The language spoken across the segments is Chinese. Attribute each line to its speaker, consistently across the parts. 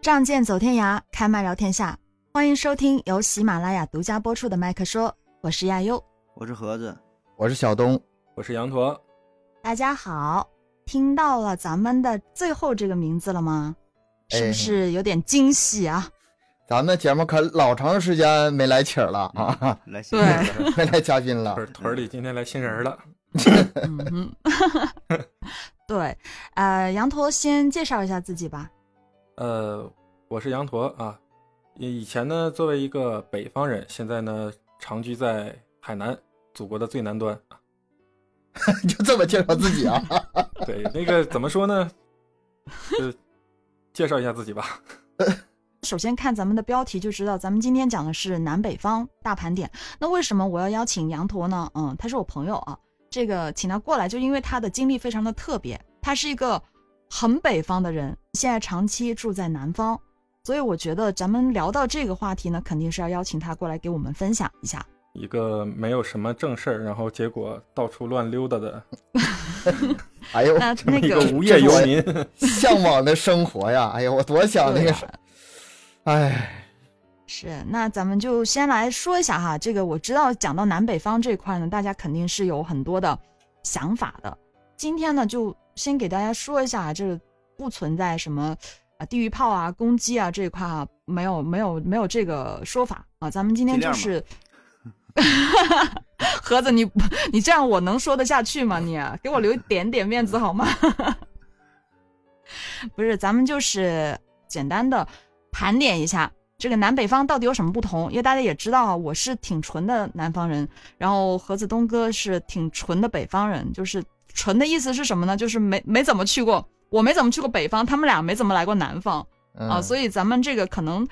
Speaker 1: 仗剑走天涯，开麦聊天下。欢迎收听由喜马拉雅独家播出的《麦克说》，我是亚优。
Speaker 2: 我是盒子，
Speaker 3: 我是小东，
Speaker 4: 我是羊驼，
Speaker 1: 大家好，听到了咱们的最后这个名字了吗？是不
Speaker 3: 哎
Speaker 1: 是有点惊喜啊？
Speaker 3: 咱们节目可老长时间没来请了
Speaker 2: 嗯
Speaker 3: 啊，
Speaker 1: 对
Speaker 2: 来新人了，
Speaker 3: 没来嘉宾了
Speaker 4: 不。是屯儿里今天来新人了，
Speaker 1: 嗯哼， 对，呃，羊驼先介绍一下自己吧。
Speaker 4: 呃，我是羊驼啊，以以前呢作为一个北方人，现在呢长居在海南，祖国的最南端。
Speaker 3: 就这么介绍自己啊？
Speaker 4: 对，那个怎么说呢？呃，介绍一下自己吧。
Speaker 1: 首先看咱们的标题就知道，咱们今天讲的是南北方大盘点。那为什么我要邀请羊驼呢？嗯，他是我朋友啊，这个请他过来，就因为他的经历非常的特别，他是一个很北方的人，现在长期住在南方，所以我觉得咱们聊到这个话题呢，肯定是要邀请他过来给我们分享一 下。
Speaker 4: 一个没有什么正事儿，然后结果到处乱溜达的
Speaker 3: 哎呦，
Speaker 1: 那
Speaker 4: 这么
Speaker 1: 那
Speaker 4: 一个
Speaker 1: 个
Speaker 4: 无业游民。
Speaker 3: 向往的生活呀！哎呀，我多想那
Speaker 1: 对
Speaker 3: 个
Speaker 1: 啊
Speaker 3: 是，哎，
Speaker 1: 是，那咱们就先来说一下哈，这个我知道讲到南北方这块呢，大家肯定是有很多的想法的。今天呢，就先给大家说一下，啊这不存在什么啊地狱炮啊、攻击啊这一块啊，没有没有没有这个说法啊。咱们今天
Speaker 2: 尽
Speaker 1: 就
Speaker 2: 量嘛
Speaker 1: 是， 盒子，你 你这样我能说得下去吗？你、啊给我留一点点面子好吗？ 不是，咱们就是简单的盘点一下这个南北方到底有什么不同，因为大家也知道啊，我是挺纯的南方人，然后盒子东哥是挺纯的北方人，就是纯的意思是什么呢？就是没没怎么去过，我没怎么去过北方，他们俩没怎么来过南方、啊，
Speaker 3: 嗯，
Speaker 1: 所
Speaker 3: 以
Speaker 1: 以咱们这个可能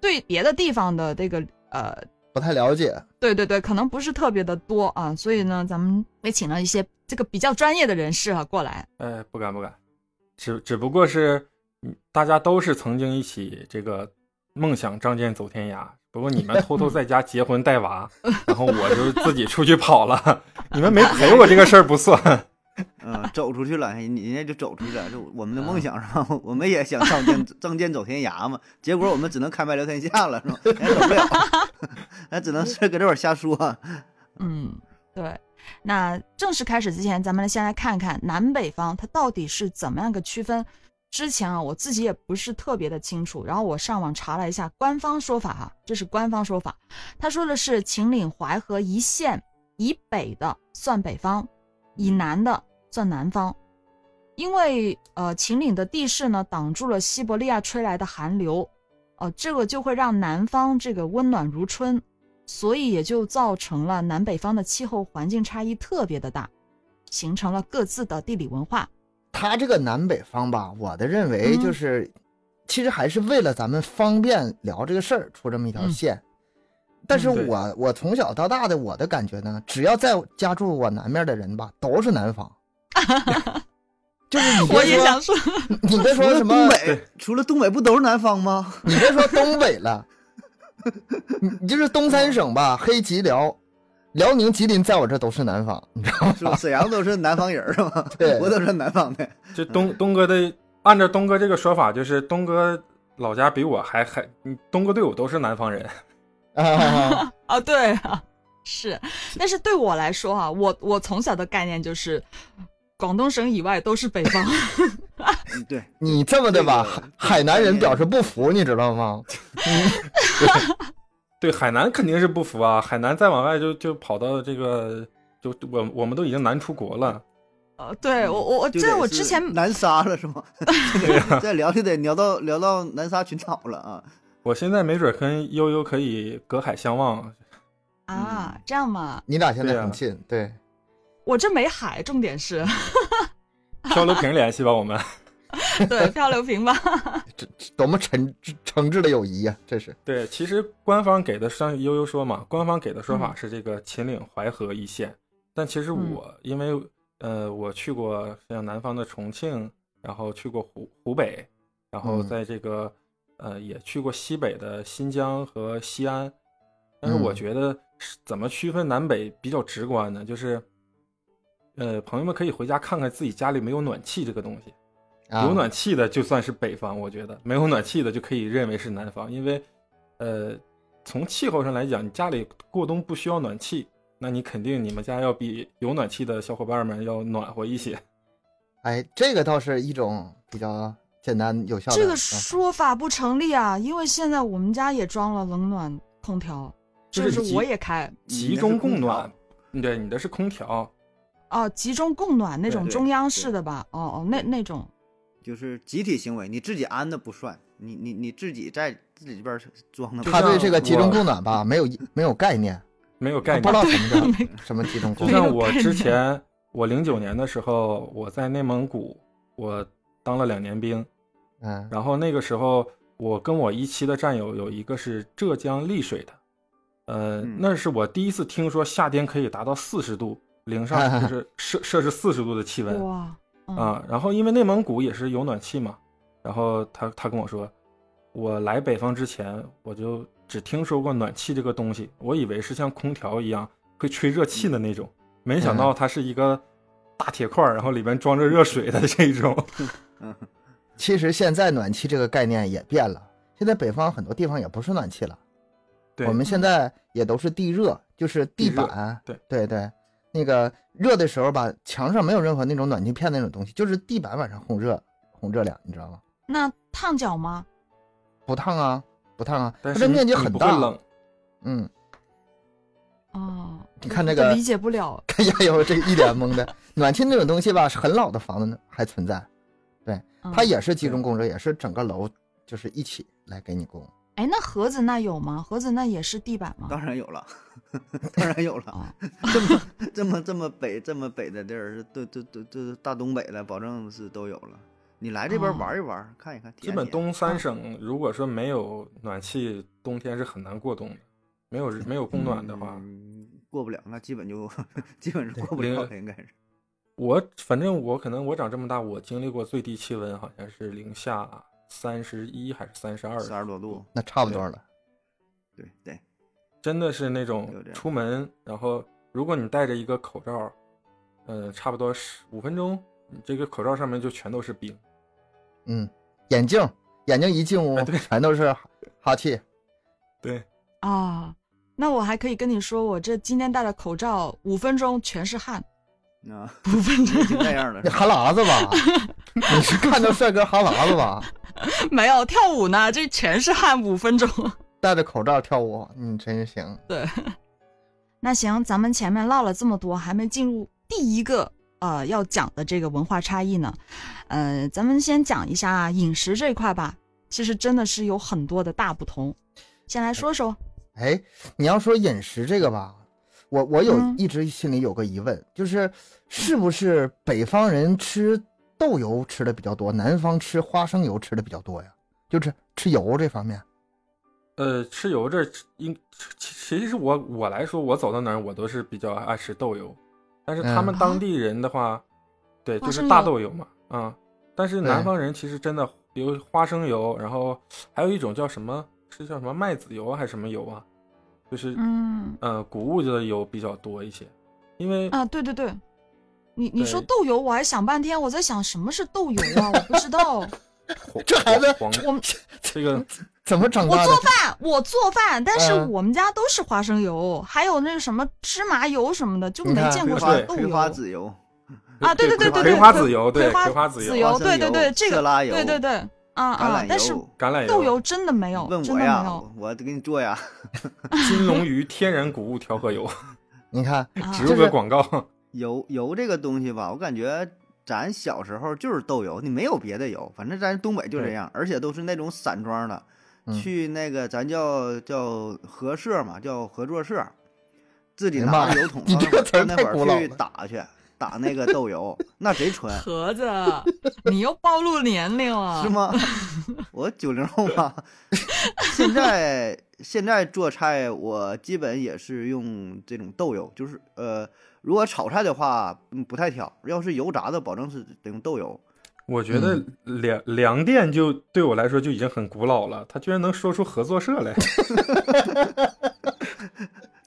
Speaker 1: 对别的地方的这个呃
Speaker 3: 不太了解。
Speaker 1: 对对对，可能不是特别的多啊，所以呢，咱们也请了一些这个比较专业的人士啊过来。
Speaker 4: 哎，不敢不敢，只只不过是嗯大家都是曾经一起这个梦想仗剑走天涯，不过你们偷偷在家结婚带娃，然后我就自己出去跑了， 你们没陪我这个事儿不算。
Speaker 2: 嗯，走出去了，你人家就走出去了，就我们的
Speaker 3: 啊
Speaker 2: 梦想是吧？ 我们也想仗剑仗剑走天涯嘛，结果我们只能开麦聊天下了，是吧？ 咱也走不了，咱只能是搁这块儿瞎说。啊
Speaker 1: 嗯，对。那正式开始之前，咱们先来看看南北方它到底是怎么样个区分。之前啊，我自己也不是特别的清楚，然后我上网查了一下官方说法啊，这是官方说法，他说的是秦岭淮河一线以北的算北方，以南的算南方。因为呃，秦岭的地势呢挡住了西伯利亚吹来的寒流，呃，这个就会让南方这个温暖如春，所以也就造成了南北方的气候环境差异特别的大，形成了各自的地理文化。
Speaker 3: 他这个南北方吧，我的认为
Speaker 1: 嗯
Speaker 3: 就是，其实还是为了咱们方便聊这个事儿出这么一条
Speaker 1: 嗯
Speaker 3: 线。但是
Speaker 4: 嗯对
Speaker 3: 我我从小到大的我的感觉呢，只要在家住我南面的人吧，都是南方。就是你别 说
Speaker 1: 说，
Speaker 3: 你别
Speaker 2: 除
Speaker 3: 说
Speaker 2: 了
Speaker 3: 什么
Speaker 2: 东北，除了东北，不都是南方吗？
Speaker 3: 你别说东北了，你你就是东三省吧，黑吉辽、辽宁、吉林，在我这都是南 方，你知道吗？
Speaker 2: 是吧？沈阳都是南方人是吧？
Speaker 3: 对
Speaker 2: 我都是南方的。
Speaker 4: 这东东哥的，按照东哥这个说法，就是东哥老家比我还还，嗯东哥对我都是南方人。
Speaker 3: 啊，
Speaker 1: 啊，对啊，是。但是对我来说啊，我我从小的概念就是，广东省以外都是北 方。
Speaker 2: 嗯对，
Speaker 3: 你这么的吧，
Speaker 2: 这个
Speaker 3: 海海南人表示不服，你知道吗？
Speaker 4: 对海南肯定是不服啊，海南再往外就就跑到这个，就我我们都已经南出国了。
Speaker 1: 呃，对我我我
Speaker 2: 就
Speaker 1: 这
Speaker 2: 得
Speaker 1: 我
Speaker 2: 是
Speaker 1: 之前
Speaker 2: 南沙了是 吗？
Speaker 3: 啊
Speaker 2: 这聊就得聊到聊到南沙群岛了啊。
Speaker 4: 我现在没准跟悠悠可以隔海相望，
Speaker 2: 嗯
Speaker 1: 啊，这样嘛，
Speaker 3: 你俩现在
Speaker 4: 对啊
Speaker 3: 很近，对，
Speaker 1: 我这没海，重点 是
Speaker 4: 漂流瓶联系吧，我们。
Speaker 1: 对漂流瓶吧。
Speaker 3: 多么诚诚挚的友谊呀、啊这是
Speaker 4: 对，其实官方给的，像悠悠说
Speaker 3: 嗯
Speaker 4: 嘛，官方给的说法是这个秦岭淮河一线，但其实
Speaker 1: 嗯
Speaker 4: 我、因为呃我去过像南方的重庆，然后去过湖湖北，然后
Speaker 3: 嗯
Speaker 4: 在这个、呃也去过西北的新疆和西安，但是
Speaker 3: 嗯
Speaker 4: 我觉得是怎么区分南北比较直观呢？就是呃朋友们可以回家看看自己家里没有暖气这个东西。
Speaker 3: 啊
Speaker 4: 有暖气的就算是北方，我觉得没有暖气的就可以认为是南方，因为，呃，从气候上来讲，你家里过冬不需要暖气，那你肯定你们家要比有暖气的小伙伴们要暖和一些。
Speaker 3: 哎，这个倒是一种比较简单有效的。
Speaker 1: 这
Speaker 2: 嗯
Speaker 1: 个
Speaker 3: 啊
Speaker 1: 说法不成立啊，因为现在我们家也装了冷暖空调，
Speaker 4: 就是
Speaker 1: 甚
Speaker 4: 集
Speaker 1: 至我也开
Speaker 4: 集中供暖，对，你的是空调，
Speaker 1: 哦，集中供暖那
Speaker 2: 对
Speaker 1: 种
Speaker 2: 对
Speaker 1: 中央式
Speaker 2: 对
Speaker 1: 的吧？哦哦，那那种
Speaker 2: 就是集体行为，你自己安的不算，你你你自己在自己这边装的不
Speaker 4: 就
Speaker 2: 算。
Speaker 3: 他
Speaker 4: 像
Speaker 3: 对这个集中
Speaker 4: 我
Speaker 3: 供暖吧没有没有概念，
Speaker 4: 没有
Speaker 3: 他
Speaker 4: 概
Speaker 3: 不知
Speaker 1: 啊
Speaker 3: 道
Speaker 4: 念。
Speaker 3: 什么
Speaker 1: 没
Speaker 3: 叫什么集中供
Speaker 4: 就
Speaker 1: 没
Speaker 3: 暖。
Speaker 1: 有
Speaker 4: 像我
Speaker 1: 概念
Speaker 4: 之前，我零九年的时候，我在内蒙古，我当了两年兵，
Speaker 3: 嗯
Speaker 4: 然后那个时候，我跟我一期的战友有一个是浙江丽水的，呃，
Speaker 2: 嗯
Speaker 4: 那是我第一次听说夏天可以达到四十度，零上就是摄摄氏四十度的气温
Speaker 1: 哇，嗯
Speaker 4: 啊。然后因为内蒙古也是有暖气嘛，然后他他跟我说，我来北方之前我就只听说过暖气这个东西，我以为是像空调一样会吹热气的那种，没想
Speaker 3: 嗯
Speaker 4: 到它是一个大铁块儿，然后里边装着热水的 这种。
Speaker 2: 嗯，
Speaker 3: 其实现在暖气这个概念也变了，现在北方很多地方也不是暖气了，
Speaker 4: 对，
Speaker 3: 我们现在也都是地热，就是地
Speaker 4: 热
Speaker 3: 板，
Speaker 4: 对
Speaker 3: 对对，那个热的时候吧，墙上没有任何那种暖气片那种东西，就是地板晚上烘热烘热量，你知道吗？
Speaker 1: 那烫脚吗？
Speaker 3: 不烫啊，不烫啊，它
Speaker 4: 但是
Speaker 3: 这
Speaker 4: 你
Speaker 3: 面积
Speaker 4: 你
Speaker 3: 很
Speaker 4: 不会
Speaker 3: 大，
Speaker 4: 冷。
Speaker 3: 嗯，
Speaker 1: 哦，
Speaker 3: 你看这
Speaker 1: 我
Speaker 3: 个
Speaker 1: 理解不了，
Speaker 3: 看丫有这一脸懵的，暖气那种东西吧，是很老的房子呢还存在，
Speaker 1: 嗯
Speaker 3: 它也是集中供热，也是整个楼就是一起来给你供。
Speaker 1: 哎，那盒子那有吗？盒子那也是地板吗？
Speaker 2: 当然有了，当然有了。
Speaker 1: 啊，
Speaker 2: 这么这么这么北这么北的地儿，都都都都大东北了，保证是都有了。你来这边
Speaker 1: 啊
Speaker 2: 玩一玩，看一看，体
Speaker 4: 基
Speaker 2: 验
Speaker 4: 本
Speaker 2: 体验
Speaker 4: 东三省如果说没有暖气，冬天是很难过冬的。没有没有供暖的话，
Speaker 2: 嗯过不了，那基 本就基本是过不
Speaker 4: 零
Speaker 2: 了了，应该是。
Speaker 4: 我反正我可能我长这么大，我经历过最低气温好像是零下三十一还是三十二，
Speaker 2: 三十多度，
Speaker 3: 那差不多了。
Speaker 2: 对对，
Speaker 4: 真的是那种
Speaker 2: 有这样
Speaker 4: 出门，然后如果你戴着一个口罩，嗯，差不多十五分钟，你这个口罩上面就全都是冰。
Speaker 3: 嗯，眼镜，眼镜一进屋、
Speaker 4: 哎对
Speaker 3: 全都是哈气。
Speaker 4: 对，
Speaker 1: 啊，那我还可以跟你说，我这今天戴的口罩五分钟全是汗，
Speaker 2: 啊，
Speaker 1: 五分
Speaker 2: 已
Speaker 1: 钟
Speaker 2: 经那样了
Speaker 3: 你。哈喇子 吧？你是看到帅哥哈喇子吧？
Speaker 1: 没有跳舞呢，这全是汗，五分钟。
Speaker 3: 戴着口罩跳舞，你真是行。
Speaker 1: 那行，咱们前面唠了这么多，还没进入第一个呃要讲的这个文化差异呢。呃，咱们先讲一下啊饮食这一块吧，其实真的是有很多的大不同。先来说说，
Speaker 3: 哎，你要说饮食这个吧，我我有
Speaker 1: 嗯
Speaker 3: 一直心里有个疑问，就是是不是北方人吃豆油吃的比较多，南方吃花生油吃的比较多呀？就是吃油这方面。
Speaker 4: 呃，吃油这应其其实我我来说，我走到哪儿我都是比较爱吃豆油，但是他
Speaker 3: 嗯
Speaker 4: 们当地人的话，对，
Speaker 1: 花
Speaker 4: 就是
Speaker 1: 生
Speaker 4: 大
Speaker 1: 油
Speaker 4: 豆油嘛，啊、但是
Speaker 3: 对
Speaker 4: 南方人其实真的有花生油，然后还有一种叫什么是叫什么麦子油啊，还是什么油啊，就是
Speaker 1: 嗯
Speaker 4: 呃谷物的油比较多一些，因为
Speaker 1: 啊，对对对，你你说
Speaker 4: 对
Speaker 1: 豆油，我还想半天，我在想什么是豆油啊，我不知道。
Speaker 4: 黄
Speaker 3: 这孩子
Speaker 4: 黄
Speaker 1: 我们
Speaker 4: 这个
Speaker 3: 怎么长
Speaker 1: 我
Speaker 3: 大的
Speaker 1: 做？饭，我做饭，但是
Speaker 3: 嗯
Speaker 1: 我们家都是花生油，还有那个什么芝麻油什么的，就
Speaker 3: 你
Speaker 1: 没
Speaker 3: 看
Speaker 1: 见
Speaker 2: 葵
Speaker 1: 过什
Speaker 2: 花
Speaker 1: 么豆
Speaker 2: 葵
Speaker 1: 油。
Speaker 2: 花籽油、
Speaker 1: 啊，对对
Speaker 4: 葵
Speaker 1: 对
Speaker 4: 葵
Speaker 1: 对，
Speaker 4: 花籽油，对
Speaker 1: 葵花
Speaker 4: 葵花籽
Speaker 1: 籽
Speaker 4: 油，
Speaker 1: 油，
Speaker 2: 花生
Speaker 1: 对对对，
Speaker 2: 油
Speaker 1: 这
Speaker 2: 色
Speaker 1: 个
Speaker 2: 拉油
Speaker 1: 对对对，啊
Speaker 2: 橄
Speaker 1: 啊
Speaker 2: 榄，
Speaker 1: 但是
Speaker 2: 油。
Speaker 4: 橄榄
Speaker 1: 豆油 真的没有，
Speaker 2: 问
Speaker 1: 真
Speaker 2: 我
Speaker 1: 的
Speaker 2: 呀
Speaker 1: 没有，
Speaker 2: 我给你做呀。
Speaker 4: 金龙鱼天然谷物调和油，
Speaker 3: 你看，
Speaker 1: 啊
Speaker 4: 植入
Speaker 3: 就是
Speaker 4: 个广告。
Speaker 2: 油油这个东西吧，我感觉咱小时候就是豆油，你没有别的油，反正咱东北就这
Speaker 4: 对
Speaker 2: 样，而且都是那种散装的。
Speaker 3: 嗯
Speaker 2: 去那个咱叫叫合社嘛，叫合作社，自己
Speaker 3: 哎呀
Speaker 2: 拿
Speaker 3: 妈
Speaker 2: 着
Speaker 3: 呀
Speaker 2: 油桶
Speaker 3: 你
Speaker 2: 到
Speaker 3: 这个词儿
Speaker 2: 那
Speaker 3: 太
Speaker 2: 会儿
Speaker 3: 古
Speaker 2: 到那会
Speaker 3: 老
Speaker 2: 儿去
Speaker 3: 了
Speaker 2: 打去打那个豆油，那贼 纯，
Speaker 1: 盒子，你又暴露年龄了，
Speaker 2: 是？吗？我九零后嘛， 现在现在做菜我基本也是用这种豆油，就是呃，如果炒菜的话嗯不太挑，要是油炸的，保证是得用豆油。
Speaker 4: 我觉得
Speaker 2: 嗯
Speaker 4: 粮粮店就对我来说就已经很古老了，他居然能说出合作社来，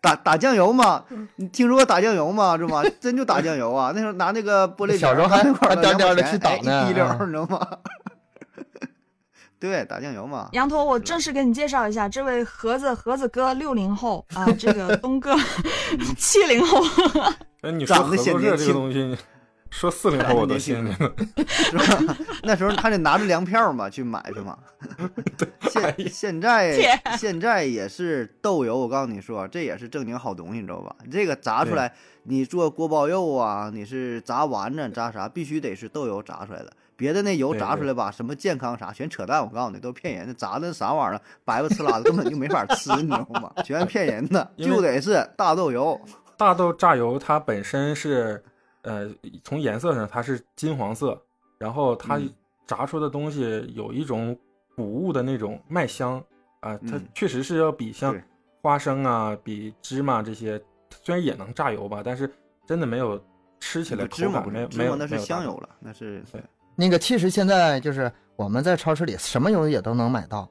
Speaker 2: 打打酱油嘛，你听说过打酱油吗？是吗？真就打酱油啊！那时候拿那个玻璃瓶儿，
Speaker 3: 小时候还
Speaker 2: 拿那块儿
Speaker 3: 还颠颠地去打
Speaker 2: 哎
Speaker 3: 呢
Speaker 2: 一滴溜儿，
Speaker 3: 啊
Speaker 2: 你知道吗？ 对，打酱油嘛。
Speaker 1: 羊驼，我正式给你介绍一下，这位盒子盒子哥六零后啊，这 个东哥七零后，
Speaker 4: 哎，你说
Speaker 2: 长
Speaker 4: 合
Speaker 2: 得显
Speaker 4: 作社
Speaker 2: 年
Speaker 4: 这个
Speaker 2: 轻
Speaker 4: 东西，你说四零后我都信了。
Speaker 2: 是吧？那时候他得拿着粮票嘛去买去 嘛。
Speaker 4: 哎
Speaker 2: 现现在
Speaker 1: 天
Speaker 2: 现在也是豆油，我告诉你说，这也是正经好东西，你知道吧？这个炸出来，你做锅包肉啊，你是炸丸子、炸啥，必须得是豆油炸出来的。别的那油
Speaker 4: 对
Speaker 2: 炸出来吧，什么健康啥，全扯淡！我告诉你，都骗人的，炸的啥玩意儿，白不呲啦的，根本就没法吃，你知道 吗？全骗人的，
Speaker 4: 因为
Speaker 2: 就得是大豆油。
Speaker 4: 大豆榨油它本身是，呃，从颜色上它是金黄色，然后它
Speaker 2: 嗯
Speaker 4: 炸出的东西有一种谷物的那种麦香啊、它
Speaker 2: 嗯
Speaker 4: 确实是要比像
Speaker 2: 对
Speaker 4: 花生啊、比芝麻这些，虽然也能榨油吧，但是真的没有吃起来
Speaker 2: 芝
Speaker 4: 口
Speaker 2: 麻
Speaker 4: 感
Speaker 2: 不
Speaker 4: 没
Speaker 2: 是
Speaker 4: 有
Speaker 2: 芝
Speaker 4: 没
Speaker 2: 麻
Speaker 4: 有
Speaker 2: 那是
Speaker 4: 没有大
Speaker 2: 香
Speaker 4: 豆
Speaker 2: 油了，那是对
Speaker 3: 那个其实现在就是我们在超市里什么油也都能买到，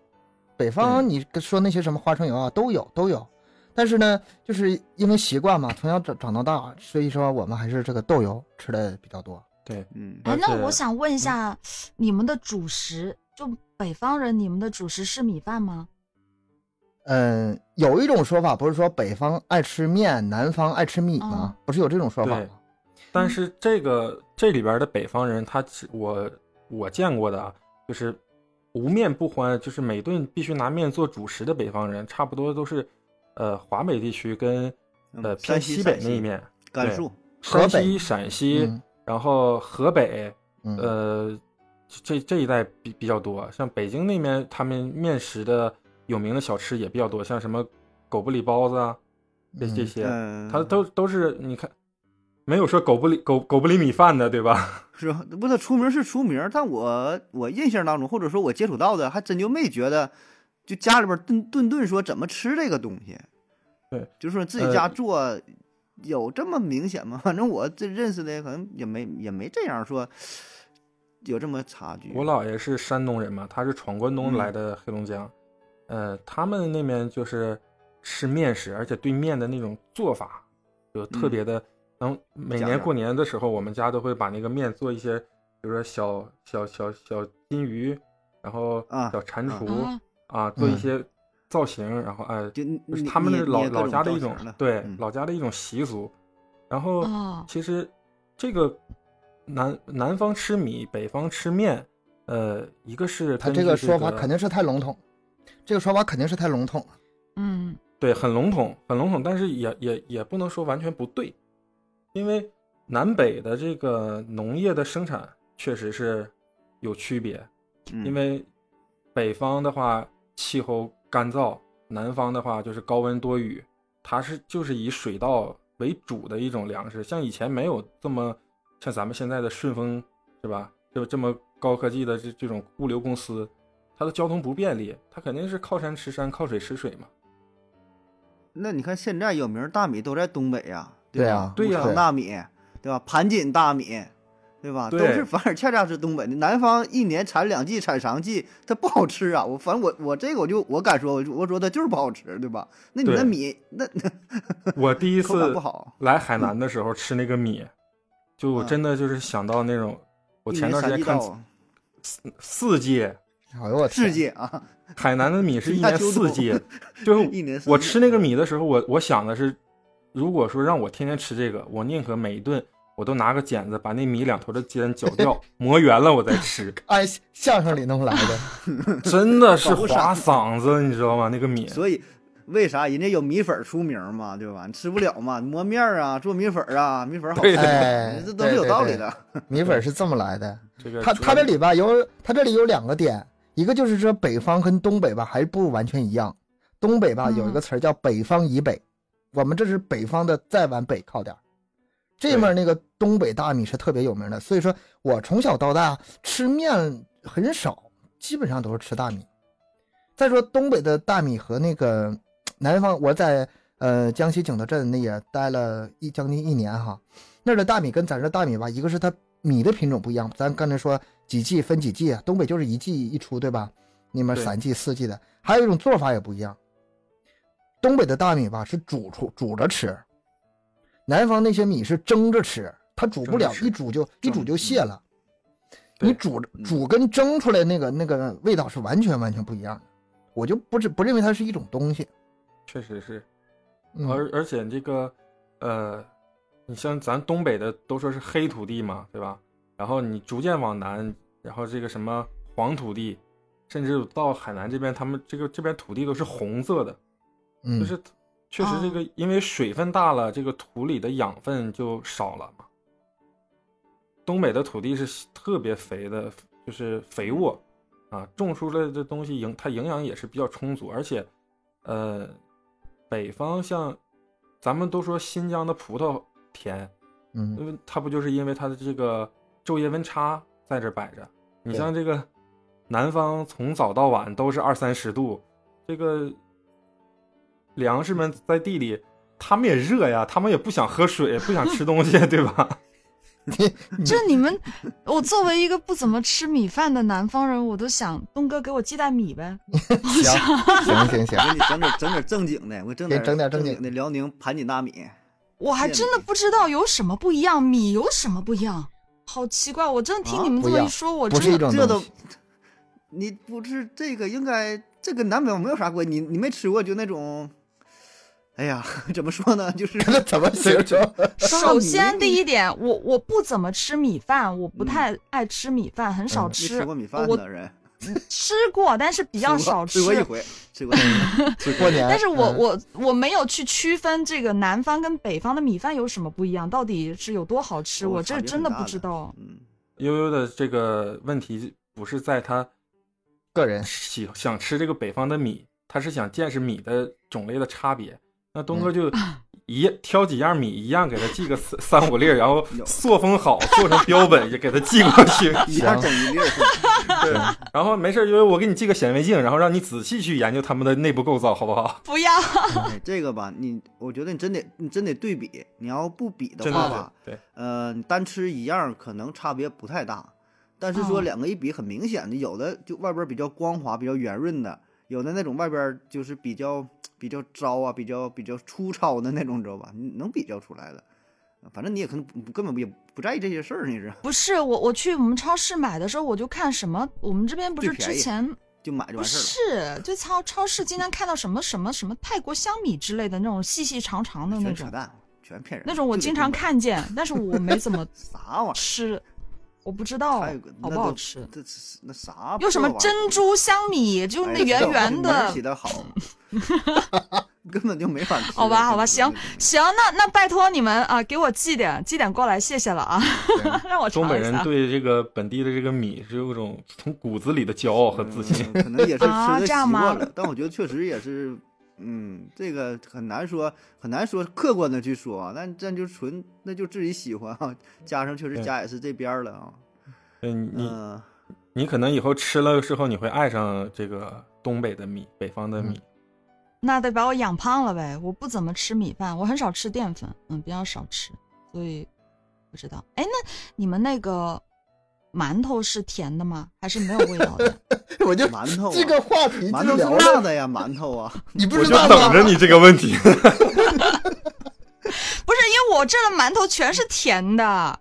Speaker 3: 北方你说那些什么花生油啊都有都有，但是呢，就是因为习惯嘛，从小长长到大，所以说我们还是这个豆油吃的比较多。
Speaker 4: 对，
Speaker 2: 嗯。
Speaker 1: 哎
Speaker 4: 而，
Speaker 1: 那
Speaker 4: 且嗯
Speaker 1: 我想问一下，你们的主食就北方人，你们的主食是米饭吗？
Speaker 3: 嗯，有一种说法不是说北方爱吃面，南方爱吃米
Speaker 2: 哦
Speaker 3: 吗？不是有这种说法
Speaker 4: 对
Speaker 3: 吗？
Speaker 4: 但
Speaker 2: 嗯
Speaker 4: 是这个这里边的北方人，他只我我见过的啊，就是无面不欢，就是每顿必须拿面做主食的北方人，差不多都是，呃，华北地区跟呃
Speaker 2: 嗯
Speaker 4: 偏
Speaker 2: 山
Speaker 4: 西
Speaker 2: 西
Speaker 4: 北
Speaker 2: 陕
Speaker 4: 那一
Speaker 2: 西
Speaker 4: 面，
Speaker 2: 甘
Speaker 4: 对
Speaker 2: 肃，
Speaker 3: 河
Speaker 4: 山
Speaker 3: 北
Speaker 4: 西、陕西，
Speaker 3: 嗯
Speaker 4: 然后河北，
Speaker 3: 嗯，
Speaker 4: 呃，这这一带比比较多。像北京那边，他们面食的有名的小吃也比较多，像什么狗不理包子啊，这这
Speaker 3: 嗯
Speaker 4: 些，
Speaker 2: 嗯，
Speaker 4: 它都都是你看，没有说狗不理狗狗不理米饭的，对吧？
Speaker 2: 是吧？不是出名是出名，但我我印象当中，或者说我接触到的，还真就没觉得，就家里边顿顿顿说怎么吃这个东西。
Speaker 4: 对，呃
Speaker 2: 就是说自己家做，有这么明显吗？ 反正我这认识的可能也没也没这样说，有这么差距。
Speaker 4: 我姥爷是山东人嘛，他是闯关东
Speaker 2: 嗯
Speaker 4: 来的黑龙江，呃，他们那边就是吃面食，而且对面的那种做法有特别的。然后每
Speaker 2: 嗯讲
Speaker 4: 年
Speaker 2: 究
Speaker 4: 过年的时候，我们家都会把那个面做一些，比如说小小小小金鱼，然后
Speaker 2: 啊
Speaker 4: 小蟾
Speaker 2: 啊
Speaker 4: 蜍
Speaker 1: 啊，
Speaker 4: 啊，做一
Speaker 3: 嗯
Speaker 4: 些造型，然后哎，
Speaker 2: 就你
Speaker 4: 就是他们那
Speaker 2: 你
Speaker 4: 老
Speaker 2: 你
Speaker 4: 老家的一种对
Speaker 2: 嗯、
Speaker 4: 老家的一种习俗。然后
Speaker 1: 哦
Speaker 4: 其实这个南南方吃米，北方吃面，呃，一个是
Speaker 3: 他
Speaker 4: 根
Speaker 3: 这个
Speaker 4: 据
Speaker 3: 说法肯定是太笼统，这个说法肯定是太笼统了。
Speaker 1: 嗯，
Speaker 4: 对很笼统，很笼统，但是也也也不能说完全不对，因为南北的这个农业的生产确实是有区别，
Speaker 2: 嗯
Speaker 4: 因为北方的话气候干燥，南方的话就是高温多雨，它是就是以水稻为主的一种粮食。像以前没有这么像咱们现在的顺丰是吧？就这么高科技的这这种物流公司，它的交通不便利，它肯定是靠山吃山，靠水 吃水嘛。
Speaker 2: 那你看现在有名儿大米都在东北呀，
Speaker 3: 对
Speaker 2: 吧
Speaker 3: 啊？
Speaker 4: 对
Speaker 2: 五
Speaker 4: 呀
Speaker 2: 常大米，对吧？盘锦大米，对吧？
Speaker 4: 对
Speaker 2: 都是 反而恰恰是东北的，南方一年产两季，产长季，它不好吃啊。我反正我我这个我就我敢说，我就我说它就是不好吃，对吧？那你
Speaker 4: 对
Speaker 2: 那米那
Speaker 4: 我第一
Speaker 2: 口感
Speaker 4: 次
Speaker 2: 不好，
Speaker 4: 来海南的时候吃那个米，就我
Speaker 2: 嗯
Speaker 4: 真的就是想到那种，我
Speaker 2: 一
Speaker 4: 前
Speaker 2: 年
Speaker 4: 段时
Speaker 2: 三
Speaker 4: 间
Speaker 2: 季
Speaker 4: 看
Speaker 2: 到
Speaker 4: 四季
Speaker 3: 哎呦我
Speaker 2: 世
Speaker 3: 天，
Speaker 2: 界啊，
Speaker 4: 海南的米是一
Speaker 2: 大
Speaker 4: 年
Speaker 2: 秋冬
Speaker 4: 四季，就是
Speaker 2: 一年三季
Speaker 4: 我吃那个米的时候，我我想的是，如果说让我天天吃这个，我宁可每一顿我都拿个剪子把那米两头的尖绞掉， 磨圆了我再吃，
Speaker 3: 按相声里弄来的。
Speaker 4: 真的是
Speaker 2: 搞不上
Speaker 4: 划嗓子，你知道吗？那个米，
Speaker 2: 所以。为啥人家有米粉儿出名儿嘛，对吧？你吃不了嘛，磨面儿啊，做米粉儿啊，米粉儿好
Speaker 4: 对
Speaker 2: 吃，
Speaker 4: 对
Speaker 3: 哎
Speaker 2: 这都是有道理的。
Speaker 3: 米粉是这么来的。
Speaker 4: 这个
Speaker 3: 它
Speaker 4: 主
Speaker 3: 它
Speaker 4: 要
Speaker 3: 这里吧有它这里有两个点，一个就是说北方跟东北吧还不完全一样，东北吧
Speaker 1: 嗯
Speaker 3: 有一个词儿叫北方以北，我们这是北方的再往北靠点儿。这面那个东北大米是特别有名的，所以说我从小到大吃面很少，基本上都是吃大米。再说东北的大米和那个南方，我在呃江西景德镇那也待了一将近一年哈，那儿的大米跟咱这大米吧，一个是它米的品种不一样，咱刚才说几季分几季啊，东北就是一季一出，对吧？你们
Speaker 4: 对
Speaker 3: 三季四季的，还有一种做法也不一样。东北的大米吧是煮出煮着吃，南方那些米是蒸着吃，它煮不了
Speaker 4: 蒸着，吃嗯
Speaker 3: 一煮就一煮就泄了。
Speaker 4: 对
Speaker 3: 你煮
Speaker 2: 嗯
Speaker 3: 煮跟蒸出来那个那个味道是完全完全不一样的，我就不是不认为它是一种东西。
Speaker 4: 确实是。
Speaker 3: 嗯，
Speaker 4: 而而且这个，呃，你像咱东北的都说是黑土地嘛，对吧？然后你逐渐往南，然后这个什么黄土地，甚至到海南这边，他们这个这边土地都是红色的，
Speaker 3: 嗯
Speaker 4: 就是确实这个因为水分大了，这个土里的养分就少了嘛。东北的土地是特别肥的，就是肥沃啊，种出来的东西营它营养也是比较充足，而且，呃，北方像咱们都说新疆的葡萄甜，
Speaker 3: 嗯
Speaker 4: 因为它不就是因为它的这个昼夜温差在这摆着？你
Speaker 3: 对
Speaker 4: 像这个南方从早到晚都是二三十度，这个粮食们在地里，他们也热呀，他们也不想喝水，不想吃东西， 对吧？
Speaker 1: 这你们，我作为一个不怎么吃米饭的南方人，我都想东哥给我寄袋米呗。
Speaker 3: 行行行行
Speaker 2: 我， 给 你整点整点正经的，我给整
Speaker 3: 给
Speaker 2: 点
Speaker 3: 整点正
Speaker 2: 正
Speaker 3: 经
Speaker 2: 的辽宁盘锦大米。
Speaker 1: 我还真的不知道有什么不一样，米有什么不一样，好奇怪！我真的听
Speaker 2: 啊
Speaker 1: 你们这
Speaker 3: 不一
Speaker 1: 么
Speaker 3: 样
Speaker 1: 一说，我
Speaker 3: 不是一
Speaker 1: 真的
Speaker 2: 这
Speaker 3: 种东
Speaker 2: 都
Speaker 3: 西。，
Speaker 2: 你不是这个应该这跟南北没有啥关系，你你没吃过就那种，哎呀， 怎么说呢，就是
Speaker 3: 这怎么形容？
Speaker 1: 首
Speaker 2: 你
Speaker 1: 先第一点，我我不怎么吃米饭，我不太爱吃米饭，很少
Speaker 3: 嗯
Speaker 2: 没
Speaker 1: 吃。
Speaker 2: 吃过米饭
Speaker 1: 我
Speaker 2: 的人，
Speaker 1: 吃过，但是比
Speaker 2: 比
Speaker 1: 较少吃
Speaker 2: 吃。过一回，吃过一回。
Speaker 3: 过年，
Speaker 1: 但是我
Speaker 3: 嗯
Speaker 1: 我我没有去区分这个南方跟北方的米饭有什么不一样，到底是有多好吃，
Speaker 2: 哦
Speaker 1: 我
Speaker 2: 差
Speaker 1: 这
Speaker 2: 别
Speaker 1: 真
Speaker 2: 很
Speaker 1: 的
Speaker 2: 大
Speaker 1: 不
Speaker 2: 的
Speaker 1: 知 道。
Speaker 2: 嗯，
Speaker 4: 悠悠的这个问题不是在他
Speaker 3: 个人
Speaker 4: 喜想吃这个北方的米，他是想见识米的种类的差别。那东哥就一、挑几样米，一样给他寄个三三五粒儿，然后
Speaker 2: 有
Speaker 4: 塑封好，做成标本也给他寄过去。
Speaker 2: 一样整一粒儿，
Speaker 4: 对，然后没事儿，因为我给你寄个显微镜，然后让你仔细去研究它们的内部构造，好不好？
Speaker 1: 不要，
Speaker 2: 哎这个吧，你我觉得你真得你真得对比，你要不比的
Speaker 4: 真
Speaker 2: 话
Speaker 4: 的
Speaker 2: 吧，
Speaker 4: 是，对，
Speaker 2: 呃，你单吃一样可能差别不太大，但是说
Speaker 1: 嗯
Speaker 2: 两个一比很明显的，有的就外边比较光滑、比较圆润的，有的那种外边就是比较比较糟啊、比较比较粗糙的那种，你知道吧？ 你能比较出来的，反正你也可能不根本也不在意这些事儿，你是
Speaker 1: 不是我我去我们超市买的时候，我就看什么，我们这边不
Speaker 2: 最
Speaker 1: 是之
Speaker 2: 便宜
Speaker 1: 前
Speaker 2: 就买就
Speaker 1: 不
Speaker 2: 完事儿了。
Speaker 1: 是，就超超市经常看到什么什么什么泰国香米之类的那种细细长长的那
Speaker 2: 全扯
Speaker 1: 种，
Speaker 2: 淡，全骗人。哎
Speaker 1: 那种我
Speaker 2: 就得
Speaker 1: 经
Speaker 2: 这
Speaker 1: 常
Speaker 2: 么
Speaker 1: 看见，但是我没怎么
Speaker 2: 啥玩意儿？
Speaker 1: 吃，我不知道
Speaker 2: 泰国
Speaker 1: 好
Speaker 2: 那
Speaker 1: 不好
Speaker 2: 都
Speaker 1: 吃。
Speaker 2: 这是哎那啥？
Speaker 1: 有什么珍珠香米，就
Speaker 2: 哎
Speaker 1: 那
Speaker 2: 这
Speaker 1: 圆
Speaker 2: 个
Speaker 1: 圆
Speaker 2: 名
Speaker 1: 的，
Speaker 2: 儿起的好， 根本就没法 吃。
Speaker 1: 好吧，好吧，
Speaker 2: 真
Speaker 1: 行
Speaker 2: 的是
Speaker 1: 行，那那拜托你们啊，给我寄点寄点过来，谢谢了啊， 让我尝
Speaker 4: 东北
Speaker 1: 一
Speaker 4: 人
Speaker 1: 下。
Speaker 4: 对这个本地的这个米是有一种从骨子里的骄傲和自信。
Speaker 2: 嗯可能也是
Speaker 1: 啊
Speaker 2: 吃的
Speaker 1: 这
Speaker 2: 习
Speaker 1: 样吗
Speaker 2: 惯了，但我觉得确实也是，嗯，这个很难说，很难说客观的去说啊，但但就纯那就自己喜欢啊，加上确实
Speaker 4: 对
Speaker 2: 家也是这边儿了啊，
Speaker 4: 嗯，你
Speaker 2: 嗯，
Speaker 4: 你可能以后吃了之后，你会爱上这个东北的米，北方的米。
Speaker 1: 那得把我养胖了呗，我不怎么吃米饭，我很少吃淀粉，嗯，比较少吃，所以不知道。哎，那你们那个馒头是甜的吗？还是没有味道 的？
Speaker 3: 我就
Speaker 2: 馒头啊
Speaker 3: 这个话题
Speaker 2: 馒
Speaker 3: 就
Speaker 2: 头
Speaker 3: 聊
Speaker 2: 是
Speaker 3: 了，
Speaker 2: 辣的呀，馒头 啊，
Speaker 3: 你不
Speaker 4: 我
Speaker 3: 知
Speaker 4: 就
Speaker 3: 道
Speaker 4: 等着
Speaker 3: 吗？
Speaker 4: 你这个问题。
Speaker 1: 不是，因为我这儿的馒头全是甜的，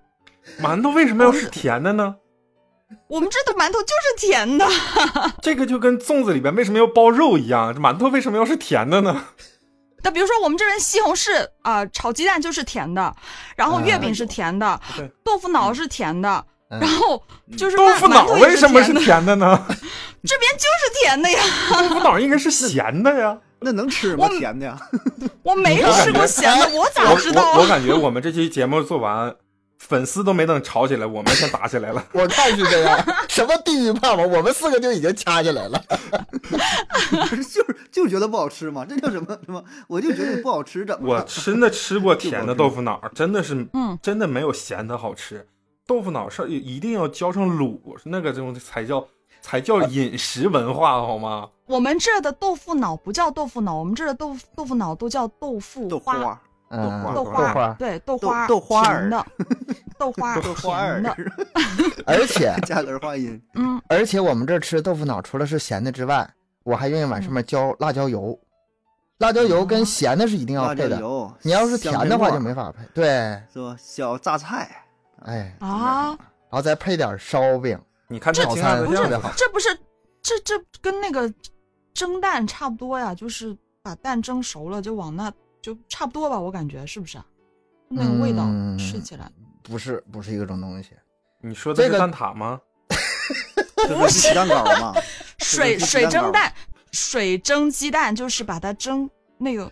Speaker 4: 馒头为什么要是甜的呢？
Speaker 1: 我们这儿的馒头就是甜的。
Speaker 4: 这个就跟粽子里边为什么要包肉一样，这馒头为什么要是甜的呢？
Speaker 1: 那比如说我们这边西红柿啊、炒鸡蛋就是甜的，然后月饼是甜的，
Speaker 4: 嗯对
Speaker 1: 豆腐脑是甜的，
Speaker 3: 嗯
Speaker 1: 然后就是
Speaker 4: 豆腐脑
Speaker 1: 馒头也
Speaker 4: 为什么是
Speaker 1: 甜的？
Speaker 4: 甜 的呢？
Speaker 1: 这边就是甜的呀，
Speaker 4: 豆腐脑应该是咸 的呀。
Speaker 2: 那能吃吗？
Speaker 1: 我
Speaker 2: 甜的呀，
Speaker 1: 我没吃过咸的，我
Speaker 4: 我
Speaker 1: 咋知道
Speaker 4: 我我
Speaker 1: 啊？
Speaker 4: 感觉我们这期节目做完，粉丝都没等吵起来，我们先打起 来了。
Speaker 3: 我看是这样，什么地域盼望，我们四个就已经掐起来了。
Speaker 2: 不是就是就觉得不好吃嘛，这叫什么什么？我就觉得不好吃，怎么
Speaker 4: 我
Speaker 2: 了？
Speaker 4: 真的吃过甜的豆腐脑，真的是，
Speaker 1: 嗯，
Speaker 4: 真的没有咸的好吃。豆腐脑上一定要浇上卤，那个这种才叫才叫
Speaker 1: 呃
Speaker 4: 饮食文化，好吗？
Speaker 1: 我们这儿的豆腐脑不叫豆腐脑，我们这儿的豆豆腐脑都叫豆腐
Speaker 2: 豆
Speaker 1: 花，
Speaker 2: 花儿，
Speaker 3: 嗯，
Speaker 1: 豆
Speaker 4: 花
Speaker 3: 花儿，
Speaker 1: 对豆花
Speaker 2: 豆豆花儿
Speaker 1: 甜的，豆花
Speaker 2: 豆花儿
Speaker 1: 甜 的，，
Speaker 3: 而且
Speaker 2: 加儿 化音，
Speaker 1: 嗯，
Speaker 3: 而且我们这儿吃豆腐脑，除了是咸的之外，我还愿意往上面浇辣椒油。辣椒油跟咸的是一定
Speaker 2: 辣
Speaker 3: 要
Speaker 2: 椒
Speaker 3: 配的，
Speaker 2: 油，
Speaker 3: 你要是甜的话就没
Speaker 2: 法，
Speaker 3: 法配。对，
Speaker 2: 是吧？小榨菜，
Speaker 3: 哎，
Speaker 1: 啊，
Speaker 3: 然后再配点烧饼，
Speaker 4: 你看这
Speaker 3: 早
Speaker 4: 惊讶
Speaker 3: 餐
Speaker 4: 的
Speaker 3: 特
Speaker 4: 样
Speaker 3: 别
Speaker 4: 子，
Speaker 3: 好。
Speaker 1: 这不是这这跟那个蒸蛋差不多呀，就是把蛋蒸熟了就往那就差不多吧，我感觉是不是啊？那个味道
Speaker 3: 嗯
Speaker 1: 吃起来
Speaker 3: 不是不是一个种东西，
Speaker 4: 你说的
Speaker 3: 这
Speaker 4: 是
Speaker 3: 个
Speaker 4: 蛋挞吗？
Speaker 2: 不
Speaker 1: 是
Speaker 2: 鸡蛋糕嘛？
Speaker 1: 水
Speaker 2: 这个是
Speaker 1: 水
Speaker 2: 鸡蛋
Speaker 1: 蒸
Speaker 2: 糕
Speaker 1: 蛋，水蒸鸡蛋就是把它蒸那个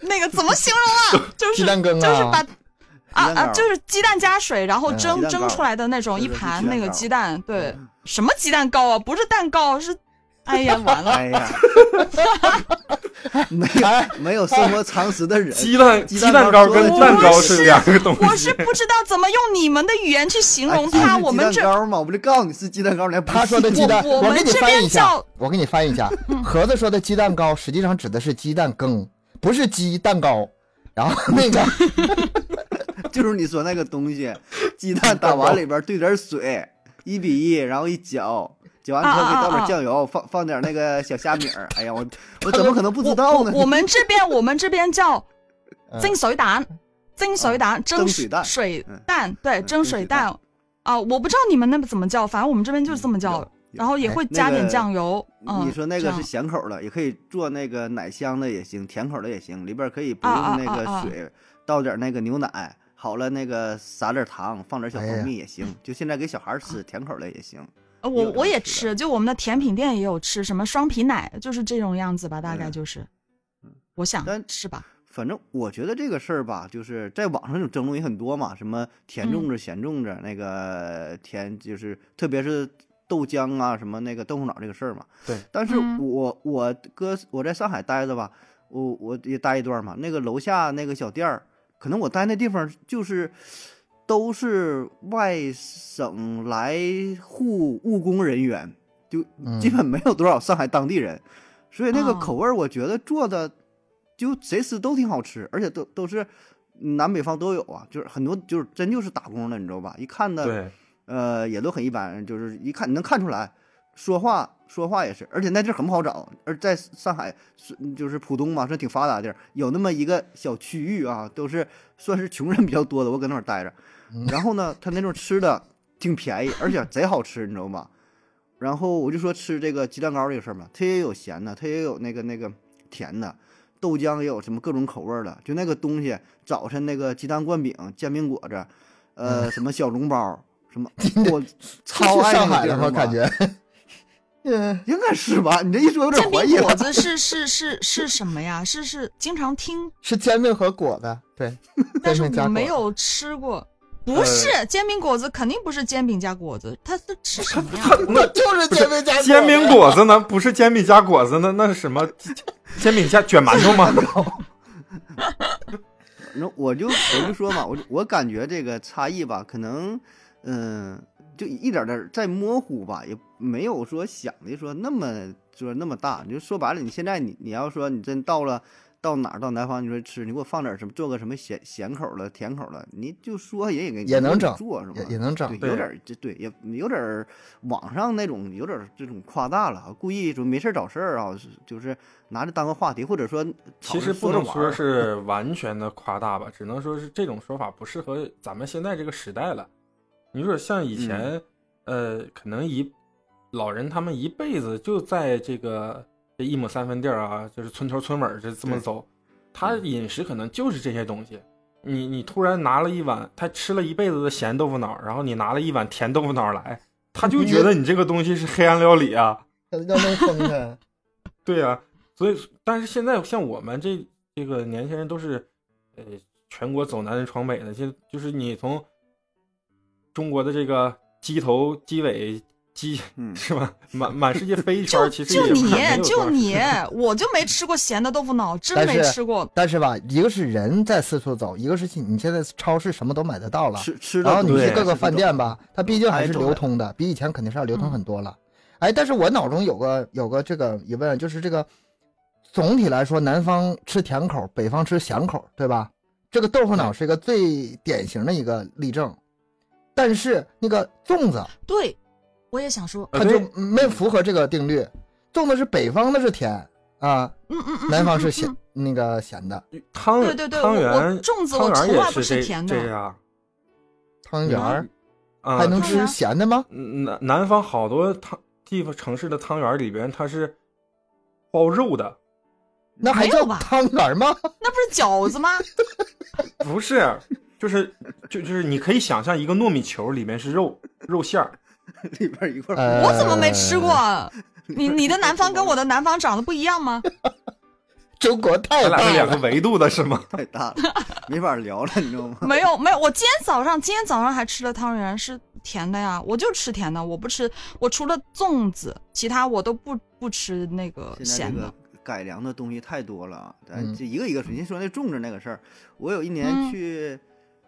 Speaker 1: 那个怎么形容 啊？就是
Speaker 3: 鸡蛋羹啊
Speaker 1: 就是把啊
Speaker 2: 鸡蛋
Speaker 1: 啊
Speaker 2: 糕哎
Speaker 1: 就是鸡蛋加水，然后
Speaker 3: 嗯
Speaker 1: 蒸
Speaker 2: 鸡蛋糕
Speaker 1: 蒸出来的那种
Speaker 2: 对
Speaker 1: 一
Speaker 2: 对
Speaker 1: 盘
Speaker 2: 鸡蛋
Speaker 1: 那个
Speaker 2: 糕嗯
Speaker 1: 鸡蛋，对，什么鸡蛋糕啊？不是蛋糕， 是哎呀完了，
Speaker 2: 哎 呀，没
Speaker 3: 哎
Speaker 2: 有没有生活常识的人，
Speaker 4: 鸡蛋
Speaker 2: 鸡
Speaker 4: 鸡
Speaker 2: 蛋
Speaker 4: 蛋糕
Speaker 2: 糕
Speaker 4: 跟
Speaker 2: 说的
Speaker 4: 蛋
Speaker 1: 就
Speaker 4: 糕
Speaker 1: 是
Speaker 4: 是两个东
Speaker 1: 我
Speaker 4: 西
Speaker 1: 是。不知道怎么用你们的语言去形容
Speaker 2: 哎
Speaker 1: 它，
Speaker 2: 鸡
Speaker 1: 我们
Speaker 2: 鸡
Speaker 1: 这
Speaker 2: 蛋糕嘛，我不就告诉你是鸡蛋糕，你还不
Speaker 3: 他说的
Speaker 2: 信
Speaker 3: 鸡蛋，
Speaker 1: 我
Speaker 3: 我
Speaker 1: 我
Speaker 3: 给
Speaker 1: 们
Speaker 3: 你
Speaker 1: 这
Speaker 3: 翻
Speaker 1: 边
Speaker 3: 译一下
Speaker 1: 叫，嗯
Speaker 3: 我给你翻译一下，盒子说的鸡蛋糕实际上指的是鸡蛋羹，不是鸡蛋糕。然后那个
Speaker 1: 嗯
Speaker 2: 就是你说那个东西，鸡蛋打完里边兑点水，一比一，然后一搅，搅完之
Speaker 1: 啊
Speaker 2: 后给倒点酱油，放放点那个小虾米儿。哎呀，我我怎么可能不知道呢？
Speaker 1: 我们这边我们这边叫
Speaker 3: 嗯
Speaker 1: 蒸水蛋，蒸水蛋，蒸
Speaker 2: 哦蒸水蛋
Speaker 1: 水
Speaker 2: 嗯
Speaker 1: 蛋，对，蒸
Speaker 2: 嗯蒸
Speaker 1: 水
Speaker 2: 水蛋
Speaker 1: 蛋。啊，我不知道你们那边怎么叫，反正我们这边就是这么叫，
Speaker 2: 有
Speaker 1: 然后也会
Speaker 2: 哎
Speaker 1: 加
Speaker 2: 那
Speaker 1: 点
Speaker 2: 个
Speaker 1: 酱油。嗯，
Speaker 2: 你说那
Speaker 1: 这
Speaker 2: 个
Speaker 1: 样
Speaker 2: 是咸口的，也可以做那个奶香的也行，甜口的也行，里边可以不
Speaker 1: 啊啊
Speaker 2: 用那
Speaker 1: 啊啊
Speaker 2: 个水，倒点那个牛奶，好了那个撒点糖，放点小
Speaker 3: 哎呀
Speaker 2: 蜂蜜也行。就现在给小孩吃，甜口的也行。
Speaker 1: 呃
Speaker 2: 有
Speaker 1: 我
Speaker 2: 的
Speaker 1: 我也
Speaker 2: 吃的
Speaker 1: 吃，就我们的甜品店也有吃，什么双皮奶，就是这种样子吧，大概
Speaker 2: 嗯
Speaker 1: 就是。我想
Speaker 2: 但
Speaker 1: 是吧？
Speaker 2: 反正我觉得这个事儿吧，就是在网上有争论也很多嘛，什么甜粽子、咸粽子，那个甜就是特别是豆浆啊，什么那个豆腐脑这个事儿嘛。
Speaker 4: 对。
Speaker 2: 但是
Speaker 1: 嗯
Speaker 2: 我我搁我在上海待着吧，我我也待一段嘛，那个楼下那个小店儿，可能我待那地方就是都是外省来沪务工人员，就
Speaker 3: 嗯
Speaker 2: 基本没有多少上海当地人，所以那个
Speaker 1: 哦
Speaker 2: 口味儿我觉得做的就谁吃都挺好吃，而且都都是南北方都有啊，就是很多就是真就是打工的，你知道吧？一看呢，
Speaker 4: 对，
Speaker 2: 呃，也都很一般，就是一看你能看出来，说话说话也是，而且那地儿很不好找，而在上海是就是浦东嘛，算挺发达的地儿，有那么一个小区域啊，都是 算是穷人比较多的，我搁那儿待着，
Speaker 3: 嗯
Speaker 2: 然后呢，他那种吃的挺便宜，而且贼好吃，你知道吗？然后我就说吃这个鸡蛋糕这个事儿嘛，它也有咸的，它也有那个那个甜的，豆浆也有什么各种口味儿的，就那个东西，早晨那个鸡蛋灌饼、煎饼果子，
Speaker 3: 嗯
Speaker 2: 呃，什么小笼包，什么 我超爱
Speaker 3: 上
Speaker 2: 那个地
Speaker 3: 海了
Speaker 2: 儿
Speaker 3: 吗？
Speaker 2: 嘛
Speaker 3: 感觉，嗯，
Speaker 2: 应该是吧？你这一说有点
Speaker 1: 煎
Speaker 2: 怀疑
Speaker 1: 饼果
Speaker 2: 了。
Speaker 1: 子是是是是什么呀？是是经常 听，
Speaker 3: 是煎饼和果子，对，
Speaker 1: 但
Speaker 3: 煎
Speaker 1: 是
Speaker 3: 饼加
Speaker 1: 我
Speaker 3: 果
Speaker 1: 没
Speaker 3: 子
Speaker 1: 有吃过。不
Speaker 2: 呃
Speaker 1: 是煎饼果子，肯定不是煎饼加果子，它是吃什么 呀？
Speaker 3: 那 就是煎饼加
Speaker 4: 煎饼
Speaker 3: 子
Speaker 4: 果子呢？不是煎饼加果子呢？那是什么？煎饼加卷馒头吗？
Speaker 2: 反正我就我就说嘛，我就我感觉这个差异吧，可能嗯、就一点点儿在模糊吧，也没有说想的说那么说那么大。你就说白了，你现在你你要说你真到了到哪儿到南方，你说吃，你给我放点儿什么，做个什么咸咸口的、甜口的，你就说也也
Speaker 3: 也能
Speaker 2: 也
Speaker 3: 整
Speaker 2: 做是吧
Speaker 3: 也？也能整，
Speaker 2: 对，有点儿这对也有点儿网上那种有点儿这种夸大了，故意说没事儿找事儿啊，就是拿着当个话题，或者说
Speaker 4: 其实不能说是完全的夸大吧，只能说是这种说法不适合咱们现在这个时代了。你说像以前，呃，可能一老人他们一辈子就在这个这一亩三分地儿啊，就是村头村尾儿这这么
Speaker 2: 对
Speaker 4: 走，他饮食可能就是这些东西。你你突然拿了一碗，他吃了一辈子的咸豆腐脑，然后你拿了一碗甜豆腐脑来，他就觉得你这个东西是黑暗料理啊。
Speaker 3: 要弄疯他。
Speaker 4: 对呀、所以但是现在像我们这这个年轻人都是，呃，全国走南闯北的，就就是你从中国的这个鸡头、鸡尾、鸡
Speaker 2: 嗯
Speaker 4: 是吧？满满世界飞一圈
Speaker 1: 就
Speaker 4: 儿，其实
Speaker 1: 就
Speaker 4: 也
Speaker 1: 你
Speaker 4: 没有多
Speaker 1: 就
Speaker 4: 少
Speaker 1: 你，我就没吃过咸的豆腐脑，真
Speaker 3: 但
Speaker 1: 没
Speaker 3: 是
Speaker 1: 吃过。
Speaker 3: 但是吧，一个是人在四处走，一个是你现在超市什么都买得到了，
Speaker 2: 吃吃的
Speaker 3: 然后你
Speaker 2: 东西
Speaker 3: 去
Speaker 4: 对
Speaker 3: 各个饭店吧，它毕竟还
Speaker 2: 哎
Speaker 3: 是
Speaker 2: 对
Speaker 3: 流通的，比以前肯定是要流通
Speaker 1: 嗯
Speaker 3: 很多了。哎，但是我脑中有个有个这个疑问，就是这个总体来说，南方吃甜口，北方吃咸口，对吧？这个豆腐脑是一个最典型的一个例证，但是那个粽子
Speaker 1: 啊对，我也想说，
Speaker 4: 呃
Speaker 3: 它就嗯
Speaker 4: 对
Speaker 3: 没符合这个定律，粽子是北方的是甜，啊，
Speaker 1: 嗯嗯嗯，
Speaker 3: 南方是
Speaker 1: 嗯
Speaker 3: 咸
Speaker 1: 嗯
Speaker 3: 那个咸的，
Speaker 4: 汤
Speaker 1: 对对对
Speaker 4: 汤
Speaker 1: 我我
Speaker 4: 圆
Speaker 1: 粽子
Speaker 4: 汤
Speaker 1: 我
Speaker 4: 圆
Speaker 1: 从
Speaker 4: 也
Speaker 1: 来不
Speaker 4: 是
Speaker 1: 吃
Speaker 4: 这
Speaker 1: 甜的
Speaker 4: 这样
Speaker 3: 汤圆儿
Speaker 4: 啊，
Speaker 3: 还能
Speaker 1: 嗯汤圆
Speaker 3: 吃
Speaker 1: 儿
Speaker 3: 咸的吗？
Speaker 4: 嗯南南方好多汤地方城市的汤圆里边它是包肉的，
Speaker 3: 那还
Speaker 1: 没有
Speaker 3: 叫
Speaker 1: 吧
Speaker 3: 汤圆儿吗？
Speaker 1: 那不是饺子吗？
Speaker 4: 不是，就是就就是你可以想象一个糯米球里面是肉肉馅儿，
Speaker 2: 里边一块儿
Speaker 3: 呃
Speaker 1: 我怎么没吃过？
Speaker 2: 呃
Speaker 1: 你你的南方跟我的南方长得不一样吗？
Speaker 3: 中国太
Speaker 4: 咱俩
Speaker 3: 大
Speaker 4: 是两个
Speaker 3: 了，
Speaker 4: 维度的是吗？
Speaker 2: 太大了，没法聊了，你知道 吗？
Speaker 1: 没有没有，我今天早上今天早上还吃了汤圆，是甜的呀，我就吃甜的，我不吃，我除了粽子，其他我都不不吃那个
Speaker 2: 现在
Speaker 1: 咸
Speaker 2: 这
Speaker 1: 的
Speaker 2: 个。改良的东西太多了啊，咱
Speaker 3: 嗯
Speaker 2: 这一个一个说。您说那粽子那个事儿，我有一年
Speaker 1: 嗯
Speaker 2: 去，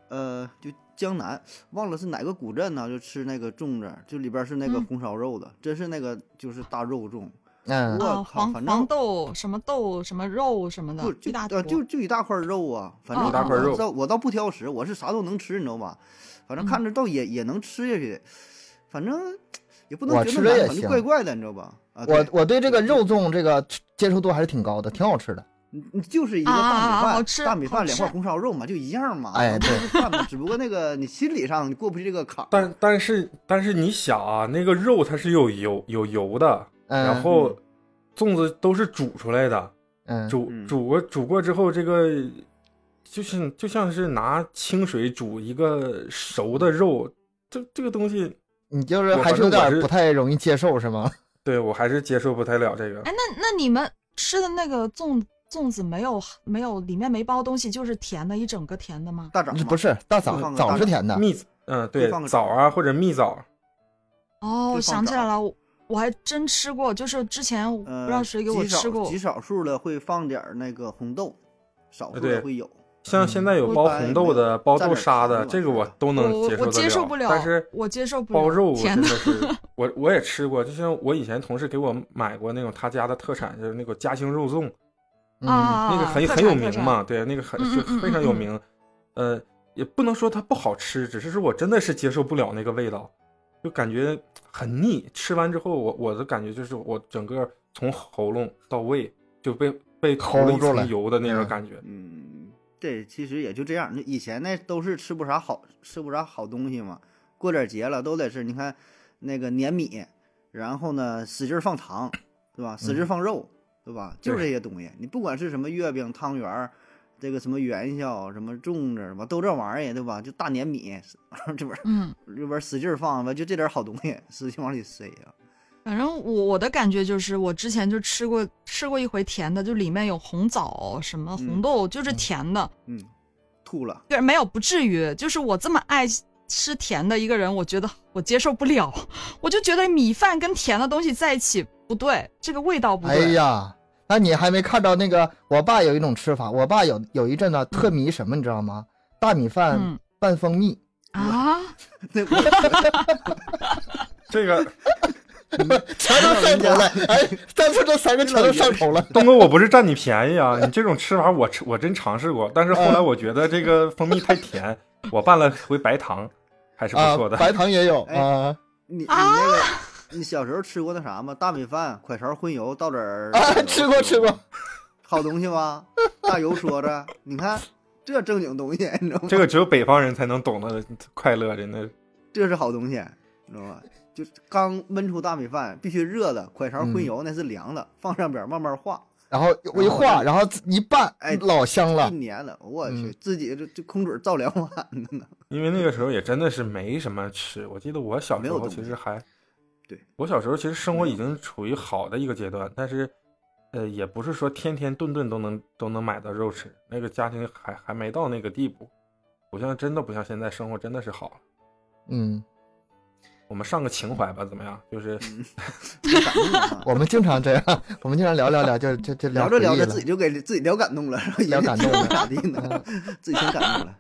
Speaker 2: 呃，就江南，忘了是哪个古镇呢，就吃那个粽子，就里边是那个
Speaker 1: 嗯
Speaker 2: 红烧肉的，真是那个就是大肉粽，
Speaker 3: 嗯
Speaker 2: 我
Speaker 1: 啊，
Speaker 2: 靠
Speaker 1: 黄
Speaker 2: 反正
Speaker 1: 黄豆什么豆什么肉什么的
Speaker 2: 不，
Speaker 1: 一
Speaker 2: 就
Speaker 1: 大
Speaker 2: 啊
Speaker 1: 坨。
Speaker 2: 就就一大块肉啊，反正
Speaker 1: 一大块
Speaker 2: 我
Speaker 4: 肉
Speaker 2: 倒我倒不挑食，我是啥都能吃，你知道吧？反正看
Speaker 1: 嗯
Speaker 2: 着倒也也能吃下去，反正也不能
Speaker 3: 我
Speaker 2: 觉
Speaker 3: 吃
Speaker 2: 得
Speaker 3: 着
Speaker 2: 难，
Speaker 3: 也
Speaker 2: 反正
Speaker 3: 行
Speaker 2: 怪怪的，你知道吧？啊，
Speaker 3: 我
Speaker 2: 对
Speaker 3: 我对这个肉粽这个接受度还是挺高的，挺好吃的。
Speaker 2: 你你就是一个
Speaker 1: 啊啊啊
Speaker 2: 大米饭，
Speaker 1: 好吃
Speaker 2: 大米
Speaker 1: 好
Speaker 2: 饭两块
Speaker 1: 吃
Speaker 2: 红烧肉嘛，就一样嘛，
Speaker 3: 哎对
Speaker 2: 都是饭嘛，只不过那个你心理上你过不去这个坎儿。
Speaker 4: 但但是但是你想啊，那个肉它是有油有油的，
Speaker 3: 嗯，
Speaker 4: 然后粽子都是煮出来的，
Speaker 3: 嗯，
Speaker 4: 煮
Speaker 2: 嗯
Speaker 4: 煮过煮过之后，这个就是就像是拿清水煮一个熟的肉，这这个东西，
Speaker 3: 你就是
Speaker 4: 我
Speaker 3: 还是有
Speaker 4: 反正我
Speaker 3: 点
Speaker 4: 是
Speaker 3: 不太容易接受是吗？
Speaker 4: 对我还是接受不太了这个。
Speaker 1: 哎，那那你们吃的那个粽粽子没有没有里面没包东西，就是甜的一整个甜的吗？
Speaker 2: 大掌嘛
Speaker 3: 不，是，大
Speaker 2: 就放
Speaker 3: 枣
Speaker 2: 个
Speaker 3: 枣
Speaker 2: 大
Speaker 3: 是
Speaker 2: 枣
Speaker 3: 甜的，
Speaker 4: 蜜嗯对
Speaker 2: 就放个
Speaker 4: 枣啊或者蜜枣，
Speaker 1: 哦，
Speaker 2: 就放啊
Speaker 1: 想起来
Speaker 2: 枣
Speaker 1: 了，我我还真吃过，就是之前我不
Speaker 2: 呃，
Speaker 1: 知道谁给我
Speaker 2: 极少
Speaker 1: 吃过
Speaker 2: 极，少数的会放点儿那个红豆，少数
Speaker 4: 呃对
Speaker 2: 的会有。
Speaker 4: 像现在有
Speaker 1: 嗯
Speaker 4: 包红豆的、包豆沙
Speaker 2: 蘸
Speaker 4: 的，
Speaker 2: 点
Speaker 4: 这个我都
Speaker 1: 我
Speaker 4: 能
Speaker 1: 我我接
Speaker 4: 受
Speaker 1: 受
Speaker 4: 得
Speaker 1: 不了，
Speaker 4: 但是
Speaker 1: 我接受不了
Speaker 4: 包肉我
Speaker 1: 甜
Speaker 4: 真的
Speaker 1: 的。
Speaker 4: 是， 我我也吃过，就像我以前同事给我买过那种他家的特产，就是那个嘉兴肉粽，
Speaker 3: 嗯
Speaker 1: 啊，
Speaker 4: 那个很
Speaker 1: 特
Speaker 4: 很有
Speaker 1: 产特
Speaker 4: 名
Speaker 1: 产
Speaker 4: 嘛，对，那个很
Speaker 1: 嗯
Speaker 4: 就
Speaker 1: 嗯嗯
Speaker 4: 非常
Speaker 1: 嗯
Speaker 4: 有
Speaker 1: 嗯
Speaker 4: 名。呃，也不能说它不好吃，只是说我真的是接受不了那个味道，就感觉很腻。吃完之后，我我的感觉就是我整个从喉咙到胃就被被涂了
Speaker 3: 抠
Speaker 4: 一
Speaker 3: 住了
Speaker 4: 层油的那种
Speaker 3: 嗯
Speaker 4: 感觉。
Speaker 2: 嗯，这其实也就这样。那以前那都是吃不啥好，吃不啥好东西嘛。过点节了都得是，你看那个粘米，然后呢使劲儿放糖，对吧？使劲儿放肉，对吧？就是这些东西。你不管是什么月饼、汤圆儿，这个什么元宵、什么粽子，什么都这玩意儿，对吧？就大粘米， 这边儿
Speaker 1: 嗯，
Speaker 2: 这边儿使劲儿放，完就这点儿好东西使劲往里塞啊。
Speaker 1: 反正我我的感觉就是，我之前就吃过吃过一回甜的，就里面有红枣什么红
Speaker 2: 嗯
Speaker 1: 豆，就是甜的。
Speaker 2: 嗯，吐了。
Speaker 1: 对，没有不至于，就是我这么爱吃甜的一个人，我觉得我接受不了，我就觉得米饭跟甜的东西在一起不对，这个味道不
Speaker 3: 哎
Speaker 1: 对。
Speaker 3: 呀，那你还没看到那个？我爸有一种吃法，我爸有有一阵呢特迷什么，你知道吗？大米饭
Speaker 1: 嗯
Speaker 3: 拌蜂蜜，
Speaker 1: 啊，
Speaker 2: 那我
Speaker 4: 这个
Speaker 3: 全都上头了。哎，但是这三个全都上头了。
Speaker 4: 东哥，我不是占你便宜啊，你这种吃法我吃我真尝试过，但是后
Speaker 3: 嗯
Speaker 4: 来我觉得这个蜂蜜太甜，我拌了回白糖，还是不
Speaker 3: 啊
Speaker 4: 错，的。
Speaker 3: 白糖也有
Speaker 2: 哎
Speaker 3: 啊，
Speaker 2: 你你那个。你小时候吃过那啥吗？大米饭、蒯勺荤油，倒点儿
Speaker 3: 啊
Speaker 2: 酱油
Speaker 3: 吃过吃过，
Speaker 2: 好东西吗？大油说着，你看这正经东西，你知道吗？
Speaker 4: 这个只有北方人才能懂得快乐，真的。
Speaker 2: 这是好东西，你知道吗？就是刚焖出大米饭，必须热的，蒯勺
Speaker 3: 嗯
Speaker 2: 荤油那是凉的，放上边儿慢慢化。
Speaker 3: 然后我一化，然后一拌
Speaker 2: 哎，
Speaker 3: 老香了
Speaker 2: 一。年了，我去
Speaker 3: 嗯，
Speaker 2: 自己这这空嘴儿造两碗呢呢。
Speaker 4: 因为那个时候也真的是没什么吃。我记得我小时候其实还，
Speaker 2: 对
Speaker 4: 我小时候其实生活已经处于好的一个阶段，但是，呃，也不是说天天顿顿都能都能买到肉吃，那个家庭还还没到那个地步，不像真的不像现在生活真的是好了。
Speaker 3: 嗯，我
Speaker 4: 我们上个情怀吧，怎么样？
Speaker 3: 嗯
Speaker 4: 就是
Speaker 2: 没感动啊
Speaker 3: 我们经常这样，我们经常聊聊聊，就就就
Speaker 2: 聊着
Speaker 3: 回忆
Speaker 2: 聊着
Speaker 3: 了
Speaker 2: 自己就给自己聊感动了，然后
Speaker 3: 聊感动了
Speaker 2: 了，咋地呢？自己先感动了。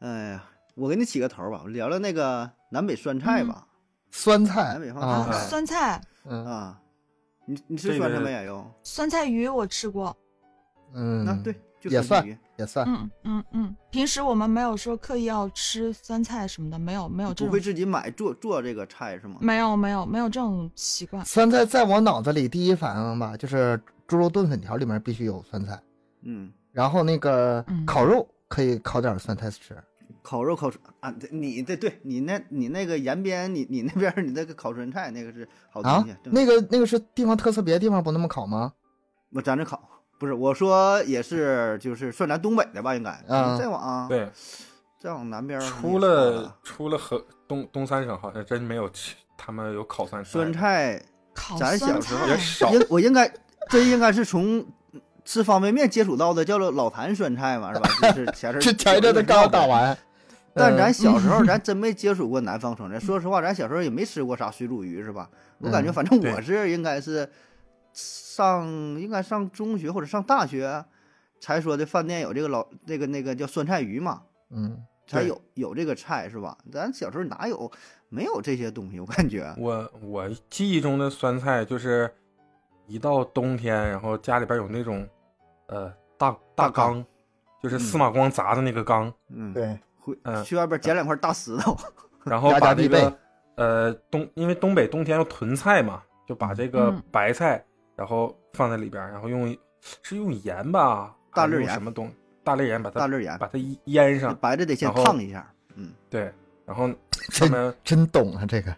Speaker 2: 哎呀，我给你起个头吧，我聊聊那个南北酸菜吧。
Speaker 3: 酸菜
Speaker 2: 南北方啊
Speaker 1: 啊
Speaker 3: 啊，
Speaker 4: 哎
Speaker 1: 酸菜
Speaker 3: 嗯
Speaker 2: 啊，你你是酸菜没呀？又
Speaker 1: 酸菜鱼我吃过，
Speaker 3: 嗯，
Speaker 2: 那对，就
Speaker 3: 也
Speaker 2: 吃
Speaker 3: 算
Speaker 2: 鲫鱼
Speaker 3: 也算。
Speaker 1: 嗯嗯嗯，平时我们没有说刻意要吃酸菜什么的，没有没有这
Speaker 2: 不
Speaker 1: 种
Speaker 2: 会自己买做做这个菜是吗？
Speaker 1: 没有没有没有这种习惯。
Speaker 3: 酸菜在我脑子里第一反应吧，就是猪肉炖粉条里面必须有酸菜，
Speaker 2: 嗯，
Speaker 3: 然后那个
Speaker 1: 嗯
Speaker 3: 烤肉可以烤点酸菜吃。
Speaker 2: 烤肉烤啊，对你这对你那你那个延边，你你那边儿你那个烤酸菜那个是好
Speaker 3: 啊
Speaker 2: 东西，，正
Speaker 3: 那个那个是地方特色，别的地方不那么烤吗？
Speaker 2: 我咱这烤不是我说也是就是算咱东北的吧，应该
Speaker 3: 嗯
Speaker 2: 再往
Speaker 4: 对，
Speaker 2: 再往南边儿
Speaker 4: 除
Speaker 2: 也算
Speaker 4: 了除了河东东三省，好像真没有吃他们有烤酸菜
Speaker 2: 酸菜，啊
Speaker 1: 烤
Speaker 2: 咱
Speaker 1: 酸
Speaker 2: 小时候
Speaker 1: 菜
Speaker 4: 也少。
Speaker 2: 应我应该真应该是从。吃方便面接触到的叫做老坛酸菜嘛，是吧？就是前阵
Speaker 3: 这前一阵子刚打完，
Speaker 2: 但
Speaker 3: 嗯
Speaker 2: 咱小时候咱真没接触过南方生菜，说实话，咱小时候也没吃过啥水煮鱼，是吧？我感觉
Speaker 3: 嗯
Speaker 2: 反正
Speaker 4: 对
Speaker 2: 我是应该是上应该上中学或者上大学才说的饭店有这个老那个那个叫酸菜鱼嘛，
Speaker 3: 嗯，
Speaker 2: 才
Speaker 4: 对
Speaker 2: 有有这个菜是吧？咱小时候哪有没有这些东西？我感觉
Speaker 4: 我我记忆中的酸菜就是一到冬天，然后家里边有那种呃大
Speaker 2: 大
Speaker 4: 大
Speaker 2: 缸
Speaker 4: 缸，就是司马光砸的那 个缸，
Speaker 2: 嗯，，
Speaker 3: 对，
Speaker 2: 回
Speaker 4: 嗯
Speaker 2: 去外边捡两块大石头，
Speaker 4: 然后
Speaker 3: 家
Speaker 4: 把
Speaker 3: 家
Speaker 4: 这
Speaker 3: 必
Speaker 4: 个呃东，因为东北冬天要囤菜嘛，就把这个
Speaker 1: 嗯
Speaker 4: 白菜然后放在里边，然后用是用盐吧，
Speaker 2: 大
Speaker 4: 还是
Speaker 2: 粒儿
Speaker 4: 用
Speaker 2: 盐
Speaker 4: 什么东西大粒盐把它
Speaker 2: 大粒盐，
Speaker 4: 把它腌上，
Speaker 2: 白的得先
Speaker 4: 然后
Speaker 2: 烫一下，嗯，
Speaker 4: 对，然后 上
Speaker 3: 真
Speaker 4: 面
Speaker 3: 真懂啊，这个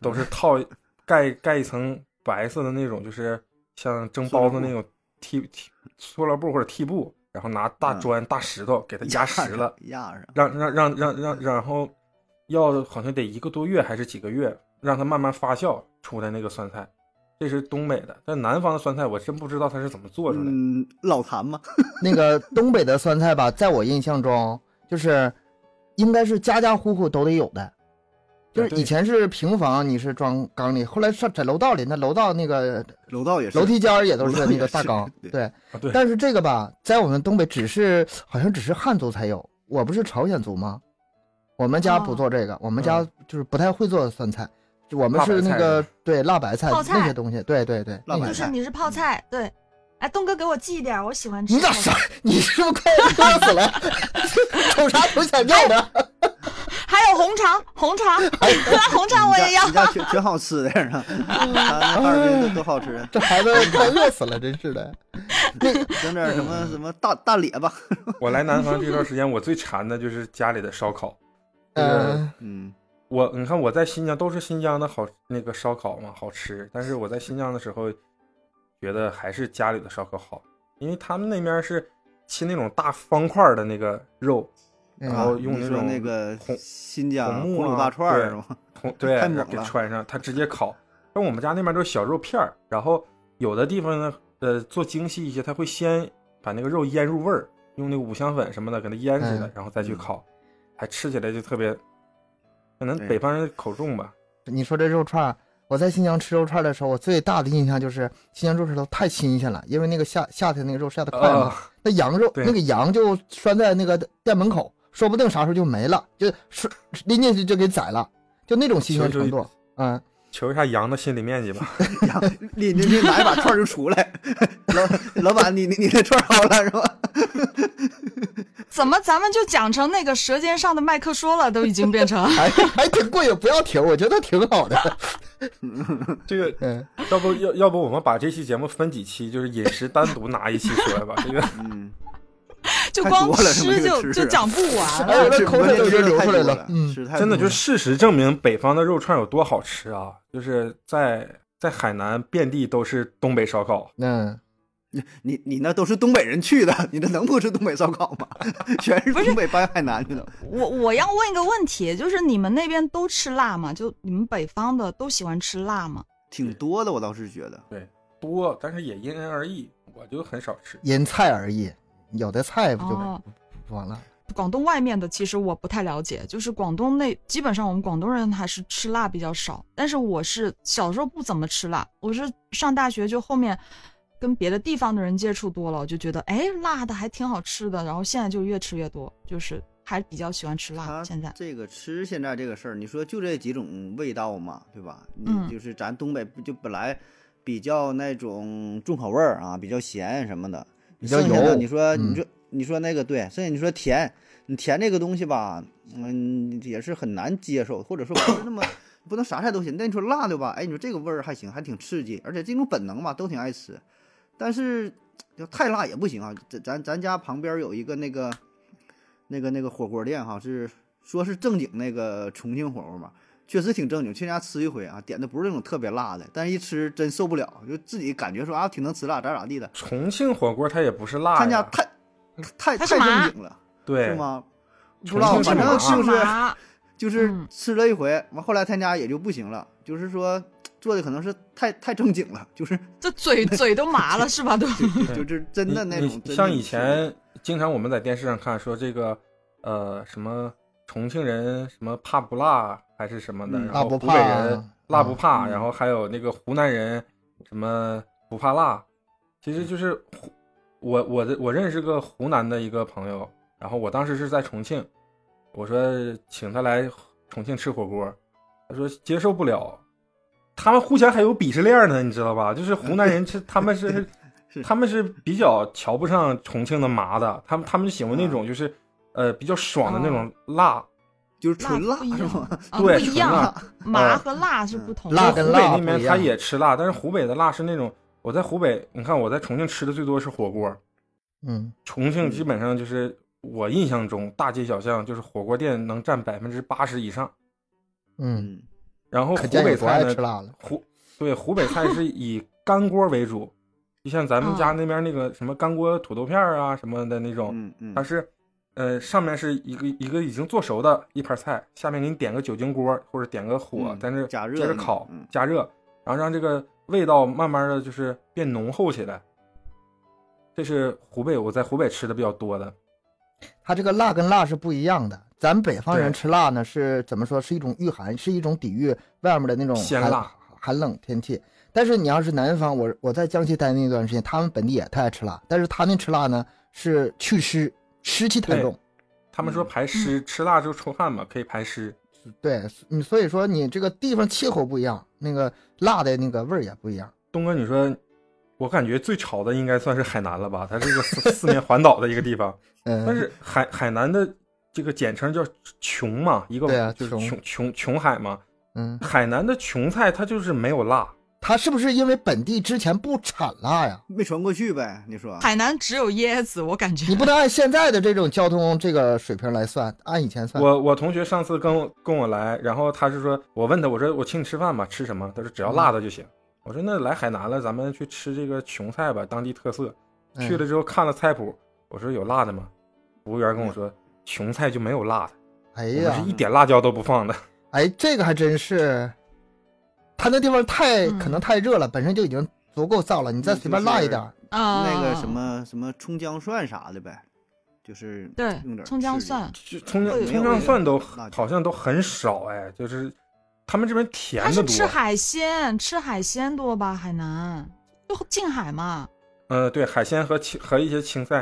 Speaker 4: 都是套盖盖一层白色的那种，就是像蒸包子那种屉屉塑料布或者屉布，然后拿大
Speaker 2: 嗯
Speaker 4: 砖、大石头给它压实
Speaker 2: 上
Speaker 4: 了，，
Speaker 2: 压上，
Speaker 4: 让让让让让，然后要好像得一个多月还是几个月，让它慢慢发酵出来那个酸菜。这是东北的，但南方的酸菜我真不知道它是怎么做出来的。
Speaker 2: 嗯，老坛嘛，
Speaker 3: 那个东北的酸菜吧，在我印象中就是应该是家家户户都得有的。就是
Speaker 4: 对
Speaker 3: 以前是平房，你是装缸里，后来上在楼道里，那楼道那个
Speaker 2: 楼道也是，
Speaker 3: 楼梯间儿也都是那
Speaker 2: 也
Speaker 3: 个
Speaker 2: 是
Speaker 3: 大缸，
Speaker 2: 对
Speaker 3: 对。
Speaker 4: 啊，对，
Speaker 3: 但是这个吧，在我们东北只是好像只是汉族才有，我不是朝鲜族吗？我们家
Speaker 1: 哦
Speaker 3: 不做这个，我们家就是不太会做酸菜，就我们是那
Speaker 4: 辣白菜是
Speaker 3: 个
Speaker 4: 吧
Speaker 3: 对辣白菜
Speaker 1: 泡菜
Speaker 3: 那些东西，对对对，
Speaker 2: 辣白
Speaker 3: 那
Speaker 2: 菜
Speaker 1: 就
Speaker 3: 些
Speaker 1: 是你是泡菜，对。哎，东哥给我寄一点儿，我喜欢吃
Speaker 3: 你
Speaker 1: 泡
Speaker 3: 咋
Speaker 1: 菜。
Speaker 3: 啥？你是不是快饿死了？ 瞅啥瞅想要的？
Speaker 1: 还有红肠，红肠， 红肠我也要
Speaker 2: 你。家全全好吃的，是 吧？啊他那哈尔滨都好吃，
Speaker 3: 这孩子快饿死了，真是的。
Speaker 2: 整点什么什么大大列巴，
Speaker 4: 我来南方这段时间，我最馋的就是家里的烧烤。
Speaker 3: 嗯，
Speaker 2: 嗯，
Speaker 4: 我你看我在新疆都是新疆的好那个烧烤嘛，好吃。但是我在新疆的时候，觉得还是家里的烧烤好，因为他们那边是切那种大方块儿的那个肉，然
Speaker 3: 嗯
Speaker 4: 后用
Speaker 2: 啊你
Speaker 4: 那
Speaker 2: 说
Speaker 4: 种
Speaker 2: 那个
Speaker 4: 红
Speaker 2: 新疆
Speaker 4: 红木
Speaker 2: 红
Speaker 4: 啊
Speaker 2: 柳大串儿
Speaker 4: 对
Speaker 2: 是吗？
Speaker 4: 红对
Speaker 2: 太猛了
Speaker 4: 给穿上，它直接烤。但我们家那边都是小肉片儿，然后有的地方呢，呃，做精细一些，它会先把那个肉腌入味儿，用那个五香粉什么的给它腌起
Speaker 2: 哎
Speaker 4: 来，
Speaker 3: 嗯
Speaker 4: 然后再去烤，还吃起来就特别，可能
Speaker 2: 对
Speaker 4: 北方人口 重吧。
Speaker 3: 你说这肉串儿，我在新疆吃肉串儿的时候，我最大的印象就是新疆肉串儿都太新鲜了，因为那个夏夏天那个肉下的快嘛，
Speaker 2: 哦
Speaker 4: 啊，
Speaker 3: 那羊肉
Speaker 4: 对
Speaker 3: 那个羊就拴在那个店门口，说不定啥时候就没了，就是拎进去就给宰了，就那种新鲜程度。嗯，
Speaker 4: 求一下羊的心理面积吧。
Speaker 2: 然后拎进去拿一把串儿就出来，老老板你你你的串儿好了是吧？
Speaker 1: 怎么咱们就讲成那个《舌尖上的麦克说》了，都已经变 成
Speaker 3: 还 还挺过瘾，不要停，我觉得挺好 的。
Speaker 4: 这个
Speaker 3: 嗯，
Speaker 4: 要不要要不我们把这期节目分几期，就是饮食单独拿一期说来吧。这个
Speaker 2: 嗯，
Speaker 1: 就
Speaker 2: 太
Speaker 1: 光
Speaker 2: 多了是吗
Speaker 1: 吃
Speaker 2: 这
Speaker 1: 就
Speaker 2: 个吃
Speaker 1: 就
Speaker 2: 啊
Speaker 1: 讲不完
Speaker 3: 哎
Speaker 1: 了。
Speaker 3: 呦那口水都已经
Speaker 2: 吃
Speaker 3: 流
Speaker 2: 太
Speaker 3: 出
Speaker 2: 多
Speaker 3: 来
Speaker 2: 了
Speaker 3: 了，嗯
Speaker 2: 哎吃太
Speaker 4: 真的
Speaker 2: 多
Speaker 4: 就
Speaker 2: 了
Speaker 4: 是事实证明北方的肉串有多好吃啊！就是在在海南遍地都是东北烧烤，
Speaker 3: 嗯，
Speaker 2: 你你那都是东北人去的，你这能不吃东北烧烤吗？ 全是
Speaker 1: 不是
Speaker 2: 东北搬海南去的，
Speaker 1: 我我要问一个问题，就是你们那边都吃辣吗？就你们北方的都喜欢吃辣吗？
Speaker 2: 挺多的，我倒是觉得。
Speaker 4: 多，但是也因人而异。我就很少吃，
Speaker 3: 因菜而异，有的菜不就
Speaker 1: 哦
Speaker 3: 不完了？
Speaker 1: 广东外面的其实我不太了解，就是广东那基本上我们广东人还是吃辣比较少，但是我是小时候不怎么吃辣，我是上大学就后面跟别的地方的人接触多了，我就觉得哎辣的还挺好吃的，然后现在就越吃越多，就是还比较喜欢吃辣。
Speaker 2: 他
Speaker 1: 现在
Speaker 2: 这个吃现在这个事儿，你说就这几种味道嘛，对吧？
Speaker 1: 嗯
Speaker 2: 你就是咱东北不就本来比较那种重口味儿啊，比较咸什么的。
Speaker 3: 比较
Speaker 2: 剩下的
Speaker 3: 油。
Speaker 2: 你说你
Speaker 3: 嗯
Speaker 2: 说你说那个对，剩下你说甜，你甜这个东西吧，嗯，也是很难接受，或者说不是那么不能啥菜都行。但你说辣的吧，哎，你说这个味儿还行，还挺刺激，而且这种本能吧都挺爱吃，但是要太辣也不行啊。咱咱咱家旁边有一个那个那个那个火锅店哈，是说是正经那个重庆火锅嘛。确实挺正经，去人家吃一回啊，点的不是那种特别辣的，但是一吃真受不了，就自己感觉说啊挺能吃辣，咋咋地的，
Speaker 4: 重庆火锅它也不是
Speaker 2: 他
Speaker 4: 辣
Speaker 2: 家
Speaker 4: 呀，
Speaker 2: 太
Speaker 3: 嗯
Speaker 2: 太
Speaker 1: 它
Speaker 2: 太
Speaker 1: 是麻
Speaker 2: 正经了，
Speaker 4: 对
Speaker 2: 是？吗？不知
Speaker 4: 重
Speaker 2: 道，
Speaker 4: 庆
Speaker 2: 反
Speaker 4: 是
Speaker 2: 正
Speaker 4: 麻
Speaker 2: 就是
Speaker 1: 麻
Speaker 2: 就是
Speaker 1: 嗯
Speaker 2: 吃了一回，完后来他家也就不行了，就是说做的可能是太太正经了， 就是
Speaker 1: 这嘴嘴都麻了是吧？都
Speaker 2: 就就
Speaker 4: 对
Speaker 2: 就是真的那
Speaker 4: 你
Speaker 2: 种
Speaker 4: 你
Speaker 2: 真的
Speaker 4: 像
Speaker 2: 你
Speaker 4: 以
Speaker 2: 吃的
Speaker 4: 前经常我们在电视上看说这个呃什么重庆人什么怕不辣还是什么的，
Speaker 2: 嗯
Speaker 4: 然
Speaker 3: 辣
Speaker 4: 后
Speaker 3: 不
Speaker 4: 湖北
Speaker 3: 怕啊
Speaker 4: 人辣不怕，
Speaker 2: 嗯
Speaker 4: 然后还有那个湖南人什么不怕辣，其实就是湖我我的我认识个湖南的一个朋友，然后我当时是在重庆，我说请他来重庆吃火锅，他说接受不了。他们互相还有鄙视链呢，你知道吧？就是湖南人是他们是
Speaker 2: 是
Speaker 4: 他们是比较瞧不上重庆的麻的，他们他们就喜欢那种就是、呃比较爽的那种
Speaker 3: 嗯
Speaker 4: 辣。
Speaker 2: 就是纯
Speaker 1: 辣
Speaker 2: 辣
Speaker 1: 不一
Speaker 2: 是
Speaker 1: 样
Speaker 2: 吗？
Speaker 1: 啊
Speaker 4: 对
Speaker 1: 不一样
Speaker 4: 纯
Speaker 1: 啊
Speaker 4: 辣，
Speaker 1: 麻
Speaker 4: 呃
Speaker 1: 和辣是不同的。
Speaker 3: 辣
Speaker 4: 湖
Speaker 3: 跟
Speaker 4: 北
Speaker 3: 辣
Speaker 4: 那
Speaker 3: 不
Speaker 4: 边
Speaker 3: 一
Speaker 4: 他
Speaker 3: 样
Speaker 4: 也吃辣，但是湖北的辣是那种我在湖北，你看我在重庆吃的最多是火锅，
Speaker 3: 嗯，
Speaker 4: 重
Speaker 2: 嗯
Speaker 4: 庆基本上就是我印象中大街小巷就是火锅店能占百分之八十以上，
Speaker 3: 嗯，
Speaker 2: 嗯，
Speaker 4: 然后
Speaker 3: 可
Speaker 4: 湖
Speaker 3: 见
Speaker 4: 北
Speaker 3: 你多
Speaker 4: 菜
Speaker 3: 爱
Speaker 4: 呢
Speaker 3: 吃辣了。
Speaker 4: 湖对湖北菜是以干锅为主，就像咱们家
Speaker 3: 嗯
Speaker 4: 那边那个什么干锅土豆片儿啊什么的那种，
Speaker 2: 嗯嗯
Speaker 4: 它是呃上面是一个一个已经做熟的一盘菜，下面给你点个酒精锅或者点个火
Speaker 2: 嗯，
Speaker 4: 在那
Speaker 2: 加热
Speaker 4: 接着
Speaker 2: 那
Speaker 4: 烤
Speaker 2: 嗯
Speaker 4: 加热，然后让这个味道慢慢的就是变浓厚起来。这是湖北，我在湖北吃的比较多的，
Speaker 3: 它这个辣跟辣是不一样的。咱北方人
Speaker 4: 对
Speaker 3: 吃辣呢，是怎么说？是一种御寒，是一种抵御外面的那种
Speaker 4: 鲜
Speaker 3: 寒
Speaker 4: 辣
Speaker 3: 寒冷天气。但是你要是南方，我我在江西待那段时间，他们本地也特爱吃辣，但是他那吃辣呢是祛湿，湿气太
Speaker 4: 对
Speaker 3: 重。
Speaker 4: 他们说
Speaker 2: 嗯
Speaker 4: 排湿，吃辣就出汗嘛，可以排湿。
Speaker 3: 对，你所以说你这个地方气候不一样，那个辣的那个味儿也不一样。
Speaker 4: 东哥，你说，我感觉最潮的应该算是海南了吧？它是一个四四面环岛的一个 地方，
Speaker 3: 嗯，
Speaker 4: 但是海海南的这个简称叫琼嘛，一个
Speaker 3: 对啊
Speaker 4: 就是
Speaker 3: 琼
Speaker 4: 琼琼琼海嘛。
Speaker 3: 嗯，
Speaker 4: 海南的琼菜它就是没有辣，
Speaker 3: 它是不是因为本地之前不产辣呀？
Speaker 2: 没传过去呗？你说
Speaker 1: 海南只有椰子，我感觉
Speaker 3: 你不能按现在的这种交通这个水平来算，按以前算。
Speaker 4: 我我同学上次跟我跟我来，然后他是说，我问他，我说我请你吃饭吧，吃什么？他说只要辣的就行。我说那来海南了，咱们去吃这个琼菜吧，当地特色。
Speaker 3: 嗯
Speaker 4: 去了之后看了菜谱，我说有辣的吗？服务员跟我说，琼菜就没有辣的，
Speaker 3: 哎
Speaker 4: 我们
Speaker 3: 呀
Speaker 4: 是，一点辣椒都不放的。
Speaker 3: 哎，这个还真是，他那地方太、
Speaker 1: 嗯
Speaker 3: 可能太热了，本身就已经足够燥了，你再随便辣一点儿，
Speaker 1: 啊
Speaker 2: 那个什么什么葱姜蒜啥的呗，就是
Speaker 1: 对
Speaker 2: 用点
Speaker 1: 葱姜
Speaker 2: 刺激
Speaker 1: 蒜，
Speaker 4: 就葱姜
Speaker 1: 会有
Speaker 4: 葱姜蒜都
Speaker 2: 辣椒
Speaker 4: 好像都很少哎，就是他们这边甜
Speaker 1: 他
Speaker 4: 的
Speaker 1: 是吃
Speaker 4: 多。
Speaker 1: 海鲜，吃海鲜多吧？海南就近海嘛。
Speaker 4: 嗯，对，海鲜和青和一些青菜，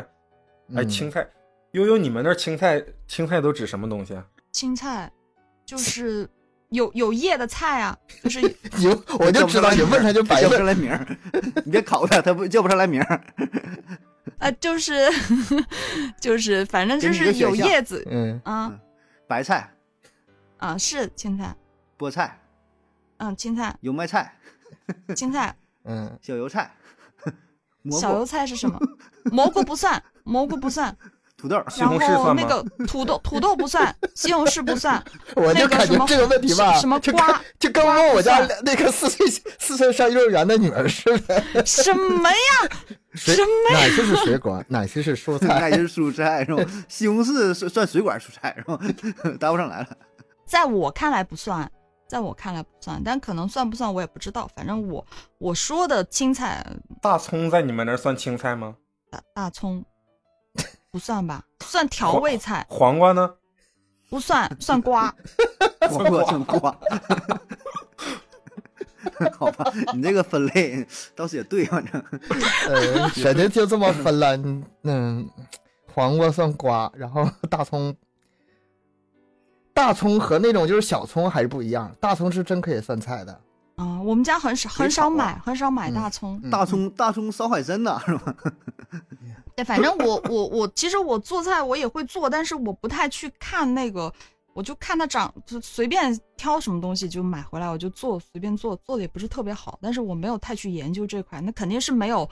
Speaker 4: 哎，
Speaker 3: 嗯
Speaker 4: 青菜，悠悠，你们那儿青菜青菜都指什么东西啊？
Speaker 1: 青菜就是有有叶的菜啊，就是
Speaker 3: 你我就知道你问他就白
Speaker 2: 叫不上
Speaker 3: 问。
Speaker 2: 来名儿， 你别考他，他不叫不上来名儿。
Speaker 1: 呃，就是 就是反正就
Speaker 2: 给你
Speaker 1: 是
Speaker 2: 一个
Speaker 1: 有
Speaker 2: 选项
Speaker 1: 叶子
Speaker 3: 嗯，
Speaker 1: 啊
Speaker 2: 白菜、
Speaker 1: 啊是青菜，
Speaker 2: 菠菜、
Speaker 1: 嗯青菜
Speaker 2: 油麦菜、
Speaker 1: 青菜，
Speaker 3: 嗯，
Speaker 2: 小油菜、 蘑
Speaker 1: 小油
Speaker 2: 菇、
Speaker 1: 菜是 什么？蘑菇不算，蘑菇不算，
Speaker 2: 土 豆。
Speaker 4: 西
Speaker 1: 然
Speaker 4: 红柿
Speaker 1: 后
Speaker 4: 算
Speaker 1: 那
Speaker 4: 吗？
Speaker 1: 个土豆土豆不算，西红柿不算，
Speaker 3: 我就
Speaker 1: 那个
Speaker 3: 感
Speaker 1: 什
Speaker 3: 觉
Speaker 1: 么
Speaker 3: 这个问题吧，
Speaker 1: 什么
Speaker 3: 就
Speaker 1: 瓜
Speaker 3: 跟就跟问我家
Speaker 1: 瓜
Speaker 3: 那个四岁四岁上幼儿园的女儿似的，
Speaker 1: 什么呀？
Speaker 3: 水
Speaker 1: 什么
Speaker 3: 哪些是水果，哪些是蔬菜？
Speaker 2: 那就是蔬菜是吧？西红柿算算水管蔬菜 是吧？答不上来了。
Speaker 1: 在我看来不算，在我看来不算，但可能算不算我也不知道。反正我我说的青菜
Speaker 4: 大葱在你们那儿算青菜吗？
Speaker 1: 大大 葱不算吧，算调味菜
Speaker 4: 黄瓜呢？
Speaker 1: 不算，算 瓜。
Speaker 2: 瓜瓜算瓜。 好吧，你这个分类倒是也对，啊反正
Speaker 3: 呃，人家就这么分了，嗯嗯，黄瓜算瓜，然后大葱，大葱和那种就是小葱还是不一样，大葱是真可以算菜的，
Speaker 1: 啊、我们家很少很少买，很少买大葱。
Speaker 3: 嗯
Speaker 2: 大葱大葱烧海参呐，是吧？
Speaker 1: 对，反正我我我，其实我做菜我也会做，但是我不太去看那个，我就看它长，就随便挑什么东西就买回来，我就做，随便做，做的也不是特别好，但是我没有太去研究这块，那肯定是没有，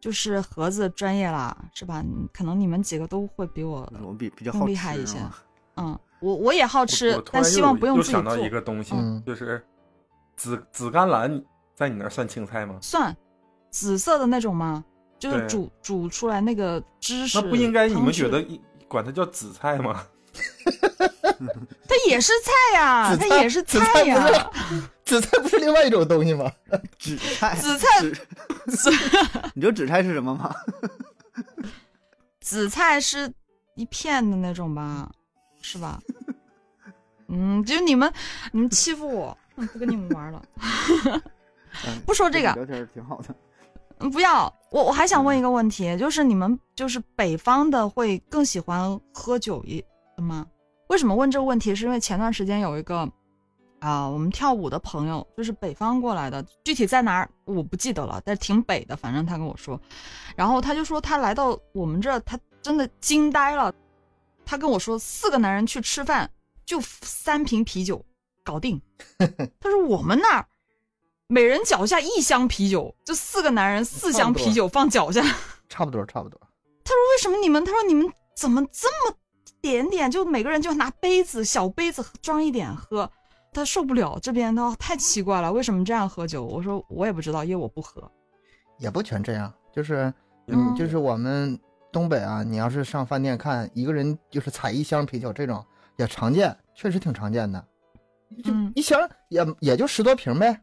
Speaker 1: 就是盒子专业啦，是吧？你可能你们几个都会比我，
Speaker 2: 我比比较
Speaker 1: 更
Speaker 2: 好
Speaker 1: 厉害
Speaker 2: 吃啊
Speaker 1: 一
Speaker 2: 是
Speaker 1: 些
Speaker 2: 吧
Speaker 1: 嗯，我我也好
Speaker 4: 我
Speaker 1: 吃
Speaker 4: 我，突
Speaker 1: 但
Speaker 4: 然
Speaker 1: 希
Speaker 4: 又
Speaker 1: 望不用
Speaker 4: 又
Speaker 1: 自己
Speaker 4: 想到一
Speaker 1: 做。
Speaker 4: 个东西，
Speaker 3: 嗯
Speaker 4: 就是紫紫甘蓝，在你那儿算青菜吗？
Speaker 1: 蒜，紫色的那种吗？就是
Speaker 4: 对
Speaker 1: 煮煮出来那个芝士
Speaker 4: 那
Speaker 1: 汤汁，
Speaker 4: 不应该你们觉得一管它叫紫菜吗？
Speaker 3: 嗯
Speaker 1: 它也是菜呀、
Speaker 3: 紫
Speaker 1: 它
Speaker 3: 菜
Speaker 1: 也是
Speaker 3: 紫菜不
Speaker 1: 呀、
Speaker 3: 是紫菜不是另外一种东西吗？
Speaker 2: 紫菜，
Speaker 1: 紫菜
Speaker 2: 紫
Speaker 1: 紫
Speaker 2: 你知道紫菜是什么吗？
Speaker 1: 紫菜是一片的那种吧，是吧？ 嗯，就你们，你们欺负我，嗯不跟你们玩了。不说这个
Speaker 2: 聊天儿挺好的。
Speaker 1: 嗯，不要，我我还想问一个问题，就是你们就是北方的会更喜欢喝酒一的吗？为什么问这个问题？是因为前段时间有一个啊、我们跳舞的朋友，就是北方过来的，具体在哪儿我不记得了，但挺北的，反正他跟我说，然后他就说他来到我们这儿，他真的惊呆了，他跟我说四个男人去吃饭就三瓶啤酒搞定，他说我们那儿每人脚下一箱啤酒，就四个男人四箱啤酒放脚下。他说
Speaker 3: 差不多，差不多。
Speaker 1: 为什么你们？他说你们怎么这么点点？就每个人就拿杯子小杯子装一点喝。他受不了这边的太奇怪了，为什么这样喝酒？我说我也不知道，因为我不喝。
Speaker 3: 也不全这样，就是你、
Speaker 1: 嗯
Speaker 3: 就是我们东北啊，你要是上饭店看一个人就是采一箱啤酒这种也常见，确实挺常见的，就
Speaker 1: 嗯
Speaker 3: 一箱也也就十多瓶呗，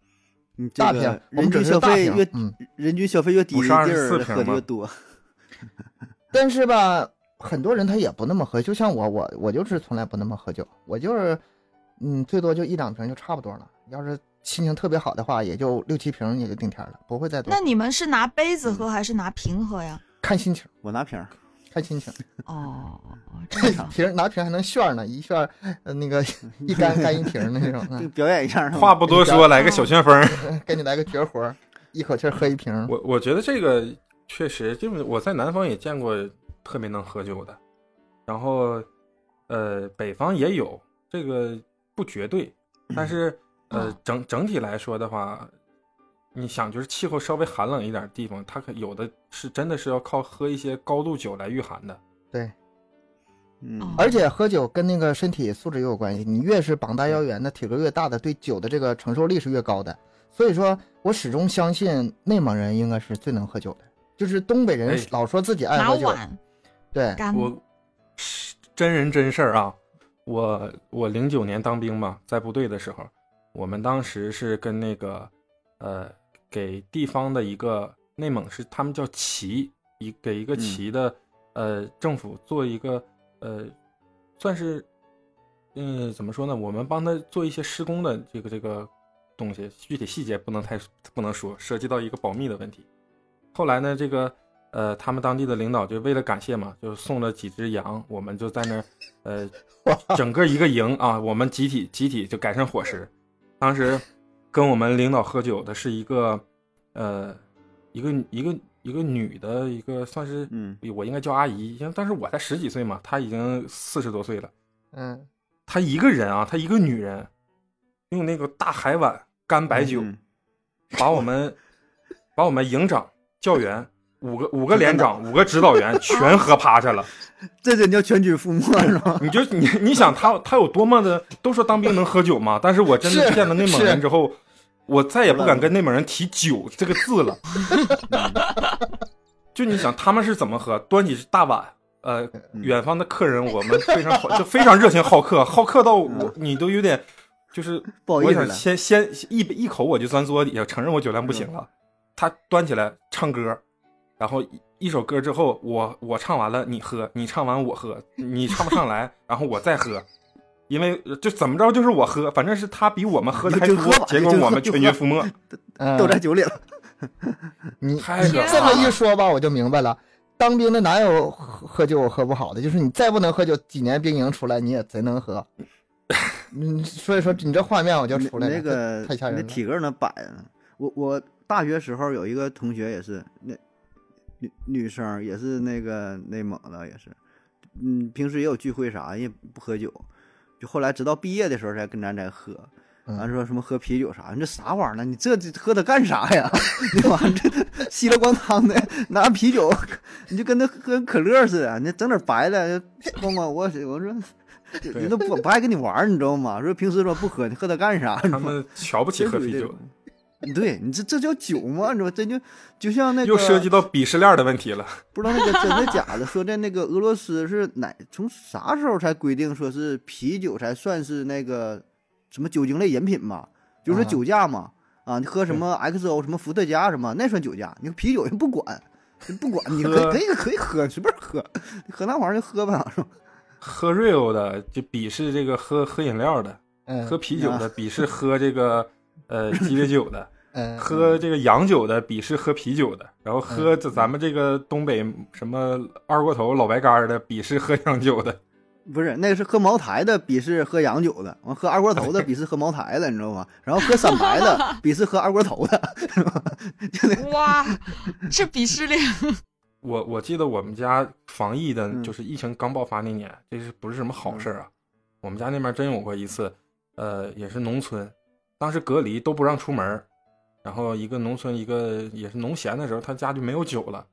Speaker 2: 你嗯这
Speaker 3: 大
Speaker 2: 个
Speaker 3: 瓶，我
Speaker 2: 人
Speaker 3: 们只
Speaker 2: 均
Speaker 3: 是
Speaker 2: 消
Speaker 3: 大
Speaker 2: 费
Speaker 3: 瓶
Speaker 2: 越，
Speaker 3: 嗯，
Speaker 2: 人均消费越低
Speaker 4: 不
Speaker 2: 的
Speaker 4: 是
Speaker 2: 地
Speaker 4: 24
Speaker 2: 儿
Speaker 4: 瓶
Speaker 2: 喝的
Speaker 4: 吗
Speaker 2: 越多。
Speaker 3: 但是吧，很多人他也不那么喝，就像我，我我就是从来不那么喝酒，我就是，嗯，最多就一两瓶就差不多了，要是心情特别好的话，也就六七瓶也就顶嗯天了，不会再多
Speaker 1: 那，你们是拿杯子喝还是拿瓶喝呀？
Speaker 3: 看心情，
Speaker 2: 我拿瓶儿，
Speaker 3: 看心情。
Speaker 1: 哦， 这样
Speaker 3: 瓶儿拿瓶儿还能炫儿呢，一炫儿、呃、那个一干干一瓶儿那种，
Speaker 2: 就
Speaker 3: 嗯
Speaker 2: 表演一下儿是吧
Speaker 4: 话不多说，
Speaker 1: 嗯
Speaker 4: 来个小旋风。
Speaker 3: 给你来个绝活儿，一口气儿喝一瓶儿。
Speaker 4: 我我觉得这个确实，就是我在南方也见过特别能喝酒的，然后呃，北方也有，这个不绝对，但是呃
Speaker 1: 嗯，
Speaker 4: 整整体来说的话，你想就是气候稍微寒冷一点的地方，它可有的是真的是要靠喝一些高度酒来御寒的。
Speaker 3: 对，
Speaker 2: 嗯，
Speaker 3: 而且喝酒跟那个身体素质也有关系，你越是膀大腰圆的，体格越大的，对酒的这个承受力是越高的。所以说我始终相信内蒙人应该是最能喝酒的，就是东北人
Speaker 4: 哎
Speaker 3: 老说自己爱
Speaker 1: 拿
Speaker 3: 喝酒，
Speaker 1: 碗
Speaker 3: 对，
Speaker 1: 干。
Speaker 4: 我是真人真事儿啊，我我零九年当兵嘛，在部队的时候，我们当时是跟那个呃给地方的一个内蒙是他们叫旗，一给一个
Speaker 2: 嗯
Speaker 4: 旗的、呃政府做一个呃算是嗯、怎么说呢，我们帮他做一些施工的这个这个东西，具体细节不能太不能说，涉及到一个保密的问题。后来呢，这个呃，他们当地的领导就为了感谢嘛，就送了几只羊，我们就在那儿， 呃，整个一个营啊，我们集体集体就改善伙食。当时跟我们领导喝酒的是一个呃，一个一个一个女的，一个算是
Speaker 2: 嗯，
Speaker 4: 我应该叫阿姨，因为当时我才十几岁嘛，她已经四十多岁了。
Speaker 3: 嗯，
Speaker 4: 她一个人啊，她一个女人，用那个大海碗干白酒，
Speaker 2: 嗯
Speaker 4: 把我们把我们营长、教员五个五个连长、五个指导员全喝趴下了。
Speaker 2: 这真叫全军覆没是吧？
Speaker 4: 你就你你想他他有多么的，都说当兵能喝酒嘛，但是我真的
Speaker 3: 是
Speaker 4: 见了内蒙
Speaker 3: 是
Speaker 4: 人之后，我再也不敢跟内蒙人提酒这个字了。就你想他们是怎么喝？端起大碗，呃，
Speaker 2: 嗯
Speaker 4: 远方的客人我们非常好，就非常热情好客，好客到我你都有点就是
Speaker 2: 嗯不好意思
Speaker 4: 我
Speaker 2: 了
Speaker 4: 想先先一一口我就钻桌底下，承认我酒量
Speaker 2: 嗯
Speaker 4: 不行了。他端起来唱歌，然后一一首歌之后，我我唱完了你喝，你唱完我喝，你唱不上来，然后我再喝，因为呃就怎么着就是我喝，反正是他比我们喝的还
Speaker 2: 就
Speaker 4: 多
Speaker 2: 喝吧，
Speaker 4: 结果
Speaker 2: 就喝
Speaker 4: 我们
Speaker 2: 就
Speaker 4: 全军
Speaker 2: 喝
Speaker 4: 覆没。
Speaker 3: 嗯
Speaker 2: 都在酒里 了。
Speaker 3: 你
Speaker 4: 太
Speaker 3: 你
Speaker 4: 可
Speaker 3: 这么
Speaker 4: 怕了
Speaker 3: 一说吧，我就明白了。当兵的哪有 喝喝酒喝不好的？就是你再不能喝酒，几年兵营出来你也贼能喝。嗯，所以说你这画面我就
Speaker 2: 你
Speaker 3: 出来了，
Speaker 2: 那个
Speaker 3: 太太吓人
Speaker 2: 那
Speaker 3: 了。
Speaker 2: 体格能摆呢。我我大学时候有一个同学也是那女女生，也是那个内蒙的，也是，嗯，平时也有聚会啥，也不喝酒。就后来直到毕业的时候才跟咱在喝，
Speaker 3: 嗯
Speaker 2: 完说什么喝啤酒啥，你这啥玩意儿呢？你这这喝它干啥呀？ 你完这稀了咣当的拿啤酒，你就跟那喝可乐似的，你整点白的，咣咣我我说。人都不不爱跟你玩儿，你知道吗？说平时说不喝，你喝它干啥？
Speaker 4: 他们瞧不起喝啤
Speaker 2: 真属于这
Speaker 4: 酒
Speaker 2: 种，对你这这叫酒吗？你说这就就像那个
Speaker 4: 又涉及到鄙视链的问题了。
Speaker 2: 不知道那个真的假的，说在那个俄罗斯是哪从啥时候才规定说是啤酒才算是那个什么酒精类饮品嘛？就是说
Speaker 3: 啊
Speaker 2: 酒驾嘛，啊，你喝什么 XO 什么伏特加什么那算酒驾，你喝啤酒人不管，人不管你
Speaker 4: 喝
Speaker 2: 可以可以喝，随便喝，你喝那玩意儿就喝吧，是吧？
Speaker 4: 喝 real 的就鄙视这个喝喝饮料的，
Speaker 3: 嗯
Speaker 4: 喝啤酒的
Speaker 2: 啊
Speaker 4: 鄙视喝这个呃鸡尾酒的，
Speaker 3: 嗯
Speaker 4: 喝这个洋酒的鄙视喝啤酒的，然后
Speaker 2: 嗯
Speaker 4: 喝这咱们这个东北什么二锅头、老白干儿的鄙视喝洋酒的。
Speaker 2: 不是，那个是喝茅台的鄙视喝洋酒的，完喝二锅头的鄙视喝茅台的，你知道吗？然后喝散白的 鄙视喝二锅头的，是吧？
Speaker 1: 哇，这鄙视链，
Speaker 4: 我我记得我们家防疫的，
Speaker 2: 嗯
Speaker 4: 就是疫情刚爆发那年，这是不是什么好事儿啊？我们家那边真有过一次，呃，也是农村，当时隔离都不让出门儿，然后一个农村一个也是农闲的时候，他家就没有酒了，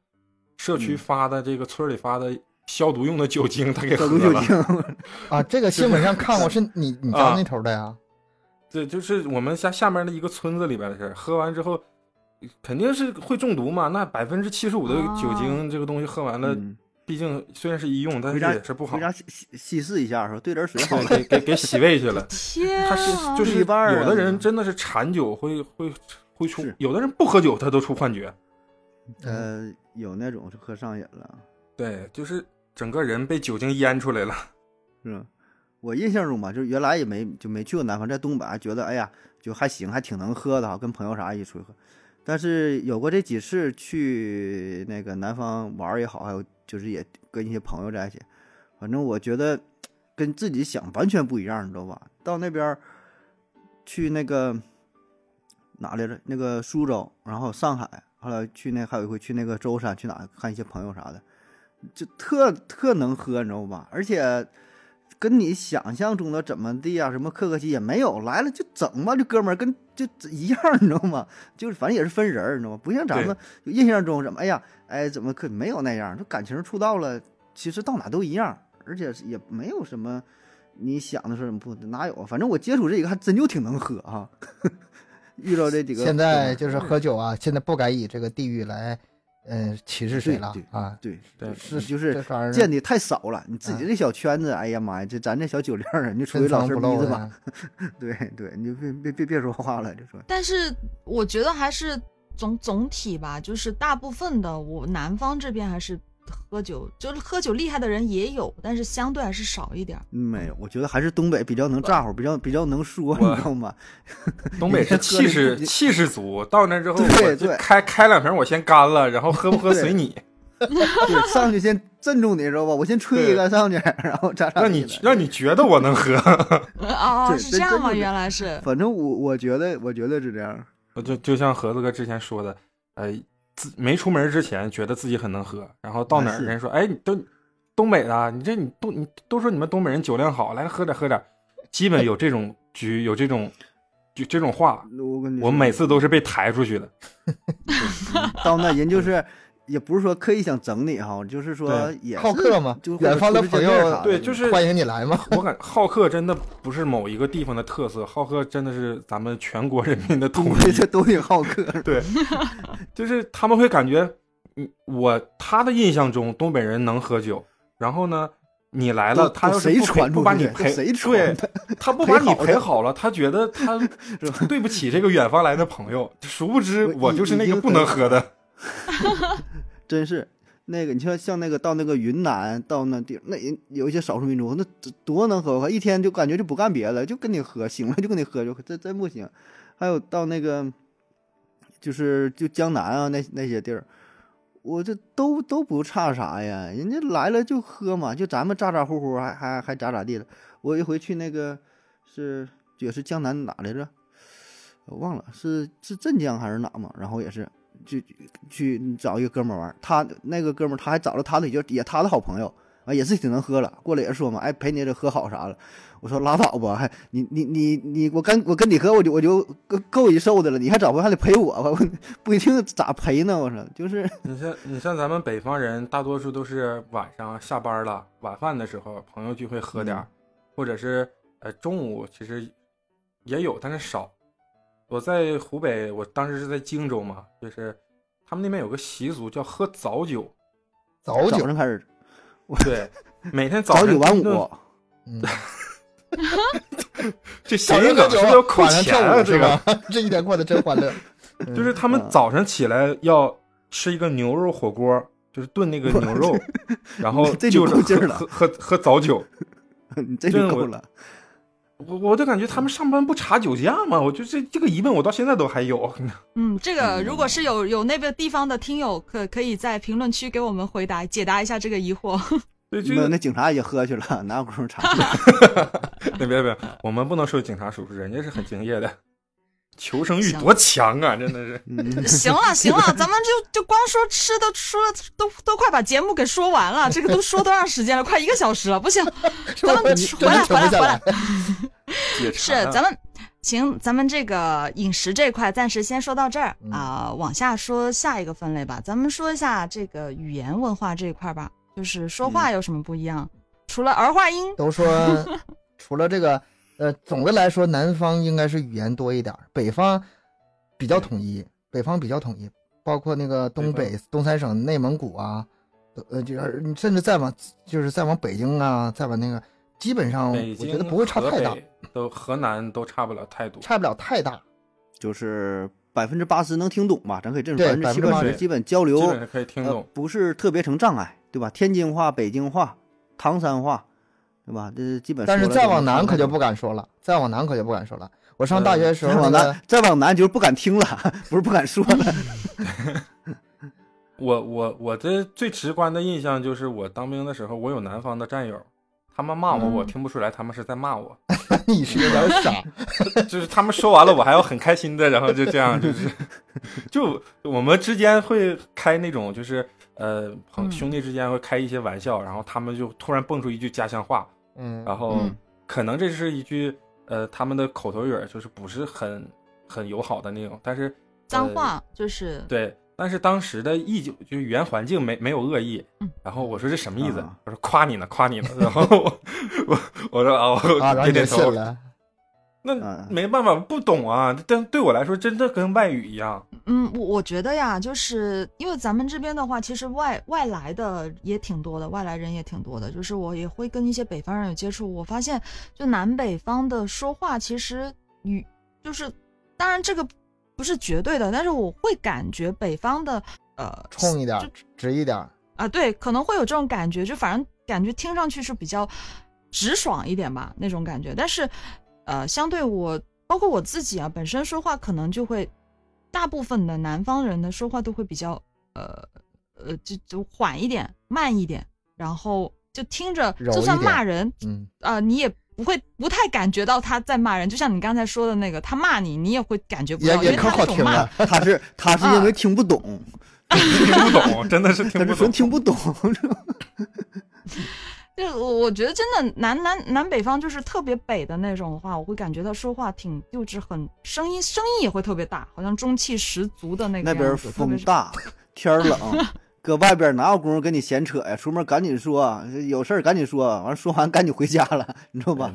Speaker 4: 社区
Speaker 2: 嗯
Speaker 4: 发的这个村里发的消毒用的酒精，他给
Speaker 2: 消毒
Speaker 4: 喝
Speaker 2: 酒
Speaker 4: 了。
Speaker 2: 精。
Speaker 3: 啊，这个新闻上看过是你你
Speaker 2: 啊
Speaker 3: 家那头的呀？
Speaker 4: 对，就是我们下下面的一个村子里边的事儿，喝完之后肯定是会中毒嘛。那百分之七十五的
Speaker 1: 啊。
Speaker 4: 酒精这个东西喝完了，
Speaker 2: 哦嗯
Speaker 4: 毕竟虽然是医用，但
Speaker 2: 回
Speaker 4: 是
Speaker 2: 家
Speaker 4: 也是不好
Speaker 2: 回，家稀稀稀释一下，说兑点水好 了。
Speaker 4: 对，给给给洗胃去了
Speaker 1: 天啊！
Speaker 4: 他是就是
Speaker 2: 一半儿啊
Speaker 4: 有的人真的是馋酒会会会出
Speaker 2: 是，
Speaker 4: 有的人不喝酒他都出幻觉。
Speaker 2: 呃，有那种是喝上瘾了，
Speaker 4: 对，就是整个人被酒精淹出来了。
Speaker 2: 是吧？我印象中吧，就是原来也没就没去过南方，在东北还觉得哎呀就还行，还挺能喝的哈，跟朋友啥一起出去喝。但是有过这几次去那个南方玩儿也好，还有就是也跟一些朋友在一起，反正我觉得跟自己想完全不一样，你知道吧？到那边儿去那个哪来着？那个苏州，然后上海，后来去那还有一回去那个舟山，去哪看一些朋友啥的，就特特能喝，你知道吧？而且跟你想象中的怎么地啊，什么客客气也没有，来了就整吧，这哥们儿跟就一样，你知道吗？就是反正也是分人儿，你知道吗？不像咱们就印象中怎么哎呀哎怎么可没有那样，就感情处到了，其实到哪都一样，而且是也没有什么。你想的是不哪有啊？反正我接触这个还真就挺能喝啊， 遇到这几个
Speaker 3: 现在
Speaker 2: 哥们儿
Speaker 3: 就是喝酒啊，现在不该以这个地域来嗯歧视谁了
Speaker 2: 对对
Speaker 3: 啊？
Speaker 2: 对
Speaker 4: 对，
Speaker 3: 是
Speaker 2: 就是
Speaker 3: 这玩意儿啊
Speaker 2: 见的太少了，你自己这小圈子，哎呀妈呀，这咱这小酒量儿，你就出去
Speaker 3: 深
Speaker 2: 老
Speaker 3: 藏
Speaker 2: 实
Speaker 3: 不
Speaker 2: 逼
Speaker 3: 露
Speaker 2: 着
Speaker 3: 的
Speaker 2: 吧。
Speaker 3: 呀，
Speaker 2: 对对，你就别别别别说话了，就说
Speaker 1: 但是我觉得还是总总体吧，就是大部分的我南方这边还是喝酒，就是喝酒厉害的人也有，但是相对还是少一点 儿。
Speaker 2: 嗯没有，我觉得还是东北比较能咋呼，比较比较能说，
Speaker 4: 我
Speaker 2: 你知道吗？
Speaker 4: 东北是气势
Speaker 2: 你
Speaker 4: 气势足，到那之后
Speaker 2: 对
Speaker 4: 我就
Speaker 2: 对
Speaker 4: 开开两瓶我先干了，然后 喝不喝随你，
Speaker 2: 对，上去先镇住你，知道吧？我先吹一个上去，然后咋咋
Speaker 4: 让你
Speaker 2: 地的
Speaker 4: 让你觉得我能喝。
Speaker 1: 哦，
Speaker 2: 对
Speaker 1: 是
Speaker 2: 真
Speaker 1: 这样
Speaker 2: 真
Speaker 1: 吗？
Speaker 2: 是这
Speaker 1: 原来是
Speaker 2: 反正我我觉得我觉得是这样，
Speaker 4: 我就就像盒子哥之前说的，呃，自没出门之前觉得自己很能喝，然后到哪儿
Speaker 2: 是
Speaker 4: 人说，哎，你都东北的啊，你这你都你都说你们东北人酒量好，来喝点喝点，基本有这种局，有这种就这种话，
Speaker 2: 我跟你说
Speaker 4: 我每次都是被抬出去的。
Speaker 2: 到那人就是。也不是说刻意想整你哈，就是说
Speaker 4: 对
Speaker 2: 也是
Speaker 3: 好客嘛
Speaker 2: 就
Speaker 3: 远方的朋友
Speaker 4: 对，就是
Speaker 3: 欢迎你来嘛。
Speaker 4: 我感好客真的不是某一个地方的特色，好客真的是咱们全国人民的统
Speaker 2: 东
Speaker 4: 一
Speaker 2: 北。这都挺好客，
Speaker 4: 对，就是他们会感觉，嗯，我他的印象中东北人能喝酒，然后呢，你来
Speaker 2: 都
Speaker 4: 了，他要是
Speaker 2: 谁
Speaker 4: 不陪
Speaker 2: 传
Speaker 4: 不
Speaker 2: 出
Speaker 4: 把
Speaker 2: 去
Speaker 4: 你
Speaker 2: 的
Speaker 4: 陪，
Speaker 2: 谁
Speaker 4: 对
Speaker 2: 传的？
Speaker 4: 他不把
Speaker 2: 陪
Speaker 4: 你
Speaker 2: 好
Speaker 4: 陪
Speaker 2: 的
Speaker 4: 好了，他觉得 他对不起这个远方来的朋友，殊不知
Speaker 2: 我
Speaker 4: 我
Speaker 2: 已
Speaker 4: 就是
Speaker 2: 已
Speaker 4: 那个
Speaker 2: 经
Speaker 4: 不
Speaker 2: 很
Speaker 4: 能
Speaker 2: 好
Speaker 4: 喝的。
Speaker 2: 真是那个，你像像那个到那个云南，到那地儿那人有一些少数民族，那多多能喝，我看一天就感觉就不干别的，就跟你喝，醒了就跟你喝，就这真不行。还有到那个就是就江南啊那那些地儿，我这都都不差啥呀，人家来了就喝嘛，就咱们咋咋呼呼还还还咋咋地的。我有一回去那个是也是江南哪来着？我忘了是是镇江还是哪嘛？然后也是去去找一个哥们儿玩儿，他那个哥们儿他还找了他的就也他的好朋友啊，也是挺能喝了，过来也是说嘛，哎陪你这喝好啥了。我说拉倒吧，还你你你你我跟我跟你喝我就我就够够一受的了，你还找朋友还得陪我吧，我不一定咋陪呢。我说就是
Speaker 4: 你像你像咱们北方人，大多数都是晚上下班了，晚饭的时候朋友聚会喝点
Speaker 2: 嗯
Speaker 4: 儿，或者是呃中午其实也有，但是少。我在湖北，我当时是在荆州嘛，就是他们那边有个习俗叫喝早 酒，
Speaker 3: 早
Speaker 2: 早
Speaker 3: 酒，
Speaker 2: 上开始
Speaker 4: 对，每天早
Speaker 2: 早
Speaker 4: 上
Speaker 2: 九晚
Speaker 4: 一顿
Speaker 2: 五，
Speaker 3: 嗯，
Speaker 4: 这
Speaker 3: 早
Speaker 4: 谐
Speaker 3: 上
Speaker 4: 音
Speaker 3: 喝
Speaker 4: 梗
Speaker 3: 酒
Speaker 4: 是不是要，扣
Speaker 3: 晚上
Speaker 4: 钱
Speaker 3: 跳
Speaker 4: 啊？
Speaker 3: 舞
Speaker 4: 这
Speaker 3: 是
Speaker 4: 个
Speaker 3: 吧？这一天过得真欢乐。嗯
Speaker 4: 就是他们
Speaker 2: 嗯
Speaker 4: 早晨起来要吃一个牛肉火锅，就是炖那个牛肉，然后
Speaker 2: 这
Speaker 4: 就
Speaker 2: 就是够劲儿
Speaker 4: 喝
Speaker 2: 了
Speaker 4: 喝喝喝早酒。
Speaker 2: 你这就
Speaker 4: 对
Speaker 2: 够
Speaker 4: 我
Speaker 2: 了。
Speaker 4: 我我就感觉他们上班不查酒驾吗？我就这这个疑问，我到现在都还有。
Speaker 1: 嗯，这个如果是有有那个地方的听友，可可以在评论区给我们回答解答一下这个疑惑。
Speaker 4: 对，就
Speaker 2: 没有，
Speaker 4: 是
Speaker 2: 那警察也喝去了，哪有功夫查？
Speaker 4: 别 别别，我们不能说警察叔叔，人家是很敬业的，求生欲
Speaker 1: 行
Speaker 4: 多强啊！真的 是，
Speaker 2: 嗯，
Speaker 1: 行了行了，咱们就就光说吃的，说了都都快把节目给说完了，这个都说多长时间了？快一个小时了，不行，
Speaker 3: 是吧
Speaker 1: 咱们
Speaker 3: 你
Speaker 1: 回
Speaker 3: 真的
Speaker 1: 来
Speaker 3: 停不
Speaker 1: 回来
Speaker 3: 下
Speaker 1: 回
Speaker 3: 来。
Speaker 4: 解
Speaker 1: 是
Speaker 4: 馋啊
Speaker 1: 咱们行，咱们这个饮食这块暂时先说到这儿
Speaker 3: 嗯
Speaker 1: 啊、往下说下一个分类吧。咱们说一下这个语言文化这一块吧，就是说话有什么不一样？除了儿化音，
Speaker 3: 都说除了这个，呃，总的来说，南方应该是语言多一点儿，北方比较统一，北方比较统一，包括那个东
Speaker 4: 北
Speaker 3: 北东三省、内蒙古啊，都呃，就是你甚至再往就是再往北京啊，再往那个，基本上
Speaker 4: 北
Speaker 3: 嗯我觉
Speaker 4: 京、
Speaker 3: 得不会差
Speaker 4: 河
Speaker 3: 太大，
Speaker 4: 北都河南都差不了太多。
Speaker 3: 差不了太大。
Speaker 2: 就是百分之八十能听懂吧，咱可以这么
Speaker 3: 对
Speaker 2: 说，百分之七八
Speaker 4: 80%
Speaker 2: 十基本交
Speaker 4: 基
Speaker 2: 流
Speaker 4: 本上可以听
Speaker 2: 呃
Speaker 4: 懂，
Speaker 2: 不是特别成障碍，对吧？天津话、北京话、唐山话，对吧？这基本说
Speaker 3: 但
Speaker 2: 了
Speaker 3: 是
Speaker 2: 就能看懂。
Speaker 3: 再往南可就不敢说了，再往南可就不敢说了。我上大学的时候
Speaker 2: 再，往
Speaker 3: 那个
Speaker 2: 南，再往南就是不敢听了， 不是不敢说了。
Speaker 4: 我我我的最直观的印象就是，我当兵的时候，我有南方的战友，他们骂我，
Speaker 1: 嗯
Speaker 4: 我听不出来他们是在骂我，
Speaker 3: 你是有点傻，
Speaker 4: 就是他们说完了，我还要很开心的，然后就这样，就是 就我们之间会开那种就是呃朋
Speaker 1: 嗯
Speaker 4: 兄弟之间会开一些玩笑，然后他们就突然蹦出一句家乡话，
Speaker 3: 嗯，
Speaker 4: 然后
Speaker 1: 嗯
Speaker 4: 可能这是一句呃他们的口头语儿，就是不是很很友好的那种，但是
Speaker 1: 脏
Speaker 4: 呃
Speaker 1: 话就是
Speaker 4: 对，但是当时的意境就是原环境没没有恶意
Speaker 1: 嗯。
Speaker 4: 然后我说这什么意思
Speaker 2: 啊？
Speaker 4: 我说夸你呢，夸你呢。然后我我我说啊，
Speaker 3: 啊，然后
Speaker 4: 我点
Speaker 3: 你就
Speaker 4: 点头
Speaker 3: 信。了，
Speaker 4: 那
Speaker 2: 嗯
Speaker 4: 没办法，不懂啊。但对我来说，真的跟外语一样。
Speaker 1: 嗯，我我觉得呀，就是因为咱们这边的话，其实外外来的也挺多的，外来人也挺多的。就是我也会跟一些北方人有接触，我发现就南北方的说话，其实语就是，当然这个不是绝对的，但是我会感觉北方的呃
Speaker 3: 冲一点
Speaker 1: 就
Speaker 3: 儿，直一点儿，
Speaker 1: 啊，对，可能会有这种感觉，就反正感觉听上去是比较直爽一点吧，那种感觉。但是，呃，相对我，包括我自己啊，本身说话可能就会，大部分的南方人的说话都会比较，呃呃，就就缓一点、慢一点，然后就听着，
Speaker 3: 柔
Speaker 1: 就
Speaker 3: 一
Speaker 1: 算
Speaker 3: 点
Speaker 1: 骂人
Speaker 3: 嗯。
Speaker 1: 啊、你也。不会，不太感觉到他在骂人，就像你刚才说的那个，他骂你，你也会感觉不
Speaker 3: 也
Speaker 1: 到，因
Speaker 3: 也
Speaker 1: 为
Speaker 3: 可
Speaker 1: 他
Speaker 3: 好
Speaker 1: 那种
Speaker 3: 听
Speaker 1: 骂
Speaker 3: 了，
Speaker 2: 他是他是因为听不懂，
Speaker 4: 听不 懂，真的是
Speaker 2: 他
Speaker 4: 听
Speaker 2: 是
Speaker 4: 不
Speaker 2: 纯
Speaker 4: 懂。
Speaker 2: 听不懂。
Speaker 1: 就是我我觉得真的南南南北方就是特别北的那种的话，我会感觉他说话挺幼稚，很声音声音也会特别大，好像中气十足的那个
Speaker 2: 那边
Speaker 1: 样子。特别
Speaker 2: 风
Speaker 1: 是
Speaker 2: 大，天 儿冷，搁外边哪有功夫跟你闲扯呀？出门赶紧说，有事儿赶紧说，完说完赶紧回家了，你知道吧？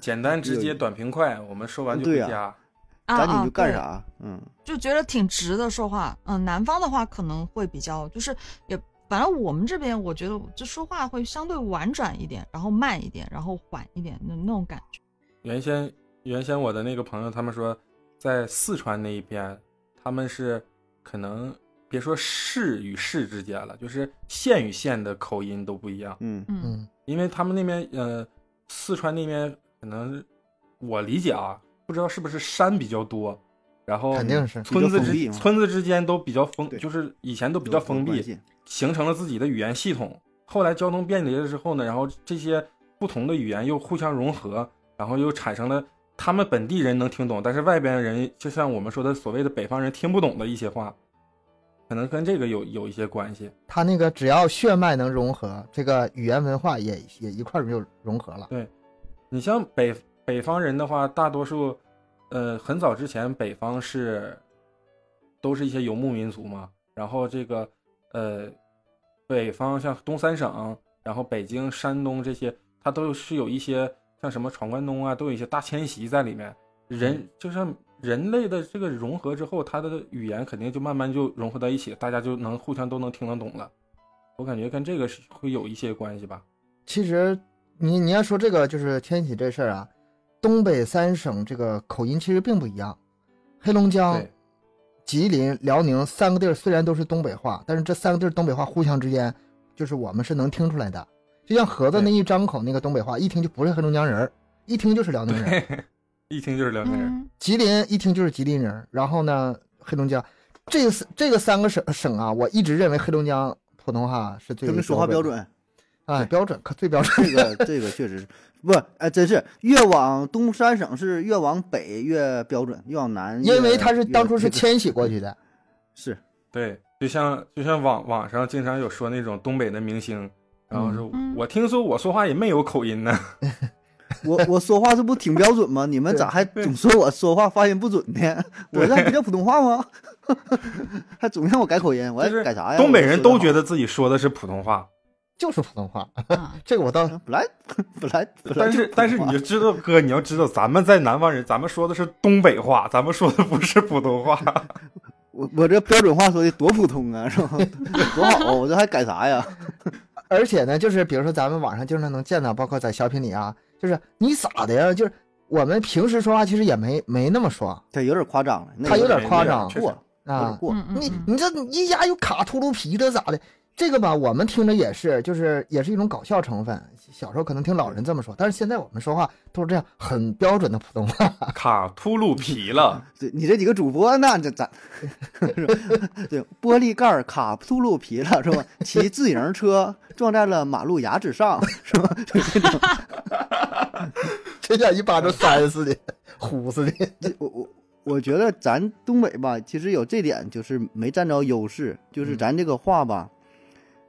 Speaker 4: 简单直接，短平快。我们说完就回
Speaker 2: 对呀
Speaker 4: 家。
Speaker 1: 啊
Speaker 2: 赶紧
Speaker 1: 啊
Speaker 2: 就干
Speaker 1: 对
Speaker 2: 啥？嗯，
Speaker 1: 就觉得挺直的说话。嗯，南方的话可能会比较就是也，反正我们这边我觉得就说话会相对婉转一点，然后慢一点，然后缓一点那那种感觉。
Speaker 4: 原先原先我的那个朋友他们说，在四川那一边，他们是可能别说市与市之间了，就是县与县的口音都不一样。
Speaker 2: 嗯
Speaker 1: 嗯
Speaker 3: 嗯
Speaker 4: 因为他们那边呃，四川那边可能我理解啊，不知道是不是山比较多，然后
Speaker 3: 肯定是
Speaker 4: 村子
Speaker 2: 比较封闭
Speaker 4: 之
Speaker 2: 嘛
Speaker 4: 村子之间都比较封，
Speaker 2: 对
Speaker 4: 就是以前都比较封
Speaker 2: 有关
Speaker 4: 闭
Speaker 2: 系，
Speaker 4: 形成了自己的语言系统。后来交通便利了之后呢，然后这些不同的语言又互相融合，然后又产生了他们本地人能听懂，但是外边人就像我们说的所谓的北方人听不懂的一些话，可能跟这个有有一些关系。
Speaker 3: 他那个只要血脉能融合，这个语言文化也也一块儿就融合了。
Speaker 4: 你像北北方人的话，大多数，呃，很早之前北方是都是一些游牧民族嘛，然后这个呃，北方像东三省，然后北京、山东这些，它都是有一些像什么闯关东啊，都有一些大迁徙在里面。人就像人类的这个融合之后，它的语言肯定就慢慢就融合到一起，大家就能互相都能听得懂了。我感觉跟这个是会有一些关系吧。
Speaker 3: 其实你你要说这个就是迁徙这事儿啊，东北三省这个口音其实并不一样。黑龙江
Speaker 4: 对、
Speaker 3: 吉林、辽宁三个地儿虽然都是东北话，但是这三个地儿东北话互相之间，就是我们是能听出来的。就像盒子那
Speaker 4: 对
Speaker 3: 一张口那个东北话，一听就不是黑龙江人儿，一听就是辽宁人。
Speaker 4: 一听就是辽宁人。
Speaker 1: 嗯，
Speaker 3: 吉林一听就是吉林人，然后呢，黑龙江，这个这个三个省省啊，我一直认为黑龙江普通话是最
Speaker 2: 他们说话标
Speaker 3: 标
Speaker 2: 准，
Speaker 3: 的，哎，标准可 最标准。
Speaker 2: 这个这个确实是不，哎，真是越往东三省是越往北越标准，越往南越，
Speaker 3: 因为他是当初
Speaker 2: 越
Speaker 3: 是
Speaker 2: 这个
Speaker 3: 迁徙过去的，
Speaker 2: 是
Speaker 4: 对，就像就像网网上经常有说那种东北的明星，然后说、
Speaker 1: 嗯
Speaker 4: 我听说我说话也没有口音呢，
Speaker 2: 我我说话这不挺标准吗？你们咋还总说我说话发音不准呢？我这还不叫普通话吗？ 还总让我改口音，我还
Speaker 4: 就是
Speaker 2: 改啥呀？
Speaker 4: 东北人都觉
Speaker 2: 得
Speaker 4: 得自己说的是普通话，
Speaker 3: 就是普通话。
Speaker 1: 啊
Speaker 3: 这个我倒
Speaker 2: 本来本来本来
Speaker 4: 但
Speaker 2: 就是
Speaker 4: 但是
Speaker 2: 普通话
Speaker 4: 你就知道哥，你要知道咱们在南方人，咱们说的是东北话，咱们说的不是普通话。
Speaker 2: 我我这标准话说的多普通啊，是吧？ 多好啊！我这还改啥呀？
Speaker 3: 而且呢，就是比如说咱们网上经常能见到，包括在小品里啊，就是你咋的呀？就是我们平时说话其实也没没那么说啊
Speaker 2: 这有点夸张了，那
Speaker 3: 他有点
Speaker 4: 没
Speaker 3: 夸
Speaker 4: 没
Speaker 3: 张
Speaker 4: 确实
Speaker 2: 过，有点
Speaker 3: 啊。
Speaker 2: 过。
Speaker 1: 嗯嗯
Speaker 3: 你
Speaker 1: 嗯
Speaker 3: 你这一压又卡秃噜皮这咋的？这个吧，我们听着也是，就是也是一种搞笑成分。小时候可能听老人这么说，但是现在我们说话都是这样很标准的普通话。
Speaker 4: 卡秃噜皮 了，
Speaker 2: 对你这几个主播呢，这咱是吧对玻璃盖儿卡秃噜皮了是吧？骑自行车撞在了马路牙子上是吧？就这种，
Speaker 3: 这家一巴掌扇死的，呼死的。
Speaker 2: 这我我我觉得咱东北吧，其实有这点就是没占着优势，就是咱这个话吧，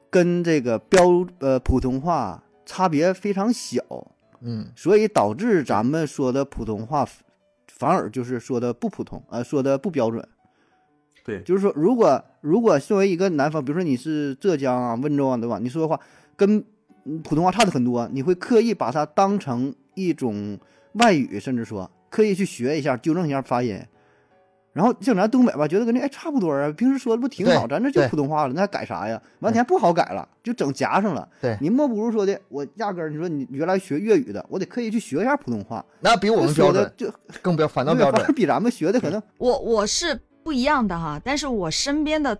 Speaker 2: 跟这个标呃普通话差别非常小，
Speaker 3: 嗯，
Speaker 2: 所以导致咱们说的普通话反而就是说的不普通，呃，说的不标准。
Speaker 4: 对
Speaker 2: 就是说，如果如果作为一个南方，比如说你是浙江啊、温州啊，对吧？你说的话跟嗯普通话差的很多，你会刻意把它当成一种外语，甚至说刻意去学一下，纠正一下发音。然后像咱东北吧，觉得跟这哎差不多啊，平时说的不挺好，
Speaker 3: 对
Speaker 2: 咱这就
Speaker 3: 对
Speaker 2: 普通话了，那还改啥呀？完全不好改了，就整夹上了。
Speaker 3: 对
Speaker 2: 你莫不如说的，我压根儿你说你原来学粤语的，我得刻意去学一下普通话，
Speaker 3: 那比我们标
Speaker 2: 说的
Speaker 3: 准，
Speaker 2: 就
Speaker 3: 更标反倒
Speaker 2: 对
Speaker 3: 标
Speaker 2: 反而
Speaker 3: 准。嗯
Speaker 2: 比咱们学的可能
Speaker 1: 我我是不一样的哈，但是我身边的
Speaker 2: 嗯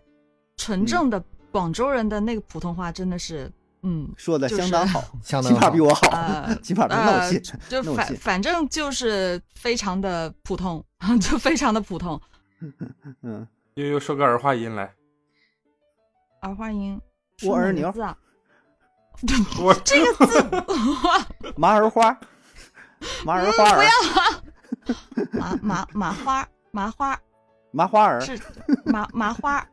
Speaker 1: 纯正的广州人的那个普通话真的是，嗯，
Speaker 2: 说的相当好，
Speaker 3: 相当
Speaker 2: 起码比我好，
Speaker 1: 呃
Speaker 2: 起码能 闹
Speaker 1: 呃
Speaker 2: 心。
Speaker 1: 就
Speaker 2: 那我
Speaker 1: 反
Speaker 2: 信
Speaker 1: 反正就是非常的普通， 就非常的普通。
Speaker 2: 嗯，
Speaker 4: 悠悠说个儿化音
Speaker 2: 哎
Speaker 4: 来，
Speaker 1: 儿化音，
Speaker 2: 我儿牛
Speaker 1: 字 啊，
Speaker 4: 我
Speaker 1: 这个字
Speaker 2: 麻儿花，麻儿
Speaker 1: 嗯
Speaker 2: 花儿，
Speaker 1: 麻麻麻花麻花
Speaker 2: 麻花儿，
Speaker 1: 是麻麻花，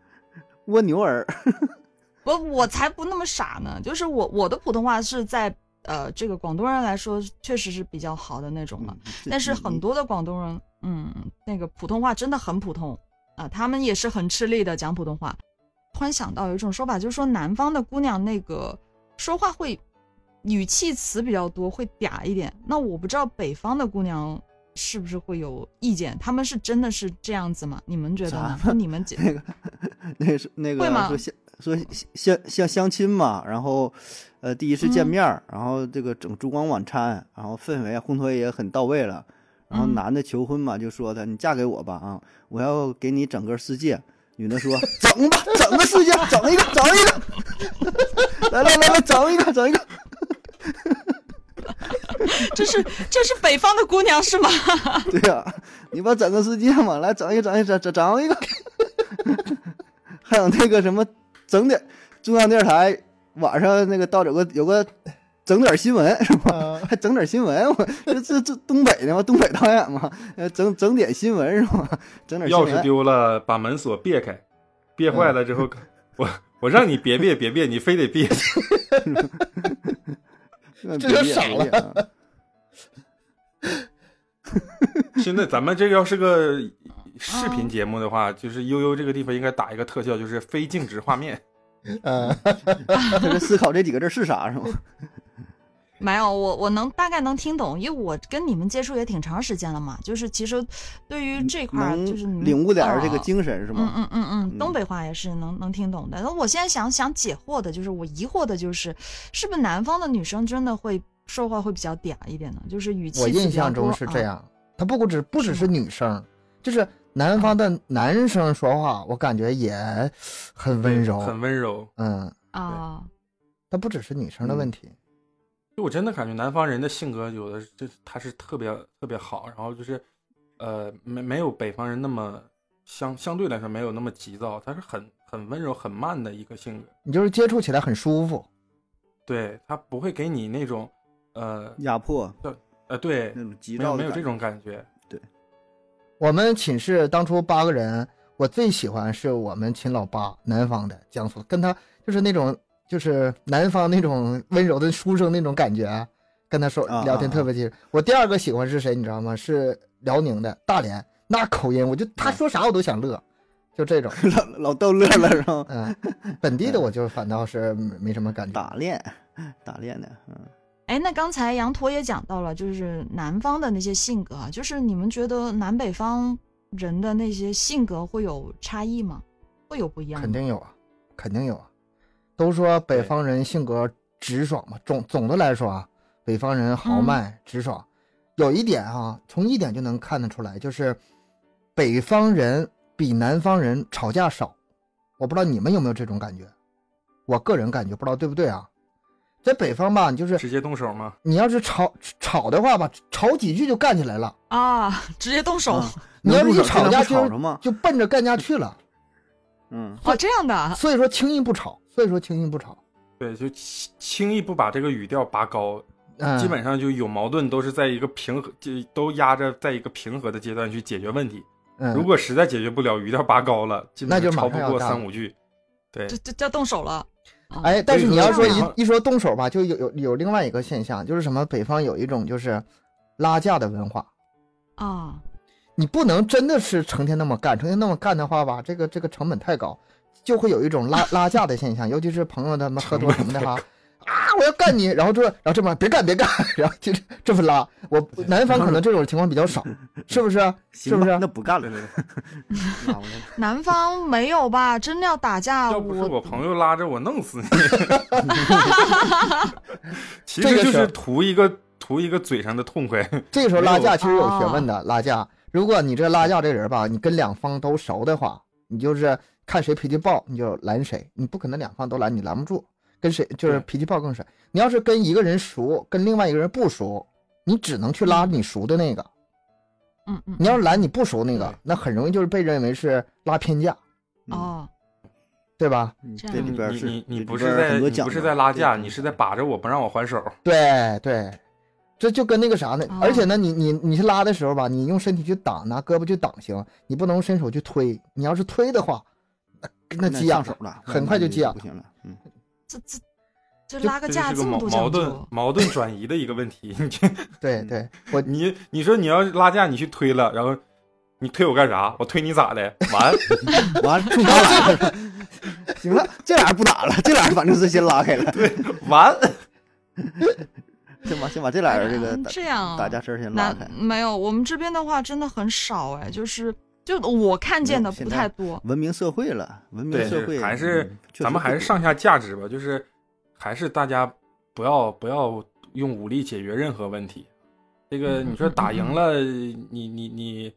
Speaker 2: 蜗牛儿，
Speaker 1: 我我才不那么傻呢，就是我我的普通话是在呃这个广东人来说确实是比较好的那种了，
Speaker 2: 嗯这
Speaker 1: 但是
Speaker 2: 你
Speaker 1: 很多的广东人，嗯，那个普通话真的很普通啊、他们也是很吃力的讲普通话。突然想到有一种说法，就是说南方的姑娘那个说话会语气词比较多，会嗲一点。那我不知道北方的姑娘是不是会有意见，他们是真的是这样子吗？你们觉得呢？
Speaker 2: 咱们
Speaker 1: 你们觉
Speaker 2: 那个那是那个
Speaker 1: 会吗
Speaker 2: 说相说相相相亲嘛，然后呃第一次见
Speaker 1: 嗯
Speaker 2: 面儿，然后这个整烛光晚餐，然后氛围啊烘托也很到位了，然后
Speaker 1: 嗯
Speaker 2: 男的求婚嘛，就说他你嫁给我吧啊，我要给你整个世界。女的说 整吧，整个世界，整一个，整一个， 来来来来，整一个，整一个。
Speaker 1: 这是这是北方的姑娘是吗？
Speaker 2: 对呀、你把整个世界嘛，来整一整一整整整一个， 还有那个什么，整点中央电视台晚上那个到有个有个整点新闻是吧？
Speaker 3: 啊
Speaker 2: 还整点新闻，我这这这东北的嘛，东北导演嘛，呃，整整点新闻是吧？整点新
Speaker 4: 钥匙
Speaker 2: 闻，
Speaker 4: 丢了，把门锁别开，别坏了之后，我我让你别别别别，你非得 别。
Speaker 2: 嗯
Speaker 3: 这就
Speaker 2: 别介
Speaker 3: 少
Speaker 2: 别介啊
Speaker 4: 现在咱们这要是个视频节目的话，就是悠悠这个地方应该打一个特效，就是非静止画 面。
Speaker 3: 嗯，
Speaker 2: 他在思考这几个字是啥是 吗？
Speaker 1: 没有，我我能大概能听懂，因为我跟你们接触也挺长时间了嘛，就是其实对于这块儿啊就是你
Speaker 2: 嗯能
Speaker 1: 们
Speaker 2: 领悟点儿这个
Speaker 1: 啊
Speaker 2: 精神是
Speaker 1: 嗯
Speaker 2: 吗？
Speaker 1: 嗯嗯嗯，
Speaker 2: 嗯
Speaker 1: 东北话也是能能听懂的。那我现在想想解惑的就是，我疑惑的就是，是不是南方的女生真的会说话会比较嗲一点呢？就是语气
Speaker 3: 我
Speaker 1: 词比
Speaker 3: 印
Speaker 1: 较
Speaker 3: 象中
Speaker 1: 多
Speaker 3: 是
Speaker 1: 啊
Speaker 3: 这样，他不只不只
Speaker 1: 是
Speaker 3: 是女生，就是南方的男生说话，我感觉也很温柔，
Speaker 4: 很温柔。
Speaker 3: 嗯，
Speaker 1: 啊。
Speaker 3: 他不只是女生的问题，
Speaker 4: 就我真的感觉南方人的性格有的就是他是特别特别好，然后就是呃没没有北方人那么相相对来说没有那么急躁，他是很很温柔很慢的一个性格，
Speaker 3: 你就是接触起来很舒服，
Speaker 4: 对他不会给你那种呃
Speaker 1: 嗯
Speaker 2: 压迫
Speaker 4: 呃对
Speaker 2: 那种嗯急
Speaker 4: 没
Speaker 2: 躁
Speaker 4: 有
Speaker 2: 的
Speaker 4: 没有
Speaker 2: 感
Speaker 4: 这
Speaker 2: 觉
Speaker 4: 种感觉，
Speaker 3: 我们寝室当初八个人，我最喜欢是我们秦老八，南方的江苏，跟他就是那种就是 南方那种温柔的书生那种感觉啊，跟他说
Speaker 2: 啊
Speaker 3: 聊天
Speaker 2: 啊
Speaker 3: 特别结实。我第二个喜欢是谁，你知道吗？是辽宁的大连，那口音，我就
Speaker 2: 啊
Speaker 3: 他说啥我都想乐，就这种。
Speaker 2: 老老逗乐了是吗？
Speaker 3: 嗯，本地的我就反倒是没没什么感觉。
Speaker 2: 打练打练的，嗯。
Speaker 1: 哎，那刚才羊驼也讲到了，就是南方的那些性格啊，就是你们觉得南北方人的那些性格会有差异吗？会有不一样吗？
Speaker 3: 肯定有啊，肯定有啊。都说北
Speaker 4: 对
Speaker 3: 方人性格直爽嘛，总总的来说啊，北方人
Speaker 1: 嗯
Speaker 3: 豪迈、直爽。有一点啊，从一点就能看得出来，就是北方人比南方人吵架少。我不知道你们有没有这种感觉，我个人感觉不知道对不对啊。在北方吧，你就是
Speaker 4: 直接动手吗？
Speaker 3: 你要是吵吵的话吧，吵几句就干起来了。
Speaker 1: 啊，直接动手、
Speaker 2: 啊
Speaker 3: 你要是一吵架
Speaker 2: 能动手就能
Speaker 3: 就
Speaker 2: 吵着吗？
Speaker 3: 就奔着干架去了，
Speaker 2: 嗯，
Speaker 1: 哦，这样的 啊
Speaker 3: 所以说轻易不吵，所以说轻易不吵。
Speaker 4: 对，就轻轻易不把这个语调拔高，
Speaker 3: 嗯，
Speaker 4: 基本上就有矛盾都是在一个平和，就都压着在一个平和的阶段去解决问题。
Speaker 3: 嗯
Speaker 4: 如果实在解决不了，语调拔高了，基
Speaker 3: 那
Speaker 4: 本
Speaker 3: 就马
Speaker 4: 上
Speaker 3: 上
Speaker 4: 超不
Speaker 3: 要
Speaker 4: 过
Speaker 3: 干
Speaker 4: 三
Speaker 3: 了
Speaker 4: 五句。对，
Speaker 1: 就就就动手了。啊
Speaker 3: 哎，但是你要说
Speaker 4: 所以说
Speaker 3: 一一说动手吧，就有有有另外一个现象，就是什么？北方有一种就是拉架的文化，
Speaker 1: 啊，
Speaker 3: 你不能真的是成天那么干，成天那么干的话吧，这个这个成本太高，就会有一种拉拉架的现象，尤其是朋友他们喝多什么的哈。啊！我要干你，然后这，然后这么别干，别 干，然后就这么拉。我南方可能这种情况比较 少，是不啊是？是
Speaker 2: 行
Speaker 3: 不
Speaker 2: 吧
Speaker 3: 是？
Speaker 2: 那不干
Speaker 4: 对
Speaker 2: 了，
Speaker 4: 对 对。
Speaker 2: 拉 过来了
Speaker 1: 南方没有吧？真的要打架，
Speaker 4: 要不是
Speaker 1: 我
Speaker 4: 我朋友拉着我 弄死你，其
Speaker 3: 这
Speaker 4: 实
Speaker 3: 个
Speaker 4: 就是是图一个图一个嘴上的痛快。
Speaker 3: 这个时候拉架其实有
Speaker 1: 没有
Speaker 3: 学问的。拉架，如果你这拉架这人吧，你跟两方都熟的话，你就是看谁脾气暴你就拦谁，你不可能两方都拦，你拦不住。跟谁就是
Speaker 4: 对
Speaker 3: 脾气暴更是，你要是跟一个人熟，跟另外一个人不熟，你只能去拉你熟的那个。
Speaker 1: 嗯嗯，
Speaker 3: 你要是拦你不熟那个
Speaker 4: 对，
Speaker 3: 那很容易就是被认为是拉偏架，
Speaker 2: 嗯
Speaker 1: 哦，
Speaker 3: 对吧？
Speaker 2: 嗯
Speaker 1: 这
Speaker 2: 这
Speaker 1: 样
Speaker 2: 里边
Speaker 4: 你
Speaker 2: 是
Speaker 4: 你你
Speaker 2: 这
Speaker 4: 不
Speaker 2: 里
Speaker 4: 是
Speaker 2: 边
Speaker 4: 在
Speaker 2: 很多
Speaker 4: 你
Speaker 2: 讲
Speaker 4: 不是
Speaker 2: 究
Speaker 4: 在拉架，
Speaker 2: 对
Speaker 4: 你是在把着我不让我还手。
Speaker 3: 对对，这就跟那个啥呢
Speaker 1: 哦？
Speaker 3: 而且呢，你你你是拉的时候吧，你用身体去挡，拿胳膊去挡行，你不能伸手去推。你要是推的话，那那
Speaker 2: 那
Speaker 3: 急眼
Speaker 2: 上
Speaker 3: 了
Speaker 2: 手了，
Speaker 3: 很快就急眼了
Speaker 2: 不行了，嗯，
Speaker 1: 这这这
Speaker 3: 就
Speaker 1: 拉个
Speaker 4: 这
Speaker 1: 架
Speaker 4: 就是
Speaker 1: 这
Speaker 4: 个
Speaker 1: 么
Speaker 4: 矛
Speaker 1: 多讲
Speaker 4: 矛盾
Speaker 1: 究，
Speaker 4: 矛盾转移的一个问题。 你这
Speaker 3: 对
Speaker 2: 嗯
Speaker 3: 对，我
Speaker 4: 你你说你要是拉架，你去推了，然后你推我干啥？我推你咋的？完，
Speaker 2: 完 了，冲他来了，行了，这俩不打了，这俩反正是先拉开了，
Speaker 4: 完，
Speaker 2: 先把先把这俩人这个
Speaker 1: 嗯
Speaker 2: 打
Speaker 1: 这样啊
Speaker 2: 打架声先拉
Speaker 1: 那
Speaker 3: 嗯
Speaker 2: 开，
Speaker 1: 没有，我们这边的话真的很少哎，就是就我看见的
Speaker 2: 没有
Speaker 1: 不太多。
Speaker 2: 文明社会了，文明
Speaker 4: 对
Speaker 2: 社会
Speaker 4: 还是
Speaker 2: 嗯确实
Speaker 4: 咱们还
Speaker 2: 不
Speaker 4: 是上下价值吧，就是还是大家不要不要用武力解决任何问题。这个
Speaker 1: 嗯
Speaker 4: 你说
Speaker 1: 嗯
Speaker 4: 打
Speaker 1: 嗯
Speaker 4: 赢
Speaker 1: 嗯
Speaker 4: 了，你你你，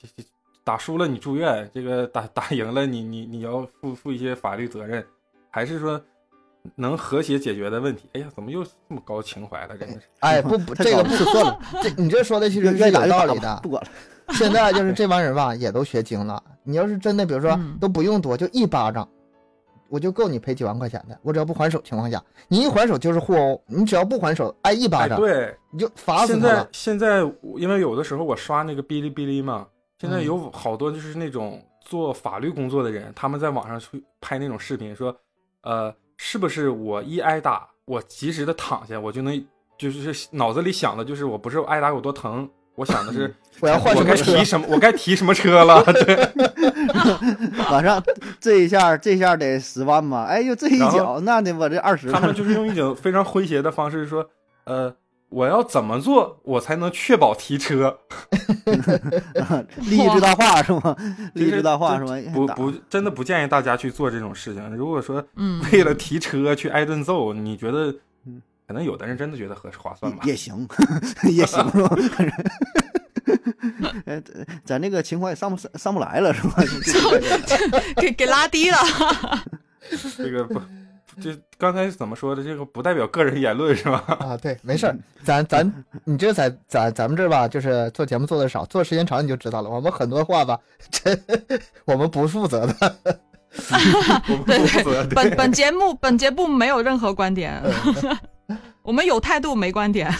Speaker 4: 这这打输了你住院，这个打 打赢了你你你要负负一些法律责任，还是说能和谐解决的问题？哎呀，怎么又这么高情怀了？真的是，
Speaker 3: 哎不不，
Speaker 2: 太
Speaker 3: 这个
Speaker 2: 搞
Speaker 3: 不算了，这你这说的其实
Speaker 2: 愿
Speaker 3: 是
Speaker 2: 打
Speaker 3: 有
Speaker 2: 就
Speaker 3: 道
Speaker 2: 打
Speaker 3: 理
Speaker 2: 吧
Speaker 3: 的
Speaker 2: 不。管了，
Speaker 3: 现在就是这帮人吧，也都学精了。你要是真的，比如说
Speaker 1: 嗯
Speaker 3: 都不用多，就一巴掌，我就够你赔几万块钱的，我只要不还手情况下，你一还手就是互殴，你只要不还手挨一巴
Speaker 4: 哎，
Speaker 3: 掌，
Speaker 4: 对，
Speaker 3: 你就罚死
Speaker 4: 现
Speaker 3: 他
Speaker 4: 在
Speaker 3: 了。
Speaker 4: 现在我因为有的时候我刷那个哔哩哔哩嘛，现在
Speaker 3: 嗯
Speaker 4: 有好多就是那种做法律工作的人，他们在网上去拍那种视频，说，呃，是不是我一挨打，我及时的躺下，我就能，就是脑子里想的就是我不是挨打有多疼，我想的是
Speaker 3: 我嗯要换
Speaker 4: 我
Speaker 3: 什
Speaker 4: 该
Speaker 3: 么车
Speaker 4: 提？什么，我该提什么 车了，对，
Speaker 2: 马上这一下这一下得十万吧？哎呦，这一
Speaker 4: 然后
Speaker 2: 脚那得我这二十
Speaker 4: 他们
Speaker 2: 万。
Speaker 4: 就是用一种非常诙谐的方式说，呃。我要怎么做，我才能确保提车？
Speaker 2: 利益最大化是 吗？ 利益
Speaker 4: 就是
Speaker 2: 最大化是
Speaker 4: 就
Speaker 2: 吗？
Speaker 4: 不
Speaker 2: 打
Speaker 4: 不，真的不建议大家去做这种事情。如果说
Speaker 1: 嗯，
Speaker 4: 为了提车去挨顿揍，你觉得？可能有的人真的觉得合适划算吧
Speaker 2: 嗯也。也行，也行是吧？ 呃，咱这个情况也上不上上不来了是吧？
Speaker 1: 给给拉低 了。
Speaker 4: 这个不，这刚才怎么说的？这个不代表个人言论是 吧？
Speaker 3: 啊，对，没事儿，咱咱你这在咱咱们这儿吧，就是做节目做的少，做时间长你就知道了。我们很多话吧，这我们不负责的。
Speaker 4: 我不我不责任。
Speaker 1: 本本节目本节目没有任何观点，
Speaker 2: 嗯
Speaker 1: 我们有态度没观点。